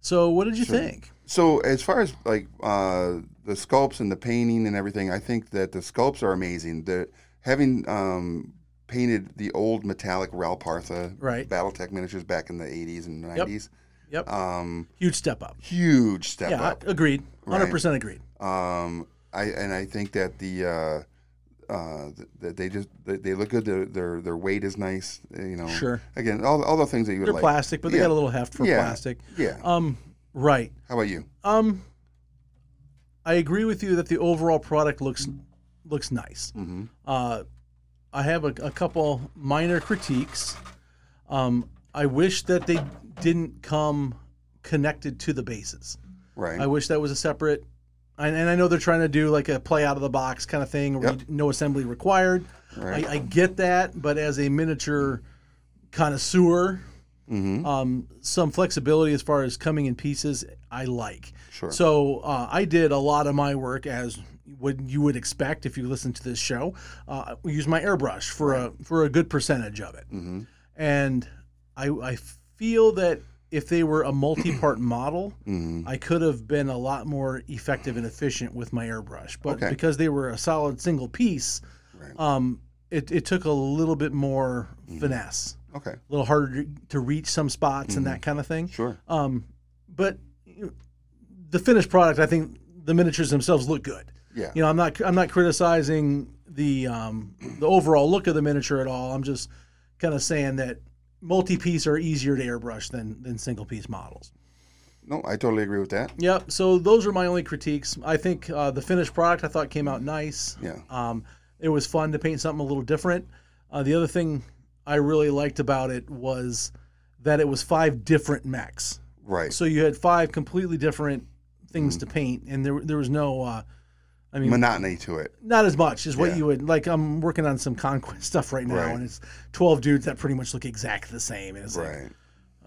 A: So what did you think?
B: So as far as like uh, the sculpts and the painting and everything, I think that the sculpts are amazing. The having um, painted the old metallic Ralpartha
A: Right.
B: BattleTech miniatures back in the 80s and 90s,
A: Yep.
B: um,
A: Huge step up.
B: huge step
A: Yeah,
B: up.
A: agreed. Hundred percent agreed.
B: Um, I and I think that the uh, uh, th- that they just they, they look good. Their, their their weight is nice. eh, You know,
A: Sure.
B: Again, all, all the things that you would
A: They're
B: like.
A: plastic, but they
B: Yeah.
A: got a little heft for
B: Yeah.
A: plastic.
B: Yeah.
A: Um, Right.
B: How about you?
A: Um, I agree with you that the overall product looks looks nice. Uh, I have a, a couple minor critiques. Um, I wish that they didn't come connected to the bases.
B: Right.
A: I wish that was a separate. And, and I know they're trying to do like a play out of the box kind of thing, where
B: Yep.
A: you- no assembly required.
B: Right.
A: I, I get that, but as a miniature connoisseur,
B: mm-hmm.
A: um, some flexibility as far as coming in pieces, I like.
B: Sure.
A: So uh, I did a lot of my work as what you would expect if you listen to this show. Uh, I use my airbrush for a for a good percentage of it,
B: mm-hmm.
A: and I, I feel that if they were a multi-part model,
B: Mm-hmm.
A: I could have been a lot more effective and efficient with my airbrush, but
B: Okay.
A: because they were a solid single piece,
B: Right. Mm-hmm.
A: um, it, it took a little bit more finesse,
B: Okay.
A: a little harder to reach some spots and that kind of thing.
B: Mm-hmm. Sure.
A: Um, but you know, the finished product, I think the miniatures themselves look good.
B: Yeah.
A: You know, I'm not I'm not criticizing the um, the overall look of the miniature at all. I'm just kind of saying that multi-piece are easier to airbrush than than single-piece models.
B: No, I totally agree with that.
A: Yep. So those are my only critiques. I think uh, the finished product I thought came out nice.
B: Yeah.
A: Um, it was fun to paint something a little different. Uh, the other thing I really liked about it was that it was five different mechs.
B: Right.
A: So you had five completely different things
B: Mm.
A: to paint, and there there was no, uh, I mean,
B: Monotony to it.
A: not as much as what
B: Yeah.
A: you would like. I'm working on some conquest stuff right now,
B: Right.
A: and it's twelve dudes that pretty much look exactly the same. And it's like,
B: Right.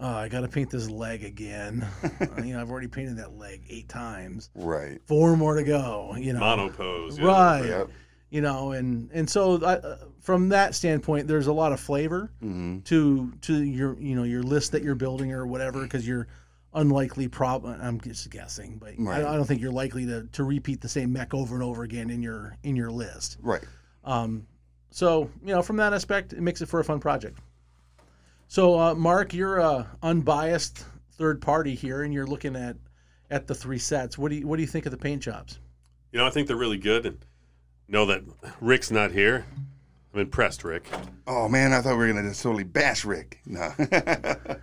A: oh, I got to paint this leg again. Uh, you know, I've already painted that leg eight times.
B: Right.
A: Four more to go. You know,
C: Monopose. yeah.
A: right?
B: Yep.
A: You know, and and so I, uh, from that standpoint, there's a lot of flavor
B: Mm-hmm.
A: to to your you know your list that you're building or whatever because you're unlikely prob I'm just guessing, but
B: Right.
A: I, I don't think you're likely to to repeat the same mech over and over again in your in your list.
B: Right.
A: Um, so you know from that aspect, it makes it for a fun project. So uh, Mark, you're a unbiased third party here, and you're looking at at the three sets. What do you what do you think of the paint jobs?
C: You know, I think they're really good. And know that Rick's not here. I'm impressed, Rick.
B: Oh man, I thought we were gonna just totally bash Rick. No.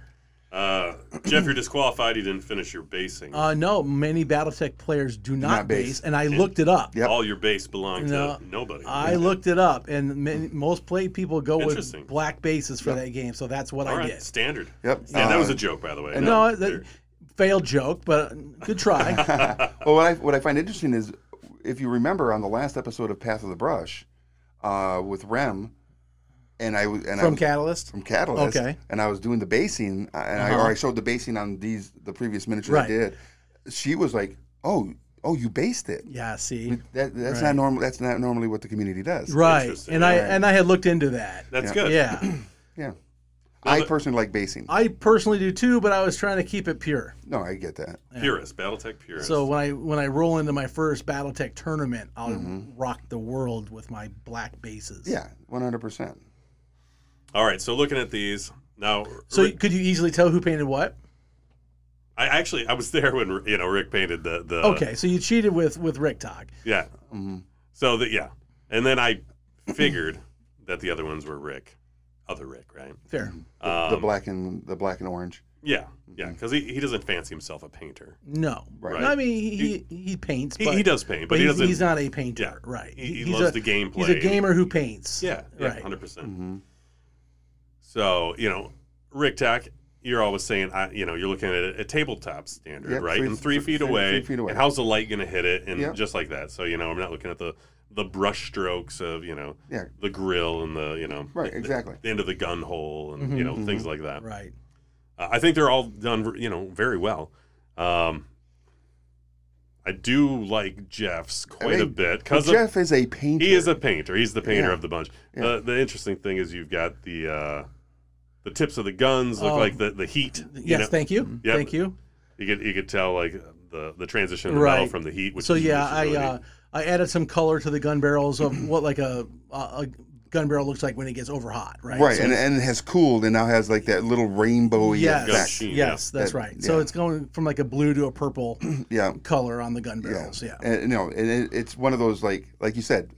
C: Uh, Jeff, you're disqualified. You didn't finish your basing.
A: Uh, no, many BattleTech players do not,
B: Not
A: base.
B: base.
A: and I looked it up.
B: Yep.
C: All your base belonged
A: No,
C: to nobody.
A: I looked it up, and many, most play people go with
C: Interesting.
A: black bases for that game, so that's what
C: All
A: I
C: right,
A: did.
C: standard.
B: Yep.
C: Yeah, that
B: Uh,
C: was a joke, by the way.
A: No,
C: there-
A: that, failed joke, but good try.
B: well, what I what I find interesting is if you remember on the last episode of Path of the Brush, uh, with Rem, and I was and I
A: from
B: was-
A: Catalyst,
B: from Catalyst,
A: Okay.
B: and I was doing the basing, uh, and I
A: Uh-huh.
B: or I showed the basing on these the previous miniature
A: Right.
B: I did. She was like, "Oh, oh, you based it.
A: yeah. See,
B: That, that's
A: Right.
B: not normal. That's not normally what the community does."
A: right,
C: Interesting.
A: and I
B: Right.
A: and I had looked into that.
C: that's
B: Yeah.
C: good.
A: Yeah,
B: Yeah,
C: Well,
B: I
C: the-
B: personally like basing.
A: I personally do too, but I was trying to keep it pure.
B: no, I get that.
C: Purist, Battletech purist.
A: So when I when I roll into my first BattleTech tournament, I'll rock the world with my black bases.
B: Mm-hmm. Yeah, one hundred percent.
C: All right, so looking at these now,
A: So
C: Rick-
A: could you easily tell who painted what?
C: I actually I was there when you know Rick painted the the
A: Okay, so you cheated with with Rick Tog.
C: yeah. So the yeah, and then I figured that the other ones were Rick, other Rick, right?
A: Fair.
B: the
C: Um,
B: black and the black and orange.
C: Yeah, yeah, because he, he doesn't fancy himself a painter.
A: No.
B: Right.
A: No, I mean, he, he, he paints.
C: He,
A: but,
C: he does paint, but, he
A: he's,
C: doesn't.
A: he's not a painter.
C: Yeah.
A: Right.
C: He- he
A: He's
C: loves
A: a-
C: the gameplay.
A: He's a gamer who paints.
C: Yeah, yeah,
A: Right.
C: hundred percent.
B: Mm-hmm.
C: So you know, Rick Tack, you're always saying, I, you know, you're looking at a, a tabletop standard,
B: Yep,
C: right?
B: three-
C: and three,
B: three-
C: feet
B: three-
C: away.
B: three feet away.
C: And how's the light going to hit it? And
B: Yep.
C: just like that. So you know, I'm not looking at the the brush strokes of you know
B: Yeah.
C: the grill and the you know
B: Right, Mm-hmm,
C: the-
B: exactly.
C: the end of the gun hole and you know things like that.
A: Right.
C: Uh, I think they're all done you know very well. Um, I do like Jeff's quite a
B: mean,
C: bit
B: Well,
C: because
B: Jeff is a painter.
C: he is a painter. He's the painter
B: Yeah.
C: of the bunch.
B: Yeah.
C: The, the interesting thing is you've got the uh, the tips of the guns look
A: Oh.
C: like the, the heat.
A: Yes,
C: You, know? Mm-hmm.
A: thank you.
C: Yep.
A: Thank you.
C: you could you could tell like the the transition of the metal
A: Right.
C: from the heat. Which
A: so,
C: is,
A: yeah,
C: which is
A: I
C: really
A: uh,
C: neat.
A: I added some color to the gun barrels of what like a, a, a gun barrel looks like when it gets over hot, right?
B: right,
A: So
B: and, and it has cooled and now has like that little rainbowy
A: Yes.
C: Gun
B: effect.
C: sheen,
A: yes, that's
B: That-
A: right. So
B: yeah.
A: it's going from like a blue to a purple
B: Yeah,
A: color on the gun
B: yeah,
A: barrels. Yeah.
B: And, you know, and it, it's one of those like like you said,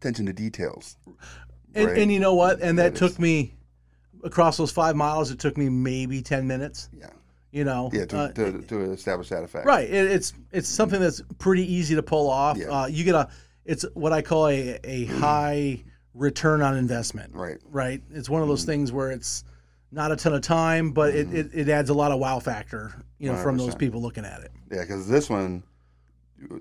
B: attention to details.
A: And,
B: Right.
A: and you know what? And that,
B: That
A: took me across those five miles. It took me maybe ten minutes.
B: Yeah,
A: You know,
B: Yeah, to,
A: Uh,
B: to, to establish that effect.
A: Right. It, it's it's something that's pretty easy to pull off.
B: Yeah. Mm.
A: Uh, you get a it's what I call a a high return on investment.
B: Right. Mm.
A: Right. It's one of those things where it's not a ton of time, but it, it, it adds a lot of wow factor, you know, from those
B: 100%.
A: people looking at it.
B: Yeah, because this one,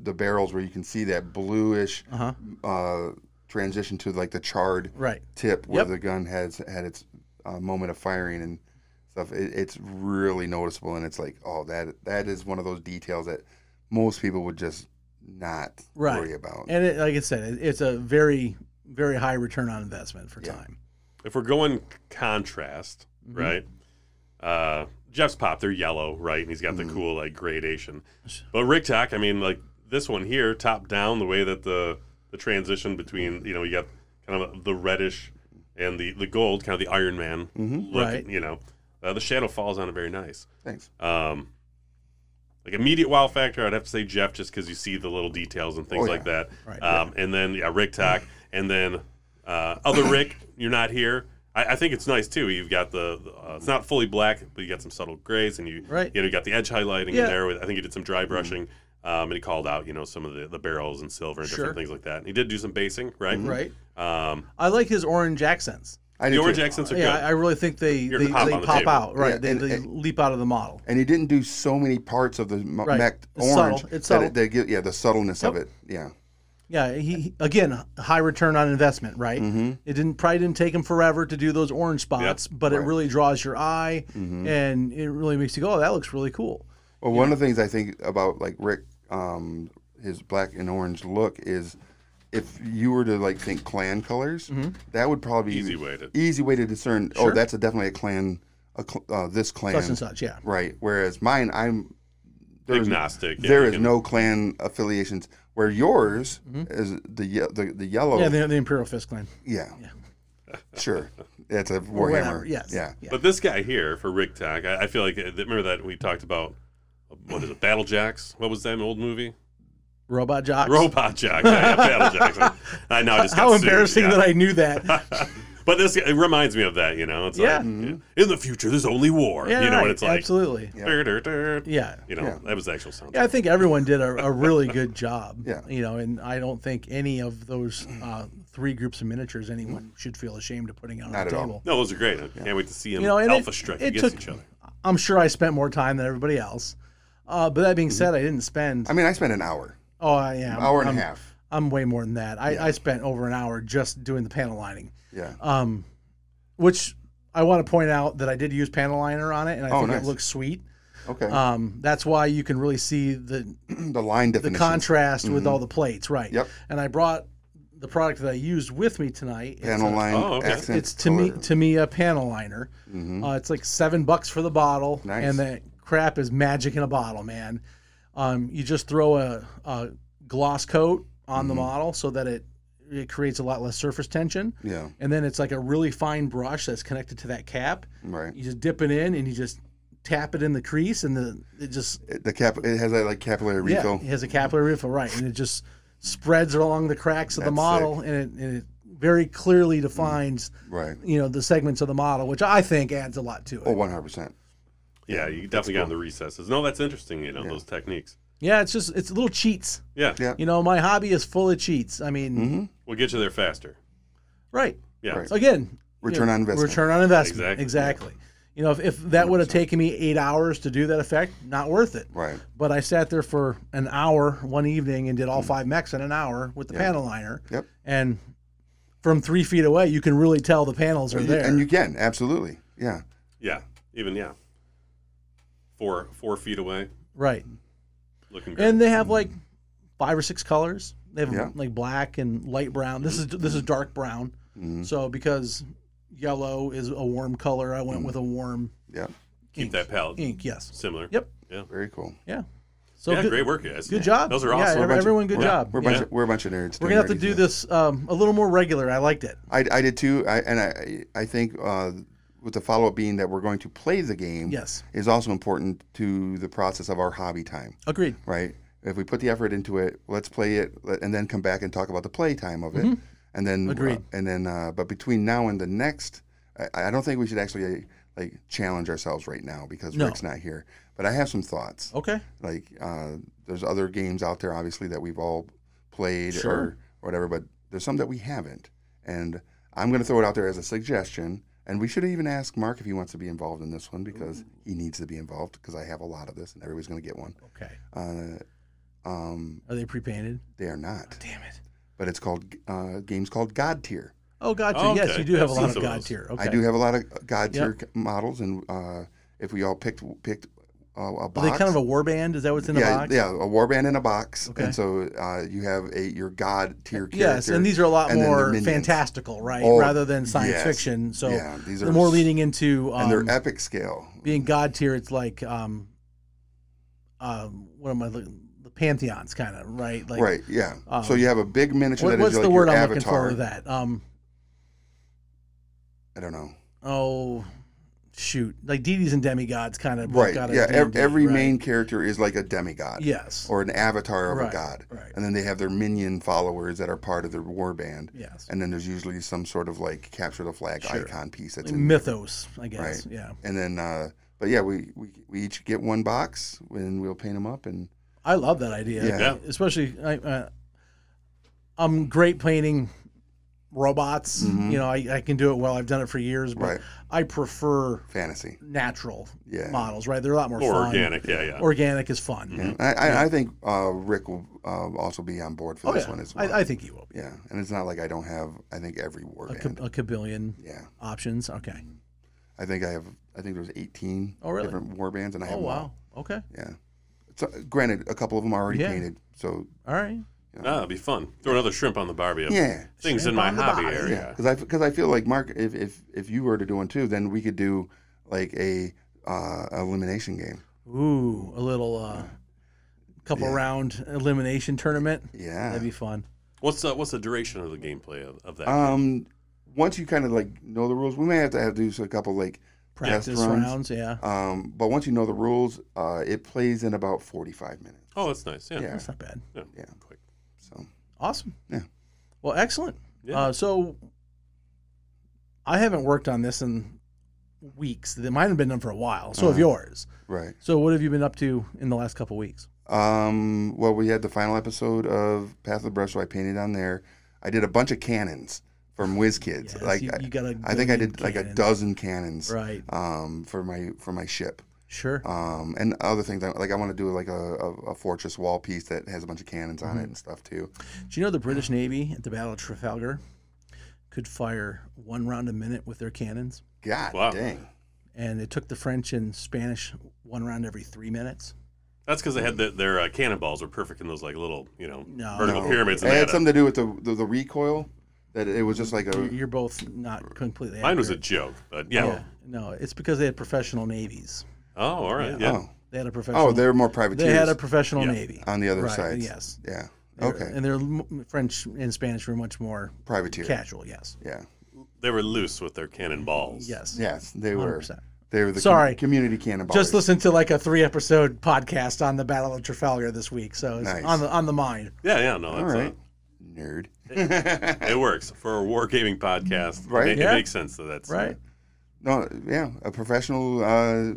B: the barrels where you can see that bluish
A: Uh-huh.
B: uh, transition to like the charred
A: Right.
B: tip where
A: Yep.
B: the gun has had its uh, moment of firing and stuff. It, it's really noticeable, and it's like, oh, that that is one of those details that most people would just not
A: Right.
B: worry about.
A: And it, like I said, it, it's a very very high return on investment for
B: Yeah.
A: time.
C: if we're going contrast, right? Uh, Jeff's pop, they're yellow, right? And he's got the cool like gradation. But Rick Tack, I mean, like this one here, top down, the way that the the transition between you know you got kind of the reddish and the the gold, kind of the Iron Man look,
A: Right.
C: you know. Uh, the shadow falls on it very nice.
B: Thanks.
C: Um, like immediate wow factor, I'd have to say Jeff, just because you see the little details and things
B: Oh,
C: like that.
A: Right,
C: um, And then yeah, Rick Tack, and then uh, other Rick, you're not here. I, I think it's nice too. You've got the the, uh, it's not fully black, but you got some subtle grays, and you
A: Right.
C: you know you got the edge highlighting in
A: Yeah. Mm-hmm.
C: there. With, I think he did some dry brushing. Um, and he called out, you know, some of the, the barrels and silver and
A: Sure. Mm-hmm.
C: different things like that. And he did do some basing, right?
B: Mm.
A: Right.
C: Um,
A: I like his orange accents.
B: I
C: the
B: do
C: orange
B: too.
C: accents are
A: yeah,
C: good.
A: I really think they
C: You're
A: they,
C: the pop
A: they
C: on the
A: pop
C: table.
A: out. Right.
B: Yeah,
A: they
B: and-
A: they
B: and-
A: leap out of the model.
B: And he didn't do so many parts of the m-
A: Right.
B: mech
A: It's
B: orange.
A: subtle. It's
B: that
A: subtle.
B: it- they get- yeah, the subtleness of it. Yeah.
A: Yeah, he he- again high return on investment, right?
B: Mm-hmm.
A: It didn't probably didn't take him forever to do those orange spots, but it really draws your eye
B: Mm-hmm.
A: and it really makes you go, "Oh, that looks really cool."
B: Well, one of the things I think about like Rick, um, his black and orange look is, if you were to like think clan colors,
A: Mm-hmm.
B: that would probably be
C: Easy way to-
B: easy way to discern. Oh, that's a, definitely a clan, a cl- uh, this clan,
A: Such and such, yeah.
B: right? Whereas mine, I'm there's
C: Agnostic, yeah,
B: There
C: you
B: is
C: can-
B: no clan affiliations. Where yours is the ye- the the yellow,
A: Mm-hmm. Yeah, the, the Imperial Fist Clan.
B: yeah. sure. That's a
A: Or whatever,
B: warhammer.
A: Yes.
B: Yeah.
C: But this guy here for Rick Tack, I, I feel like uh, remember that we talked about what is it, Battle Jacks? What was that old movie?
A: Robot jocks.
C: Robot Jack, yeah, yeah, Battle Jacks. I know, I just got
A: How embarrassing that I knew that.
C: I. but this it reminds me of that, you know. It's
A: Yeah. Mm-hmm.
C: like in the future, there's only war.
A: yeah,
C: you know,
A: right,
C: and it's like
A: absolutely.
C: "Dur, dur, dur."
A: Yeah.
C: You know,
B: Yeah.
C: that was the actual sound.
A: Yeah, I think everyone did a, a really good job.
B: Yeah.
A: You know, and I don't think any of those uh, three groups of miniatures anyone should feel ashamed of putting on
B: Not
A: the
B: at all.
A: table.
C: No, those are great. I can't wait to see them
A: You know, and it-
C: alpha strike
A: it
C: against
A: took-
C: each other.
A: I'm sure I spent more time than everybody else. Uh, but that being said, I didn't spend.
B: I mean, I spent an hour,
A: oh, I am.
B: Mm-hmm. hour and
A: I'm,
B: a half.
A: I'm way more than that. I, I spent over an hour just doing the panel lining,
B: Yeah.
A: um, which I want to point out that I did use panel liner on it, and I
B: Oh,
A: think
B: nice.
A: it looks sweet.
B: Okay.
A: Um, that's why you can really see the
B: the line
A: the
B: definition.
A: contrast with all the plates, right?
B: Mm-hmm. Yep.
A: And I brought the product that I used with me tonight.
B: panel
A: it's a-
B: line
C: Oh, okay.
B: accent.
A: It's to me to me a panel liner. Uh, it's like seven bucks for the bottle,
B: Mm-hmm. Nice.
A: and that crap is magic in a bottle, man. Um, you just throw a, a gloss coat on
B: Mm-hmm.
A: the model so that it it creates a lot less surface tension,
B: Yeah,
A: and then it's like a really fine brush that's connected to that cap.
B: right.
A: You just dip it in and you just tap it in the crease, and the it just
B: It- The cap. It has that like capillary
A: yeah,
B: refill.
A: it has a capillary refill, right? And it just spreads along the cracks of the
B: That's
A: model, and it, and it very clearly defines
B: Right.
A: you know the segments of the model, which I think adds a lot to it.
B: Oh, one hundred percent.
C: Yeah, you definitely got in the recesses. No, that's interesting, you know, those techniques.
A: Yeah, it's just it's little cheats.
C: Yeah.
B: Yeah.
A: You know, my hobby is full of cheats. I mean,
B: Mm-hmm.
C: We'll get you there faster.
A: right?
C: Yeah.
B: Right.
A: Again,
B: Return
A: you know,
B: on investment.
A: Return on investment.
C: Exactly.
A: Exactly. You know, if, if that would have taken me eight hours to do that effect, not worth it.
B: Right.
A: But I sat there for an hour one evening and did all five mechs in an hour with the panel liner.
B: Yep.
A: And from three feet away, you can really tell the panels are
B: And you,
A: there.
B: and you can absolutely. Yeah.
C: Yeah. Even yeah. Four four feet away.
A: right.
C: Looking great.
A: And they have like five or six colors. They have
B: Yeah.
A: like black and light brown. This is this is dark brown.
B: Mm-hmm.
A: So because yellow is a warm color, I went with a warm
B: Yeah.
C: Keep that palette
A: ink. Yes.
C: similar.
A: Yep.
C: Yeah.
B: Very cool.
A: Yeah. So
C: yeah,
A: good,
C: great work, guys.
A: good job.
C: Those are
A: Yeah,
C: awesome.
A: ev- everyone, good
B: we're,
A: job.
B: We're a
A: Yeah.
B: bunch. Of, we're a bunch of nerds.
A: We're gonna have to do this um, a little more regular. I liked it.
B: I, I did too. I and I I think uh, with the follow up being that we're going to play the game.
A: Yes.
B: Is also important to the process of our hobby time.
A: Agreed.
B: right? If we put the effort into it, let's play it, let- and then come back and talk about the play time of it, and uh, then
A: Mm-hmm. Agreed.
B: and then, uh, but between now and the next, I, I don't think we should actually like challenge ourselves right now because
A: No. Oh.
B: Rick's not here. But I have some thoughts.
A: Okay.
B: Like uh, there's other games out there, obviously that we've all played
A: Sure.
B: or whatever, but there's some that we haven't. And I'm going to throw it out there as a suggestion. And we should even ask Mark if he wants to be involved in this one because he needs to be involved because I have a lot of this and everybody's going to get one.
A: Okay.
B: Uh, um,
A: Are they pre-painted?
B: they are not,
A: Damn it.
B: but it's called uh, games called God tier.
A: Oh, gotcha. Yes,
C: Okay.
A: you do have a lot
C: I've seen
A: of
C: some of
A: God
C: those.
A: tier. Okay.
B: I do have a lot of uh, God tier
A: Yep.
B: c- models, and uh, if we all picked picked uh, a
A: Are
B: box,
A: they kind of a war band? Is that what's in
B: yeah,
A: the box?
B: yeah, a warband in a box,
A: Okay.
B: and so uh, you have a your God tier character.
A: Yes, and these are a lot
B: and then the
A: more
B: minions.
A: fantastical, right?
B: Oh,
A: Rather than science
B: yes.
A: fiction. So
B: Yeah, these
A: they're
B: are
A: more
B: s-
A: leaning into
B: and
A: um,
B: they're epic scale.
A: being God tier. It's like um, um, what am I looking? The pantheons, kind of right? Like
B: right? Yeah.
A: um,
B: so you have a big miniature
A: what-
B: that is
A: what's
B: like
A: the word
B: your
A: I'm looking
B: avatar.
A: for with that? Um,
B: I don't know.
A: oh shoot, like deities and demigods, kind of.
B: Right?
A: Got
B: Yeah. ev- every main character is like a demigod.
A: Yes.
B: Or an avatar of
A: Right,
B: a god,
A: right.
B: and then they have their minion followers that are part of their warband,
A: yes.
B: and then there's usually some sort of like capture the flag
A: Sure.
B: icon piece that's
A: Like
B: in
A: mythos, I guess.
B: Right.
A: Yeah.
B: and then uh but yeah we we, we each get one box and we'll paint them up and
A: I love that idea.
B: Yeah.
C: Yeah.
A: Especially, I, uh, I'm great painting robots. You know, I, I can do it well. I've done it for years, but
B: Mm-hmm. Right.
A: I prefer
B: fantasy
A: natural
B: Yeah.
A: models, right? They're a lot more,
C: More
A: fun.
C: organic. Yeah, yeah.
A: Organic is fun.
B: yeah. I, I, I think uh rick will uh, also be on board for
A: Oh,
B: this
A: yeah.
B: one as well
A: I, I think you will.
B: yeah and it's not like i don't have i think every war
A: A,
B: band.
A: ca- a cabillion
B: yeah
A: options. Okay.
B: i think i have i think there's 18
A: Oh, really?
B: different war bands and i have
A: Oh,
B: them
A: wow.
B: all.
A: Okay.
B: yeah so, granted a couple of them are already
A: Yeah.
B: painted so
A: All right.
C: Ah, it'd be fun. Throw another shrimp on the Barbie.
B: yeah
C: Things
A: Shrimp
C: in my
A: on the
C: hobby
A: Barbie.
C: area.
B: because I because I feel like Mark, if, if if you were to do one too, then we could do like a uh, elimination game.
A: Ooh, a little uh, couple round elimination tournament.
B: Yeah,
A: That'd be fun.
C: What's the, what's the duration of the gameplay of, of
A: Uh,
C: that?
B: Um, once you kind of like know the rules, we may have to have to do a couple like
A: Practice
B: test runs.
A: rounds. Yeah.
B: Um, but once you know the rules, uh, it plays in about forty-five minutes.
C: oh, that's nice. Yeah.
B: Yeah,
A: That's not bad.
C: Yeah.
B: Yeah.
C: Quick.
B: so
A: Awesome.
B: Yeah.
A: Well, excellent.
C: Yeah.
A: Uh, so I haven't worked on this in weeks. Th- Mine have been done for a while. So
B: Uh-huh.
A: have yours.
B: right.
A: So what have you been up to in the last couple weeks?
B: Um, well, we had the final episode of Path of the Brush, so I painted on there. I did a bunch of cannons from Whiz Kids.
A: Yes,
B: like
A: you-
B: I-
A: you got a
B: I think I
A: billion
B: did like a
A: cannons.
B: dozen cannons.
A: Right.
B: Um, for my for my ship.
A: Sure.
B: Um, and other things I- like I want to do like a, a, a fortress wall piece that has a bunch of cannons
A: Mm-hmm.
B: on it and stuff too.
A: Do you know the British Navy at the Battle of Trafalgar could fire one round a minute with their cannons?
B: God
C: Wow.
B: dang.
A: And it took the French and Spanish one round every three minutes.
C: That's because they had the, their uh, cannonballs were perfect in those like little you know
A: No.
C: vertical
B: No.
C: pyramids.
B: It
C: And they
B: had
C: had a-
B: something to do with the, the the recoil. That it was just like
A: You're-
B: a
A: You're both not completely.
C: mine was a
A: accurate.
C: joke, but yeah.
A: No, it's because they had professional navies.
C: Oh, all right. Yeah.
B: oh
A: They had a professional.
B: oh they're more
A: they
B: privateers
A: had a professional
C: Yeah.
A: navy.
B: on the other
A: Right,
B: side.
A: yes.
B: Yeah.
A: They're-
B: okay.
A: And their m- French and Spanish were much more
B: Privateer.
A: casual. Yes.
B: Yeah.
C: They were loose with their cannonballs.
A: Yes.
B: Yes, they were.
A: 100%.
B: They were the
A: Sorry.
B: com- community cannonball.
A: Just listen to like a three episode podcast on the Battle of Trafalgar this week. So it's
B: Nice.
A: on the on the mind.
C: Yeah. Yeah. No.
B: All
C: That's
B: right. Nerd.
C: uh, it works for a wargaming podcast.
B: Right.
C: It, ma-
A: Yeah.
C: it makes sense that that's
A: Right.
B: No, yeah, a professional uh,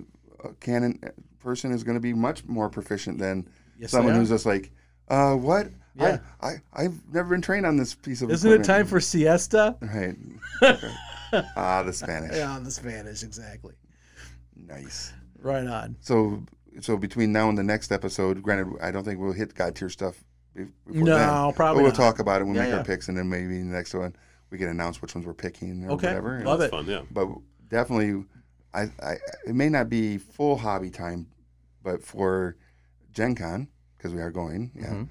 B: cannon person is going to be much more proficient than
A: Yes,
B: someone
A: they are.
B: who's just like, uh, what?
A: Yeah.
B: I, I, I've never been trained on this piece of
A: Isn't it time
B: equipment."
A: for siesta?
B: Right. Okay. ah, the Spanish.
A: Yeah, on the Spanish, exactly.
B: Nice.
A: Right on.
B: So, so between now and the next episode, granted, I don't think we'll hit God tier stuff. be- Before
A: No,
B: then,
A: probably
B: But we'll
A: not.
B: talk about it. We'll
A: Yeah,
B: make
A: yeah.
B: our picks, and then maybe the next one we can announce which ones we're picking or
A: Okay.
B: whatever. and-
A: Love it.
C: That's fun. Yeah.
B: but definitely, I, I it may not be full hobby time, but for Gen Con because we are going, yeah.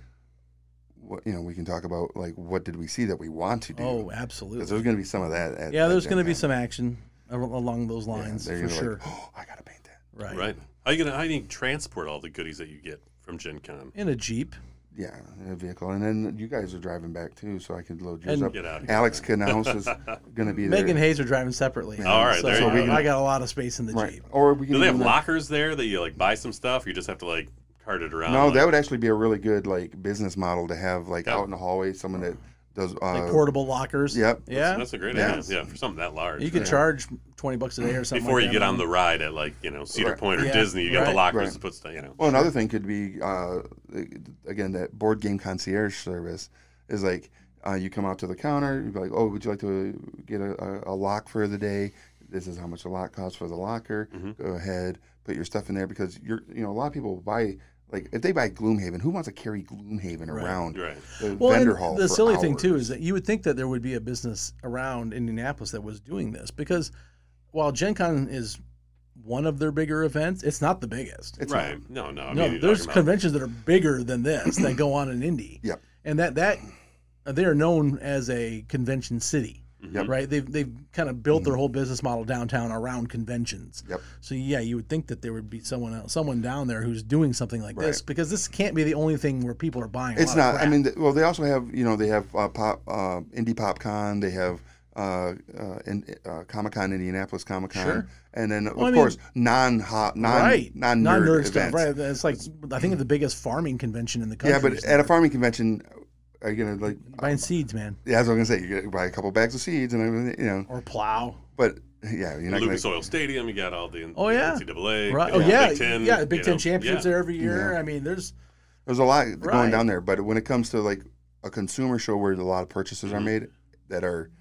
B: What, you know, we can talk about like what did we see that we want to do.
A: Oh,
B: 'Cause
A: absolutely.
B: there's going to be some of that. At,
A: Yeah,
B: at
A: there's
B: Gen
A: going to be
B: Con.
A: some action a- along those lines for
B: they're gonna be
A: sure.
B: Like, oh, I gotta paint that.
A: right.
C: Right. How you gonna how you transport all the goodies that you get from Gen Con?
A: In a jeep.
B: Yeah, in a vehicle, and then you guys are driving back too, so I could load yours
A: And-
B: up.
C: Get out of here.
B: Alex Canales is going to be there.
A: Megan Hayes are driving separately.
C: All right,
A: So,
C: there you
A: so we
C: go.
A: can- I got a lot of space in the
B: right?
A: jeep.
B: Or we can.
C: Do they have
A: Mm-hmm.
B: even-
C: lockers there that you like buy some stuff? You just have to like cart it around.
B: No,
C: like,
B: that would actually be a really good like business model to have like
C: Yeah.
B: out in the hallway someone that those uh,
A: like portable lockers.
B: Yep.
A: Yeah.
C: That's a great
B: Yeah.
C: idea. Yeah, for something that large.
A: you could charge twenty bucks a day or something.
C: Before
A: like
C: you
A: that.
C: get on the ride at like you know Cedar
B: Right.
C: Point or
A: Yeah.
C: Disney, you got the
A: Right.
C: lockers
B: Right.
C: to put stuff. You know,
B: Well, another thing could be uh, again that board game concierge service is like uh, you come out to the counter, you'd be like, "Oh, would you like to get a, a- a lock for the day? This is how much a lock costs for the locker.
C: Mm-hmm.
B: Go ahead, put your stuff in there because you're you know a lot of people buy like if they buy Gloomhaven, who wants to carry Gloomhaven around
C: right?
B: the
A: well,
B: vendor
A: and
B: hall?
A: The
B: for
A: silly thing too
B: hours?
A: is that you would think that there would be a business around Indianapolis that was doing this because while Gen Con is one of their bigger events, it's not the biggest.
B: it's
C: right.
B: not.
C: No, no. I
A: no,
C: mean, you're
A: there's
C: talking about-
A: conventions that are bigger than this that go on in Indy.
B: Yep.
A: And that that uh, they are known as a convention city.
B: Yep. Mm-hmm.
A: Right? They've they've kind of built their whole business model downtown around conventions.
B: Yep.
A: So yeah, you would think that there would be someone else, someone down there who's doing something like this because this can't be the only thing where people are buying. a
B: It's
A: lot of
B: not. I
A: crap.
B: mean, th- well, they also have you know they have uh, pop uh, indie pop con. They have uh, uh, in, uh, Comic Con Indianapolis Comic Con,
A: Sure.
B: and then of
A: I mean-
B: course non hot non
A: right.
B: non
A: Non-nerd
B: nerd
A: stuff.
B: events.
A: Right. It's like I think the biggest farming convention in the country.
B: Yeah,
A: is
B: but at a farming convention, are you gonna like?
A: buying seeds, man,
B: Yeah, that's what I'm gonna say. You buy a couple bags of seeds and everything, you know.
A: or plow.
B: But yeah, you're not gonna.
C: Lucas Oil Stadium. You got all the
A: Oh, yeah.
C: NCAA.
A: Right.
C: you
A: Oh
C: know,
A: yeah,
C: Big Ten.
A: yeah. Big
C: you
A: Ten
C: know,
A: championships
C: yeah.
A: there every year. I mean, there's
B: There's a lot
A: Right.
B: going down there, but when it comes to like a consumer show where a lot of purchases
A: Mm-hmm.
B: are made that are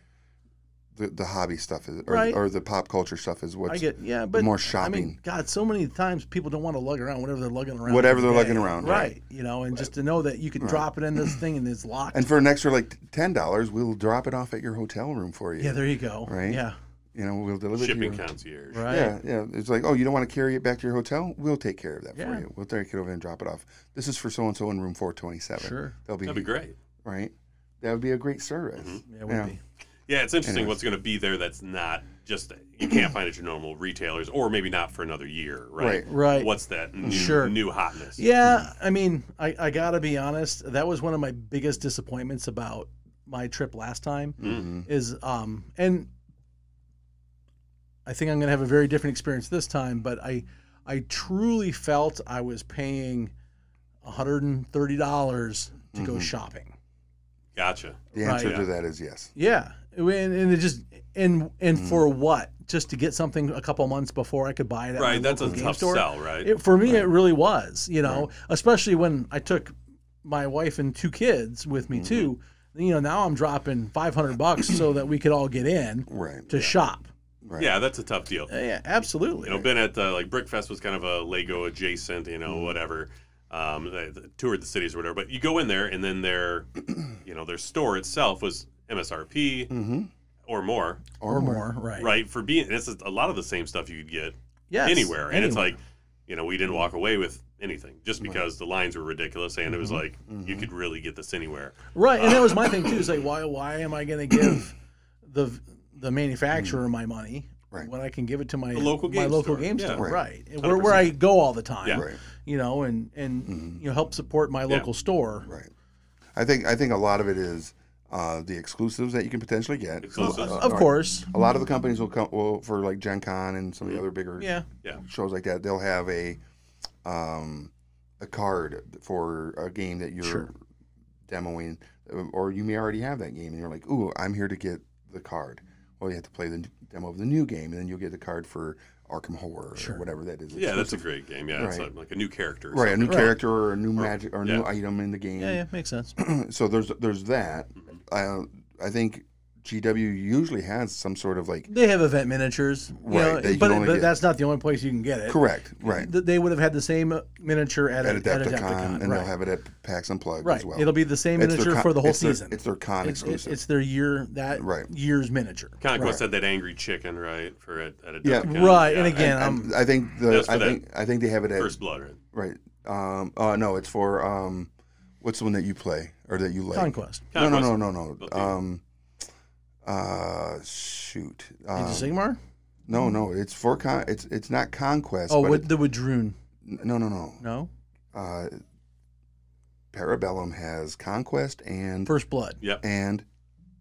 B: the, the hobby stuff is, or,
A: Right.
B: or the pop culture stuff is what's
A: I get yeah, but
B: more
A: I
B: shopping.
A: mean, God, so many times people don't want to lug around whatever they're lugging around.
B: Whatever
A: for the
B: they're
A: day.
B: lugging around,
A: right?
B: right.
A: You know, and just to know that you can drop it in this thing and it's locked.
B: And for an extra like ten dollars, we'll drop it off at your hotel room for you.
A: yeah, there you go.
B: Right?
A: Yeah.
B: you know, we'll deliver
C: Shipping
B: it to your,
C: concierge.
A: Right.
B: Yeah, yeah. It's like, oh, you don't want to carry it back to your hotel? We'll take care of that
A: Yeah.
B: for you. We'll take it over and drop it off. This is for so and so in room four twenty seven.
A: Sure.
B: they'll be,
C: That'd be Mm-hmm. great.
B: right. That would be a great service.
A: Yeah, it would be.
C: Yeah, it's interesting what's going to be there that's not just you can't find at your normal retailers, or maybe not for another year, right?
B: Right.
A: Right.
C: What's that new,
A: Sure.
C: new hotness?
A: Yeah, I mean, I, I gotta be honest. That was one of my biggest disappointments about my trip last time.
B: Mm-hmm.
C: Mm.
A: Is um, and I think I'm gonna have a very different experience this time. But I, I truly felt I was paying 130 dollars to
B: Mm-hmm.
A: go shopping.
C: Gotcha.
B: The answer
A: Right.
B: to that is yes.
A: Yeah, and, and it just and and
C: Mm.
A: for what? Just to get something a couple months before I could buy it. At my
C: Right. That's a
A: local game
C: tough
A: store?
C: sell, right?
A: It, for me, it really was. You know, especially when I took my wife and two kids with
C: Mm-hmm.
A: me too. You know, now I'm dropping 500 bucks so that we could all get in
B: Right.
A: to shop.
B: Right.
C: yeah, that's a tough deal.
A: Uh, Yeah, absolutely.
C: You know, been at uh, like Brickfest was kind of a Lego adjacent, you
B: Mm-hmm.
C: know, whatever. Um, I toured the cities or whatever, but you go in there and then their, you know, their store itself was MSRP
B: Mm-hmm.
C: or more,
A: or more, right?
C: right? For being, and it's a lot of the same stuff you could get
A: Yes,
C: anywhere, and it's like, you know, we didn't
B: Mm-hmm.
C: walk away with anything just because the lines were ridiculous, and it was
B: Mm-hmm.
C: like you could really get this anywhere.
A: right, and that was my thing too. Is like, why? Why am I going to give the the manufacturer my money
B: Right.
A: when I can give it to my
C: local
A: my
C: game
A: local
C: store.
A: game
C: Yeah.
A: store,
B: Right.
A: right? Where, where I go all the time,
C: Yeah.
B: Right. Mm-hmm.
A: you know, and and you know, help support my local store,
B: Right. I think I think a lot of it is uh, the exclusives that you can potentially get.
C: Exclusives.
B: Uh,
A: of
B: uh,
A: course.
B: A lot of the companies will come will, for like Gen Con and some of
C: Mm.
B: the other bigger
A: Yeah,
C: Yeah,
B: shows like that, they'll have a um, a card for a game that you're
A: Sure.
B: demoing, um, or you may already have that game, and you're like, "Ooh, I'm here to get the card." Well, you have to play the n- demo of the new game, and then you'll get the card for Arkham Horror or whatever that is.
C: yeah, that's a
B: Exclusive-
C: great game. Yeah, it's
B: Right.
C: like, like a new character, or
B: right, a new
A: Right.
B: character or a new magic or a new
C: yeah.
B: item in the game.
A: yeah, yeah, makes sense.
B: so there's there's that.
C: Mm-hmm.
B: Uh, I think GW usually has some sort of like
A: They have event miniatures, you
B: Right,
A: know,
B: that you can
A: but,
B: only
A: but
B: get-
A: that's not the only place you can get it.
B: correct, right?
A: Th- They would have had the same miniature at,
B: At
A: a- at
B: Adepticon,
A: Adepticon,
B: and
A: right?
B: they'll have it at PAX Unplugged
A: right.
B: as well.
A: It'll be the same
B: It's their
A: miniature
B: con-
A: for the whole
B: it's their-
A: season.
B: it's their con
A: It's- it's-
B: exclusive.
A: It's their year that
B: Right.
A: year's miniature. right.
C: Conquest had that angry chicken, right? For at, at a
B: Yeah.
C: Decepticon.
A: Right, and
C: Yeah,
A: again,
B: And
A: I'm
B: I think the
C: That's for
B: I
C: that
B: think I think they have it at
C: First Blood, right?
B: right. Um, uh, no, it's for um, what's the one that you play or that you like?
A: conquest.
B: No, no,
C: Conquest.
B: no, no, no.
C: Okay.
B: Um, uh, shoot.
A: Age
B: Uh,
A: of Sigmar?
B: no, no, it's for con. It's it's not conquest.
A: Oh,
B: but
A: with
B: it-
A: the Widrun.
B: no, no, no.
A: No,
B: Uh, Parabellum has conquest and
A: First Blood.
C: Yep.
B: and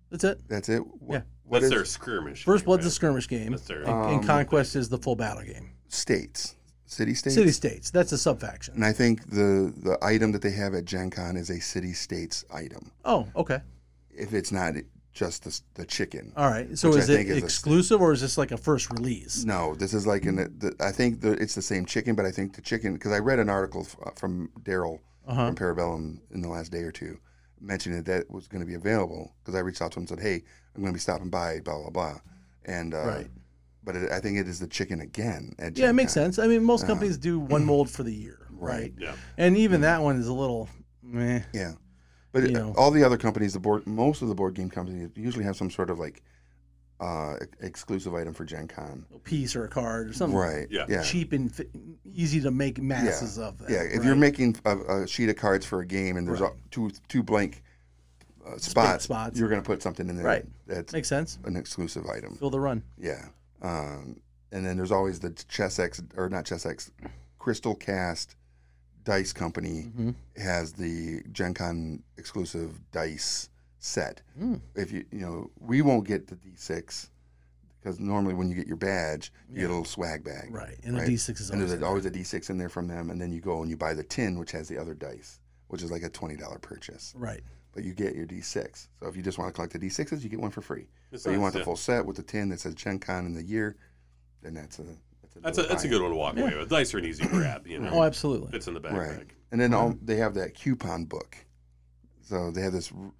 A: That's it.
B: that's it. Wh-
A: Yeah.
B: what
C: That's
B: is
C: their skirmish.
A: First
C: game,
A: Blood's a
C: right?
A: skirmish game,
C: That's their-
A: and, and
B: Um,
A: Conquest is the full battle game.
B: states? City states.
A: City States. That's a subfaction.
B: And I think the the item that they have at Gen Con is a city states item.
A: Oh, okay.
B: if it's not just the, s- the chicken.
A: All right. So
B: Which I
A: is it
B: think is a-
A: exclusive or is this like a first release?
B: No, this is like an. The, I think the, it's the same chicken, but I think the chicken because I read an article f- uh, from Daryl
A: Uh-huh.
B: from Parabellum in the last day or two mentioning that that was going to be available because I reached out to him and said, "Hey, I'm going to be stopping by, blah blah blah," and uh,
A: Right.
B: But it, I think it is the chicken again. At
A: Yeah, it
B: Gen
A: makes
B: Con.
A: sense. I mean, most
B: Uh,
A: companies do one
B: mm.
A: mold for the year, right?
C: Yeah.
A: And even that one is a little meh.
B: Yeah, but
A: You
B: it-
A: know.
B: all the other companies, the board, most of the board game companies usually have some sort of like uh, ex- exclusive item for Gen Con.
A: a piece or a card or something
B: Right.
C: Yeah.
B: Yeah.
A: cheap and fi- easy to make masses of. That,
B: Yeah, if
A: right?
B: you're making a, a sheet of cards for a game and there's a, two two blank uh, spots,
A: spots.
B: you're going to put something in there
A: Right.
B: that's
A: makes sense.
B: an exclusive item.
A: Fill the run.
B: Yeah. Um, and then there's always the Chess X or not Chess X, Crystal Cast Dice Company has the Gen Con exclusive dice set.
C: Hmm.
B: If you you know, we won't get the D6 because normally when you get your badge, you get a little swag bag.
A: Right. And
B: Right.
A: a D6 is
B: And
A: always
B: there's always a D6 in there from them, and then you go and you buy the tin, which has the other dice, which is like a twenty dollar purchase.
A: right.
B: But you get your D6. So if you just want to collect the D6s, you get one for free.
C: It's
B: but Oh, you
C: nice,
B: want the
C: yeah.
B: full set with the tin that says Gen Con in the year, then that's a
C: That's a that's a
B: buy-in.
C: good one to walk away with. Dice are an easy grab, you know.
A: Oh, absolutely.
C: Fits in the
B: right.
C: backpack.
B: And
A: Um,
B: then all, they have that coupon book. So they have this r-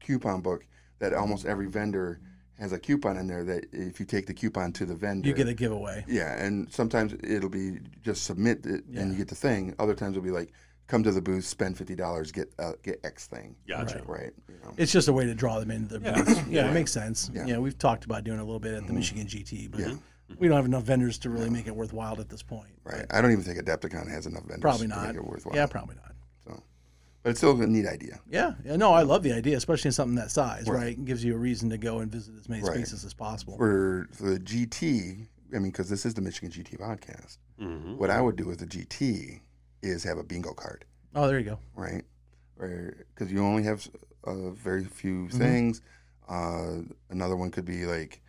B: coupon book that almost every vendor has a coupon in there that if you take the coupon to the vendor,
A: You get a giveaway.
B: Yeah, and sometimes it'll be just submit it and you get the thing. Other times it'll be like, come to the booth, spend fifty dollars, get uh, get X thing.
C: Gotcha.
B: Right. You know.
A: It's just a way to draw them into the
C: Yeah.
A: booth. Yeah, it makes sense. Yeah. we've talked about doing a little bit at the
B: Mm-hmm.
A: Michigan GT, but we don't have enough vendors to really make it worthwhile at this point.
B: Right. I don't even think Adepticon has enough vendors.
A: Probably
B: To
A: not.
B: make it worthwhile.
A: Yeah, probably not.
B: So, but it's still a neat idea.
A: Yeah. yeah, no, I love the idea, especially in something that size, right? It gives you a reason to go and visit as many
B: Right.
A: spaces as possible.
B: For the GT, I mean, because this is the Michigan GT podcast.
C: Mm-hmm.
B: What I would do with the GT is have a bingo card.
A: Oh, there you go.
B: right? Because you only have uh, very few
A: Mm-hmm.
B: things. Uh, another one could be like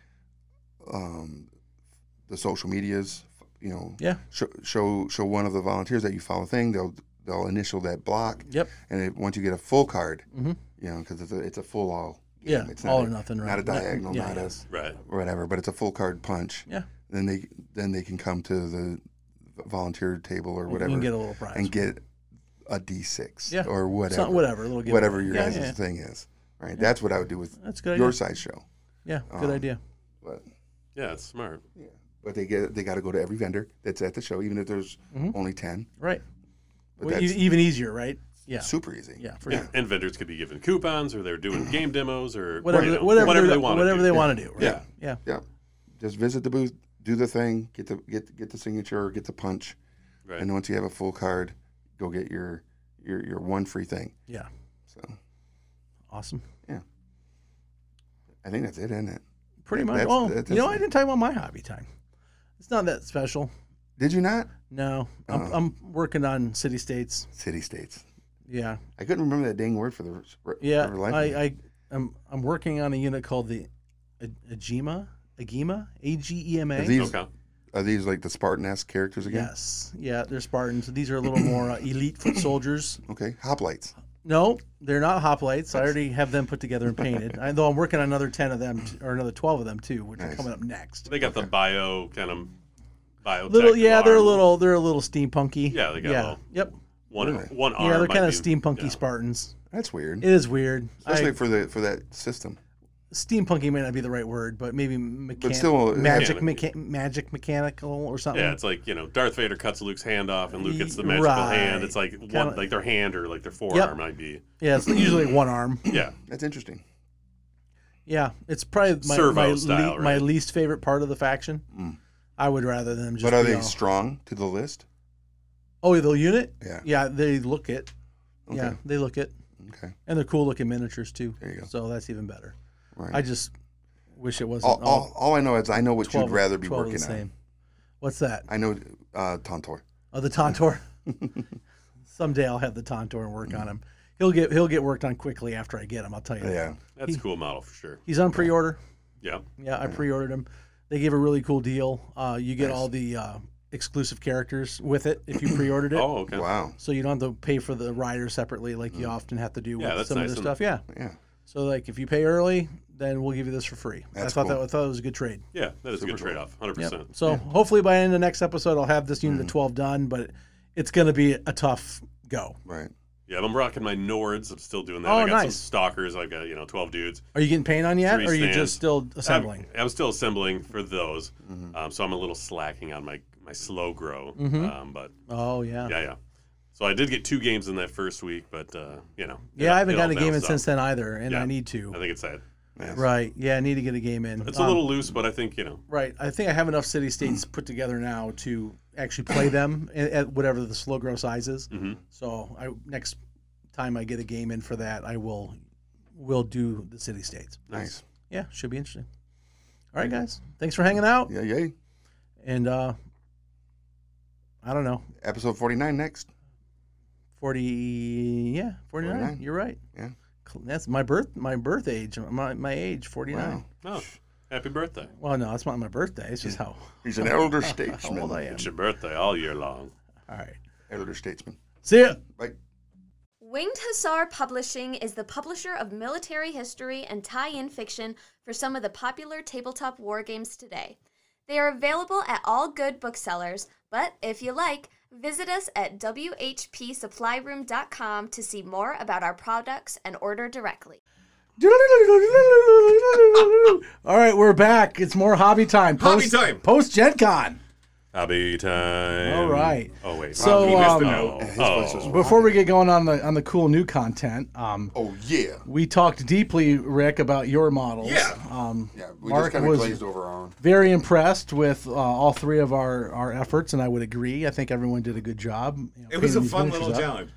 B: um, the social medias. You know,
A: Yeah.
B: show, show show one of the volunteers that you follow thing. They'll they'll initial that block,
A: Yep.
B: and it, once you get a full card,
A: Mhm.
B: you know, because it's a it's a full all. game.
A: Yeah,
B: it's
A: all
B: not
A: or
B: a-
A: nothing,
B: Not
A: right?
B: a diagonal,
A: Yeah,
B: not
A: yeah.
B: a
C: Right.
B: or whatever, but it's a full card punch.
A: Yeah.
B: Then they then they can come to the volunteer table or whatever
A: You can get a little prize.
B: and get a D6
A: Yeah.
B: or whatever,
A: Something, whatever, a little giveaway.
B: whatever your
A: yeah,
B: guys'
A: yeah.
B: thing is. Right, that's what I would do with
A: That's a good.
B: your
A: idea.
B: side show.
A: Yeah, good idea.
B: But
C: Yeah, it's smart.
B: but they get they got to go to every vendor that's at the show, even if there's
A: Mm-hmm.
B: only ten.
A: Right.
B: But
A: Well, e-
B: that's
A: even easier, right? Yeah.
B: super easy.
A: Yeah, for
C: And,
A: sure.
C: and vendors could be given coupons or they're doing game demos or
A: Whatever,
C: you know,
A: whatever,
C: they want
A: whatever
C: to
A: they
C: do.
A: want to do. Right?
C: Yeah.
A: Yeah.
B: yeah. Just visit the booth, do the thing, get the get get the signature or get the punch,
C: Right.
B: and once you have a full card, go get your your your one free thing.
A: Yeah.
B: So
A: Awesome.
B: I think that's it, isn't it?
A: Pretty much.
B: That's-
A: Well,
B: that's-
A: you know, I didn't talk about my hobby time. It's not that special.
B: Did you not?
A: No, I'm, I'm working on city states.
B: City states.
A: Yeah.
B: I couldn't remember that dang word for the for
A: Yeah.
B: the life of
A: I,
B: me.
A: I, I'm, I'm working on a unit called the A- Agema. Agema? A G E M A?
B: Are these
C: Okay.
B: are these like the Spartan-esque characters again?
A: Yes. Yeah, they're Spartans. These are a little more uh, elite foot soldiers.
B: Okay, hoplites.
A: No, they're not hoplites. I already have them put together and painted. I, though I'm working on another ten of them, t- or another twelve of them too, which are
B: Nice.
A: coming up next.
C: They got the bio kind of biotech.
A: Little, yeah, they're a
C: alarm.
A: little, they're a little steampunky.
C: Yeah, they got
A: yeah,
C: all-
A: yep.
C: one one arm.
A: Yeah, they're
C: might
A: kind of
C: be-
A: steampunky
C: yeah.
A: Spartans.
B: That's weird,
A: It is weird.
B: especially
A: I,
B: for the for that system.
A: steampunky may not be the right word, but maybe mechan-
B: still, uh,
A: magic,
C: Mechanic.
A: mecha- magic mechanical or something.
C: Yeah, it's like you know, Darth Vader cuts Luke's hand off, and Luke gets the
A: Y-
C: magical
A: right.
C: hand. It's like one,
A: Kinda-
C: like their hand or like their forearm might be.
A: Yeah, it's usually one arm.
C: Yeah,
B: That's interesting.
A: Yeah, it's probably my
C: Servo
A: my,
C: style,
A: my
C: right?
A: least favorite part of the faction. I would rather them just.
B: Hmm. But are
A: be
B: they
A: all-
B: strong to the list?
A: Oh, the unit?
B: Yeah.
A: Yeah, they look it. Yeah, they look it.
B: Okay,
A: And they're cool looking miniatures too.
B: There you go.
A: So that's even better.
B: right.
A: I just wish it wasn't
B: all,
A: all,
B: all, all I know is I know what
A: 12
B: you'd rather be
A: 12 of
B: working
A: the
B: on.
A: same. What's that?
B: I know uh, Tontor.
A: Oh, the Tontor. Someday I'll have the Tontor and work on him. He'll get he'll get worked on quickly after I get him. I'll tell you. that.
B: Mm-hmm. Yeah,
C: that's a cool model for sure.
A: He's on pre-order.
C: Yeah,
A: Yeah, I pre-ordered him. They gave a really cool deal. Uh, you get all the uh, exclusive characters with it if you pre-ordered it.
C: Oh, okay.
B: wow. Mm.
A: So you don't have to pay for the rider separately like you often have to do with
C: Yeah, that's
A: some
C: nice.
A: other stuff. Yeah.
B: Yeah,
A: So like, if you pay early, then we'll give you this for free.
B: That's
A: I thought
B: cool.
A: that I thought it was a good trade.
C: Yeah, that is a
B: Super
C: good
B: cool.
C: trade off. 100%.
A: So hopefully by the end of next episode, I'll have this unit of twelve done. But it's going to be a tough go.
B: Right.
C: Yeah, I'm rocking my Nords. I'm still doing that.
A: Oh,
C: I got some
A: nice.
C: stalkers. I've got, you know, 12 dudes.
A: Are you getting paint on yet?
C: Three
A: or are you
C: stands.
A: just still assembling? Mm-hmm.
C: I'm, I'm still assembling for those. Um, so I'm a little slacking on my, my slow grow. Um, but
A: oh yeah. yeah.
C: yeah, yeah. So I did get two games in that first week, but, uh, you know.
A: I haven't gotten a game in
C: in
A: since then either, and
C: Yeah.
A: I need to.
C: I think it's sad.
A: Right. Yeah, I need to get a game in.
C: It's a
A: Um,
C: little loose, but I think, you know,
A: Right. I think I have enough city states put together now to actually play them at- at whatever the slow grow size is.
C: Mhm.
A: So I next time I get a game in for that, I will will do the city states.
B: Nice.
A: Yeah, should be interesting. All right, guys. Thanks for hanging out.
B: Yeah. Yay.
A: And uh I don't know,
B: Episode forty nine next.
A: forty. Yeah, forty
B: 49.
A: nine. You're right.
B: Yeah.
A: Cl- That's my birth my birth age my my age forty nine.
B: Wow.
C: oh, happy birthday.
A: Well, no, that's not my birthday. It's just how
B: He's an elder
A: how
B: statesman.
A: old I am.
C: It's your birthday all year long.
A: All right.
B: Elder statesman.
A: See ya.
B: Bye.
D: Winged Hussar Publishing is the publisher of military history and tie in fiction for some of the popular tabletop war games today. They are available at all good booksellers, but if you like, visit us at whpsupplyroom.com to see more about our products and order directly.
A: All right, we're back. It's more hobby time.
E: Hobby
A: Post,
E: time.
A: Post Gen Con.
C: Happy time.
A: All right.
C: Oh, wait.
A: So,
E: we missed
A: um,
E: the note.
B: Yeah, his
C: Oh.
B: place was
A: Before we get going on the on the cool new content, um,
B: Oh yeah.
A: we talked deeply, Rick, about your models.
E: Yeah.
A: Um,
B: Yeah. We
A: Mark
B: just kind of
A: was-
B: glazed over our own.
A: very impressed with uh, all three of our, our efforts, and I would agree. I think everyone did a good job. you know,
E: It was
A: painting
E: a
A: these
E: fun
A: miniatures
E: little
A: up.
E: challenge.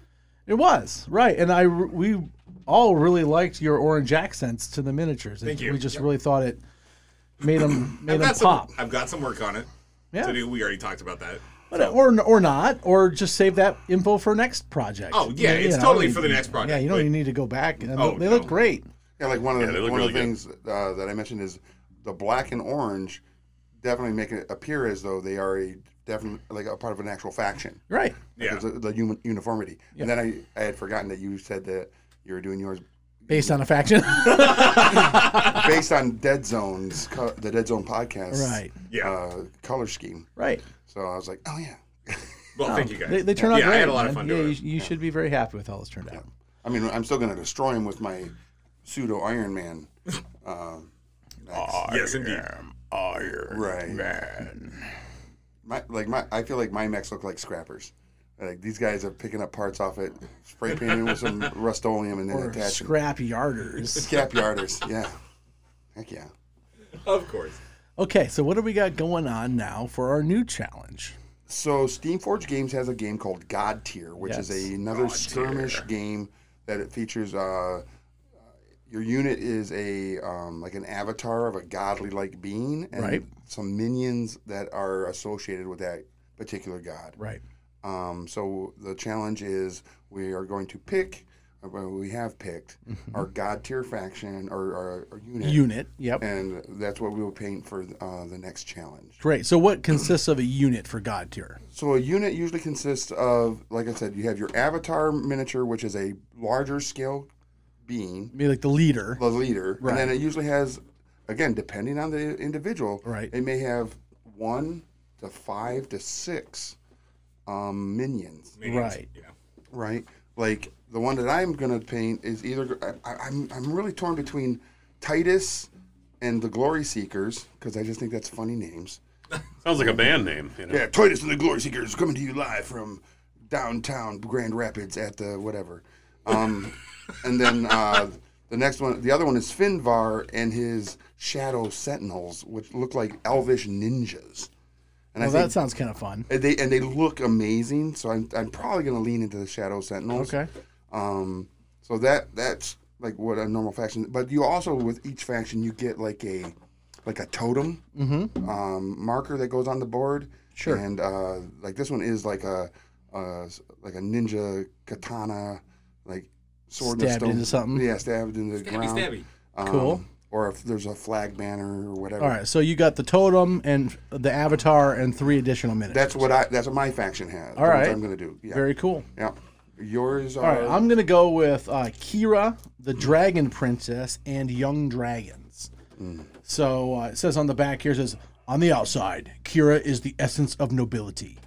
A: It was right, and I r- we all really liked your orange accents to the miniatures. Thank
E: you.
A: We just really thought it made them made
E: I've
A: them
E: got, some,
A: pop.
E: I've got some work on it.
A: Yeah.
E: To do. We already talked about that.
A: But- or or not, or just save that info for next project.
E: Oh, yeah,
A: You
E: it's totally for the next project,
A: Yeah, you don't
E: but-
A: even need to go back. And
E: Oh,
A: they
E: no.
A: look great.
B: Yeah, like one of
C: they
B: the
C: look
B: one of the
C: really
B: things uh, that I mentioned is the black and orange definitely make it appear as though they are a definitely like a part of an actual faction.
A: Right.
E: Yeah.
B: Because of the human uniformity. And then I, I had forgotten that you said that you were doing yours
A: Based on a faction.
B: based on Dead Zone's co- the Dead Zone podcast,
A: Right.
E: Yeah.
B: Uh, color scheme.
A: right.
B: So I was like, oh yeah.
E: Well, thank you guys.
A: They, they turn out
E: yeah,
A: great.
E: I had a lot of
A: man.
E: fun
A: yeah,
E: doing it.
A: you, you should be very happy with how this turned out.
B: I mean, I'm still gonna destroy him with my pseudo Iron Man. Um,
E: Yes, indeed.
B: Iron right. My, like my, I feel like my mechs look like scrappers. Like these guys are picking up parts off it, spray painting with some rust-oleum, and then
A: Or
B: attaching.
A: Scrap yarders.
B: Scrap yarders, yeah. Heck yeah.
E: Of course.
A: okay, so what do we got going on now for our new challenge?
B: So Steamforge Games has a game called God Tier, which
A: Yes.
B: is another skirmish game that it features. Uh, your unit is a um, like an avatar of a godly-like being, and
A: Right.
B: some minions that are associated with that particular god.
A: Right.
B: Um, so the challenge is we are going to pick, uh, well, we have picked
A: Mm-hmm.
B: our God tier faction or, or, or unit,
A: Unit. Yep.
B: and that's what we will paint for uh, the next challenge.
A: Great. So what consists of a unit for God tier?
B: So a unit usually consists of, like I said, you have your avatar miniature, which is a larger scale being,
A: I mean, like the leader.
B: the leader,
A: Right.
B: and then it usually has, again, depending on the individual,
A: Right.
B: it may have one to five to six um, minions.
A: Right.
E: Yeah.
B: right? Like the one that I'm gonna paint is either I, I- I'm I'm really torn between Titus and the Glory Seekers because I just think that's funny names.
C: Oh, Sounds like a band name. You know?
B: Yeah, Titus and the Glory Seekers coming to you live from downtown Grand Rapids at the whatever. Um, and then uh, the next one, the other one is Finvar and his Shadow Sentinels, which look like elvish ninjas. And
A: Well,
B: I think
A: that sounds kind of fun.
B: and they and they look amazing. So I'm I'm probably gonna lean into the Shadow Sentinels.
A: Okay.
B: Um, so that that's like what a normal faction. But you also with each faction you get like a like a totem um, marker that goes on the board.
A: Mm-hmm. Sure.
B: And uh, like this one is like a, a like a ninja katana like sword and
A: Stabbed
B: stone-
A: into something?
B: Yeah, stabbed into the
E: Stabby,
B: ground.
E: stabby.
B: Um,
A: Cool.
B: Or if there's a flag banner or whatever.
A: All right, so you got the totem and the avatar and three additional minutes.
B: That's what I. That's what my faction has.
A: All
B: That's
A: right.
B: what I'm gonna do. Yeah.
A: Very cool.
B: Yeah. Yours
A: All
B: are.
A: right, I'm gonna go with uh, Kira, the Dragon Princess, and Young Dragons. So uh, it says on the back here it says on the outside, Kira is the essence of nobility,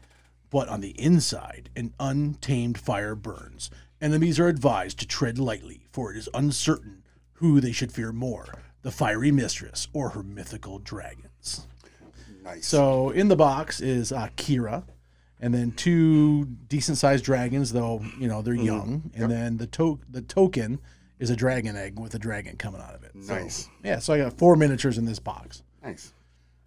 A: but on the inside, an untamed fire burns. Enemies are advised to tread lightly, for it is uncertain who they should fear more: the fiery mistress or her mythical dragons.
B: nice.
A: So in the box is uh, Kira, and then two decent sized dragons, though you know they're young, and then the to- the token is a dragon egg with a dragon coming out of it. So,
B: Nice.
A: yeah, so I got four miniatures in this box.
B: nice.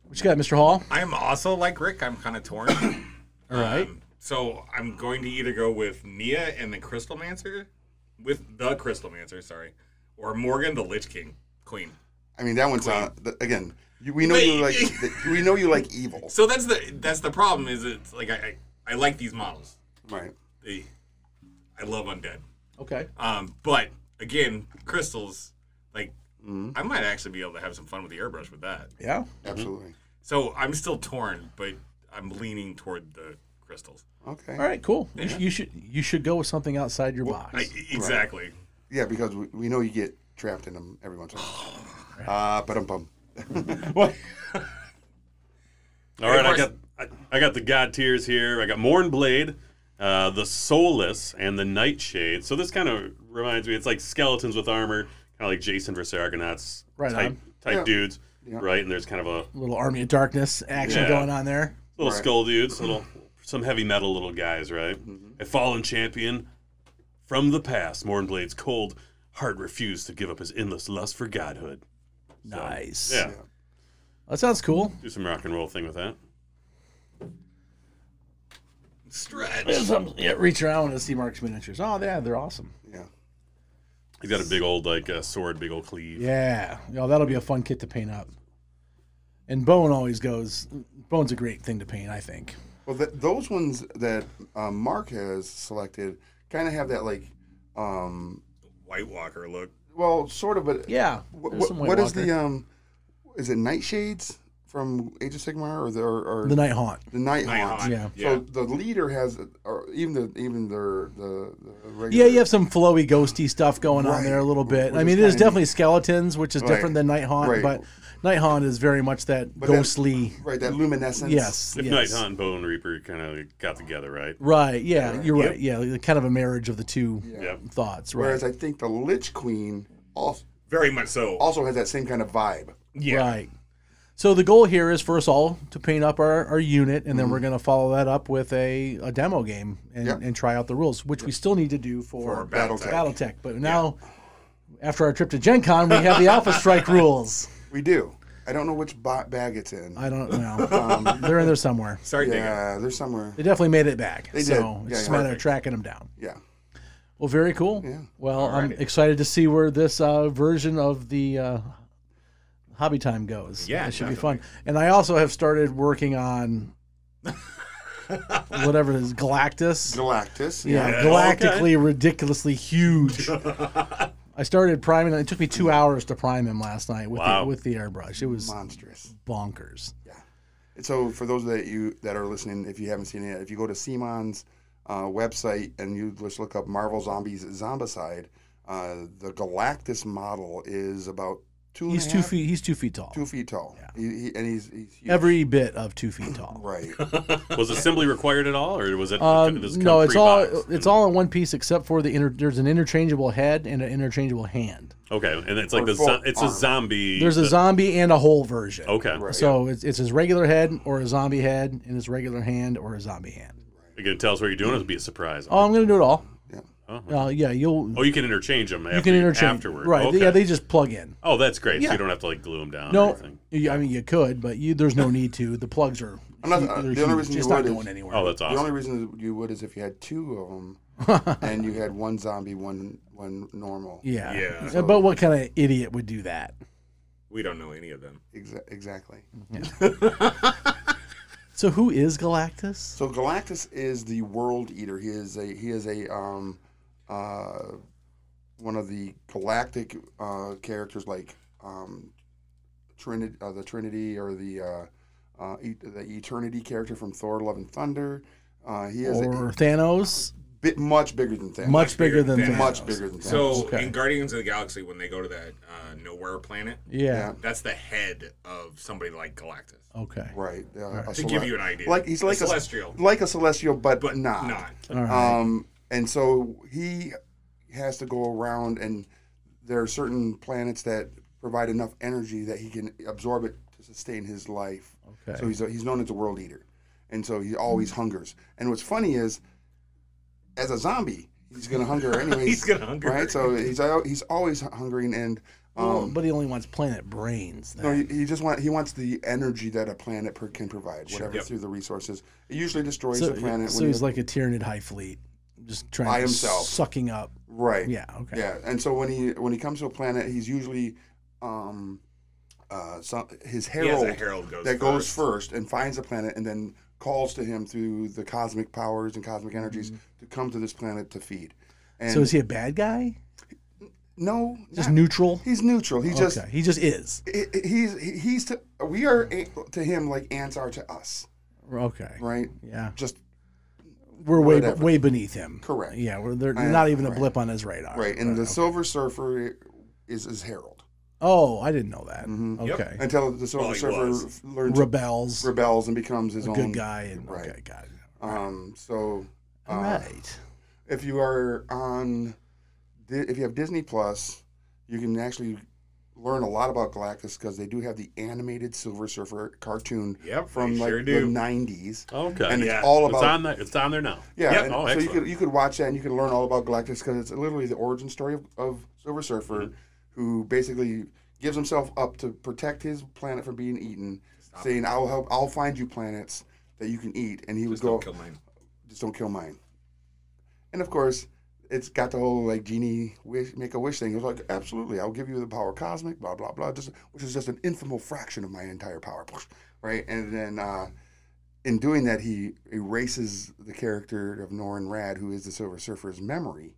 A: What you got, Mr. Hall?
E: I'm also like Rick. I'm kind of torn. Um,
A: All right.
E: so I'm going to either go with Nia and the Crystal Mancer, with the Crystal Mancer, sorry, or Morgan the Lich King Queen.
B: I mean, that one's on. th- Again, you, we know you like.
E: Wait.
B: th- we know you like evil.
E: So that's the that's the problem. Is it's like I I, I like these models.
B: Right.
A: Mm-hmm.
E: They, I love undead.
A: okay.
E: Um, but again, crystals like.
A: Mm-hmm.
E: I might actually be able to have some fun with the airbrush with that.
A: Yeah.
B: Absolutely.
E: So I'm still torn, but I'm leaning toward the crystals.
B: Okay.
A: All right. Cool. You, sh- you should you should go with something outside your box.
E: I, E, exactly.
B: Yeah, because we, we know you get trapped in them every once in a while. Ah, but um bum.
C: All right, I
E: Of
C: got
E: course.
C: I, I got the God Tears here. I got Mornblade, uh, the Soulless, and the Nightshade. So this kind of reminds me, it's like skeletons with armor, kind of like Jason versus Argonauts
A: Right
C: type,
A: on.
C: type
B: Yeah.
C: dudes, right? And there's kind of a
A: Little army of darkness action
C: Yeah.
A: going on there.
C: little
B: Right.
C: skull dudes, little some heavy metal little guys, right?
B: Mm-hmm.
C: A fallen champion from the past, Mornblade's cold heart refused to give up his endless lust for godhood.
A: Nice.
C: Yeah,
A: That sounds cool.
C: do some rock and roll thing with that.
E: Stretch.
A: Yeah, reach around and see Mark's miniatures. Oh yeah, they're awesome.
B: Yeah.
C: He's got a big old like uh, sword, big old cleave.
A: Yeah, Yo, that'll be a fun kit to paint up. And bone always goes. Bone's a great thing to paint, I think.
B: Well, th- those ones that um, Mark has selected kind of have that like, um,
E: White Walker look.
B: well, sort of. But
A: Yeah.
B: wh-
A: there's
B: wh-
A: some White
B: what is
A: Walker.
B: the um, is it Nightshades from Age of Sigmar or the or, or
A: the night haunt?
B: the Night
E: Night
B: Haunt?
E: Haunt.
A: Yeah.
B: So the leader has, or even the even their the, the
A: Yeah,
B: regular,
A: you have some flowy, ghosty stuff going on there a little bit.
B: We're
A: I mean,
B: just
A: it is
B: kinda-
A: definitely skeletons, which is
B: Right.
A: different than night haunt,
B: Right.
A: but night haunt is very much that
B: that-
A: ghostly.
B: right that luminescence.
A: yes.
C: If
A: yes.
C: Night Hunt and Bone Reaper kind of got together, right?
A: Right. Yeah, you're right. Yeah, the kind of a marriage of the two
C: Yep.
A: thoughts. Right.
B: Whereas I think the Lich Queen also
E: Very much so.
B: also has that same kind of vibe.
E: yeah.
A: Right. So the goal here is for us all to paint up our, our unit, and then
B: Mm-hmm.
A: we're going to follow that up with a, a demo game and,
B: Yep.
A: and try out the rules, which we still need to do for,
E: For Battletech.
A: Battletech. But now, after our trip to Gen Con, we have the Alpha Strike rules.
B: We do. I don't know which bo- bag it's in.
A: I don't know.
B: Um,
A: They're in there somewhere.
E: Sorry, Digga.
B: yeah, there's somewhere.
A: They definitely made it back.
B: They
A: so
B: did.
A: it's
B: Yeah,
A: just a
B: yeah.
A: matter of tracking them down.
B: Yeah.
A: Well, very cool. Well, I'm excited to see where this uh, version of the uh, hobby time goes.
E: Yeah,
A: it should be fun. And I also have started working on whatever it is Galactus.
B: Galactus.
A: yeah, galactically ridiculously huge. I started priming. It took me two hours to prime him last night with
C: Wow.
A: the, with the airbrush. It was
B: Monstrous.
A: bonkers.
B: And so for those that you that are listening, if you haven't seen it, if you go to Simon's uh, website and you just look up Marvel Zombies Zombicide, uh, the Galactus model is about two. and
A: He's
B: a
A: two
B: half-
A: feet. He's two feet tall.
B: Two feet tall. He, he, and he's, he's huge.
A: Every bit of two feet tall.
B: right.
C: Was assembly required at all, or was it?
A: Um,
C: does it come
A: no, it's all
C: pre-boxed?
A: it's all in one piece except for the inter, there's an interchangeable head and an interchangeable hand.
C: okay, and it's like
B: Or
C: the
B: full
C: zo- it's a
B: arm.
C: zombie.
A: There's a
C: the-
A: zombie and a whole version.
C: okay.
B: Right.
A: So it's, it's his regular head or a zombie head, and his regular hand or a zombie hand.
C: You can tell us what you're doing. It'll be a surprise.
A: Oh, I'm gonna do it all.
B: Yeah.
A: Uh, yeah, you'll
C: oh, you can interchange them.
A: you can interchange
C: afterward.
A: Right?
C: Okay.
A: Yeah, they just plug in.
C: oh, that's great. So
A: Yeah.
C: you don't have to like glue them down. Or
A: No,
C: anything.
A: you- I mean you could, but you, there's no need to. The plugs are.
B: I'm not- uh,
A: they're
B: the
A: huge.
B: only reason you
A: it's
B: would
A: not
B: is-
A: going anywhere.
C: Oh, that's
B: The only
C: awesome.
B: reason you would is if you had two of them, and you had one zombie, one one normal.
A: yeah.
E: Yeah.
A: Uh, But what kind of idiot would do that?
E: We don't know any of them.
B: Exa- exactly.
A: So who is Galactus?
B: So Galactus is the world eater. He is a he is a um uh one of the galactic uh characters like um Trinity uh, the Trinity or the uh, uh e- the Eternity character from Thor Love and Thunder. Uh he is a,
A: Or Thanos?
B: bit much bigger than Thanos.
A: much bigger than
E: than-
A: Thanos.
B: much bigger than Thanos.
E: So
A: Okay.
E: in Guardians of the Galaxy, when they go to that uh, nowhere planet,
A: Yeah.
E: that's the head of somebody like Galactus.
A: Okay.
B: right, uh, a
E: To
B: cele-
E: give you an idea,
B: like he's like
E: a celestial,
B: a, like a celestial, but,
E: but
B: not.
E: not.
A: All right.
B: Um, and so he has to go around, and there are certain planets that provide enough energy that he can absorb it to sustain his life.
A: Okay.
B: So he's he's known as a world eater, and so he always hungers. And what's funny is, as a zombie, he's gonna hunger anyways.
E: He's gonna hunger.
B: right? So he's al- he's always hungering, and
A: Well,
B: um,
A: but he only wants planet brains. Then.
B: no, he, he just want he wants the energy that a planet per, can provide, whatever
E: Yep.
B: through the resources. It usually destroys
A: so
B: the planet.
A: so
B: when
A: he's
B: you-
A: like a Tyranid High Fleet, just trying
B: By
A: to
B: himself.
A: sucking up.
B: right.
A: Yeah. Okay.
B: Yeah, and so when he when he comes to a planet, he's usually um, uh, some, his
E: He has
B: herald,
E: a herald goes
B: that
E: first.
B: goes first and finds a planet, and then calls to him through the cosmic powers and cosmic energies to come to this planet to feed. And
A: Mm-hmm. So is he a bad guy?
B: no,
A: Just
B: not-
A: neutral?
B: He's neutral. He just
A: okay. He just is.
B: he- he's he's to we are a- to him like ants are to us,
A: Okay.
B: right?
A: Yeah.
B: Just
A: We're way
B: Whatever.
A: way beneath him.
B: Correct.
A: Yeah. We're, they're
B: I-
A: not even a
B: right.
A: blip on his radar.
B: right. And the Silver Surfer is his herald
A: Oh, I didn't know that.
B: Mm-hmm.
E: Yep.
A: Okay.
B: until the Silver
E: Well, he
B: Surfer
E: was.
B: f- learns
A: Rebels.
B: rebels and becomes his own
A: good guy. And,
B: right.
A: Okay. Got it.
B: Um, so uh,
A: All right.
B: if you are on, Di- if you have Disney Plus, you can actually learn a lot about Galactus because they do have the animated Silver Surfer cartoon
E: Yep,
B: from
E: they
B: like
E: sure
B: the
E: do. Uh,
B: '90s.
C: Okay.
B: And
E: Yeah.
B: it's all
C: it's
B: about
C: on there. It's on there now.
B: yeah.
C: Yep.
B: and
C: oh,
B: so you
C: excellent.
B: could you could watch that and you can learn all about Galactus because it's literally the origin story of, of Silver Surfer, who basically gives himself up to protect his planet from being eaten, saying, "I'll help. I'll find you planets that you can eat," and he would
E: Just
B: go
E: don't kill mine.
B: just don't kill mine. And of course, it's got the whole like genie wish, make a wish thing. It was like, absolutely, I'll give you the power cosmic, blah blah blah, just which is just an infamous fraction of my entire power, right? And then uh, in doing that, he erases the character of Norrin Rad, who is the Silver Surfer's memory,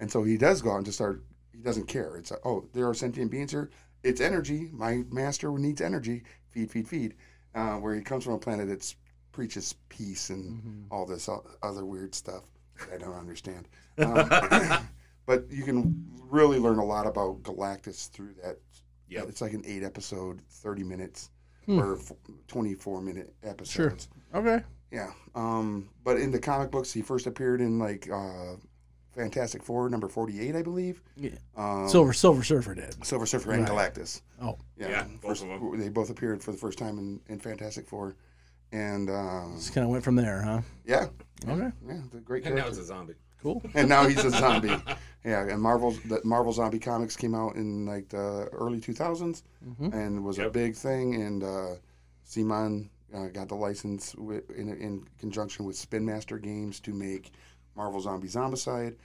B: and so he does go on to start. He doesn't care. It's like, oh, there are sentient beings here. It's energy. My master needs energy. Feed, feed, feed. Uh, where he comes from a planet that preaches peace and all this o- other weird stuff that I don't understand. Um, but you can really learn a lot about Galactus through that. Yeah,
E: Yep.
B: It's like an eight episode, 30 minutes
A: Hmm.
B: or f- 24 minute episodes.
A: Mm-hmm. Okay.
B: Yeah. Um, but in the comic books, he first appeared in like uh, Fantastic Four, number 48, I believe.
A: Yeah.
B: Um,
A: Silver Silver Surfer did.
B: Silver Surfer and Galactus.
A: Oh.
E: Yeah, both
B: first-
E: of 'em.
B: They both appeared for the first time in, in Fantastic Four. And um,
A: Just kind of went from there, huh?
B: yeah,
A: Okay.
B: yeah, the great
E: And now
B: character.
E: it's a zombie.
A: Cool.
B: and now he's a zombie. Yeah, and Marvel's the Marvel Zombie comics came out in like the early 2000s and was a
E: Yep.
B: big thing. And uh, Simon uh, got the license wi in, in conjunction with Spin Master Games to make Marvel Zombie Zombicide.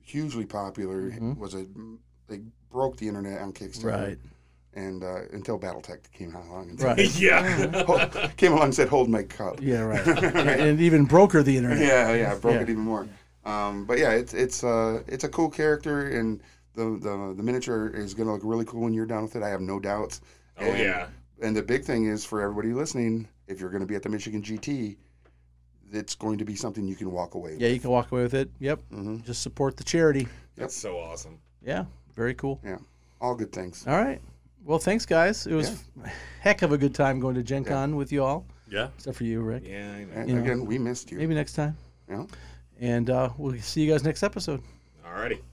B: Hugely popular. Was a they broke the internet on Kickstarter.
A: Right.
B: And uh, until BattleTech came along and
A: Right.
E: yeah. Oh,
B: said, came along and said, "Hold my cup."
A: Yeah, right. and, and even broker the internet.
B: yeah, yeah, broke
A: Yeah.
B: it even more. Um, but yeah, it's it's uh, it's a cool character, and the the, the miniature is going to look really cool when you're done with it. I have no doubts.
E: Oh,
B: and,
E: yeah.
B: And the big thing is for everybody listening, if you're going to be at the Michigan GT, it's going to be something you can walk away. with.
A: Yeah, you can walk away with it. Yep. Just support the charity.
E: That's so awesome.
A: Yeah. Very cool.
B: yeah, all good things.
A: All right. Well, thanks, guys. It was a heck of a good time going to Gen Con with you all,
C: Yeah.
A: except for you, Rick.
E: Yeah, I know.
B: And Again, we missed you.
A: Maybe next time.
B: Yeah.
A: And uh, we'll see you guys next episode.
E: Alrighty.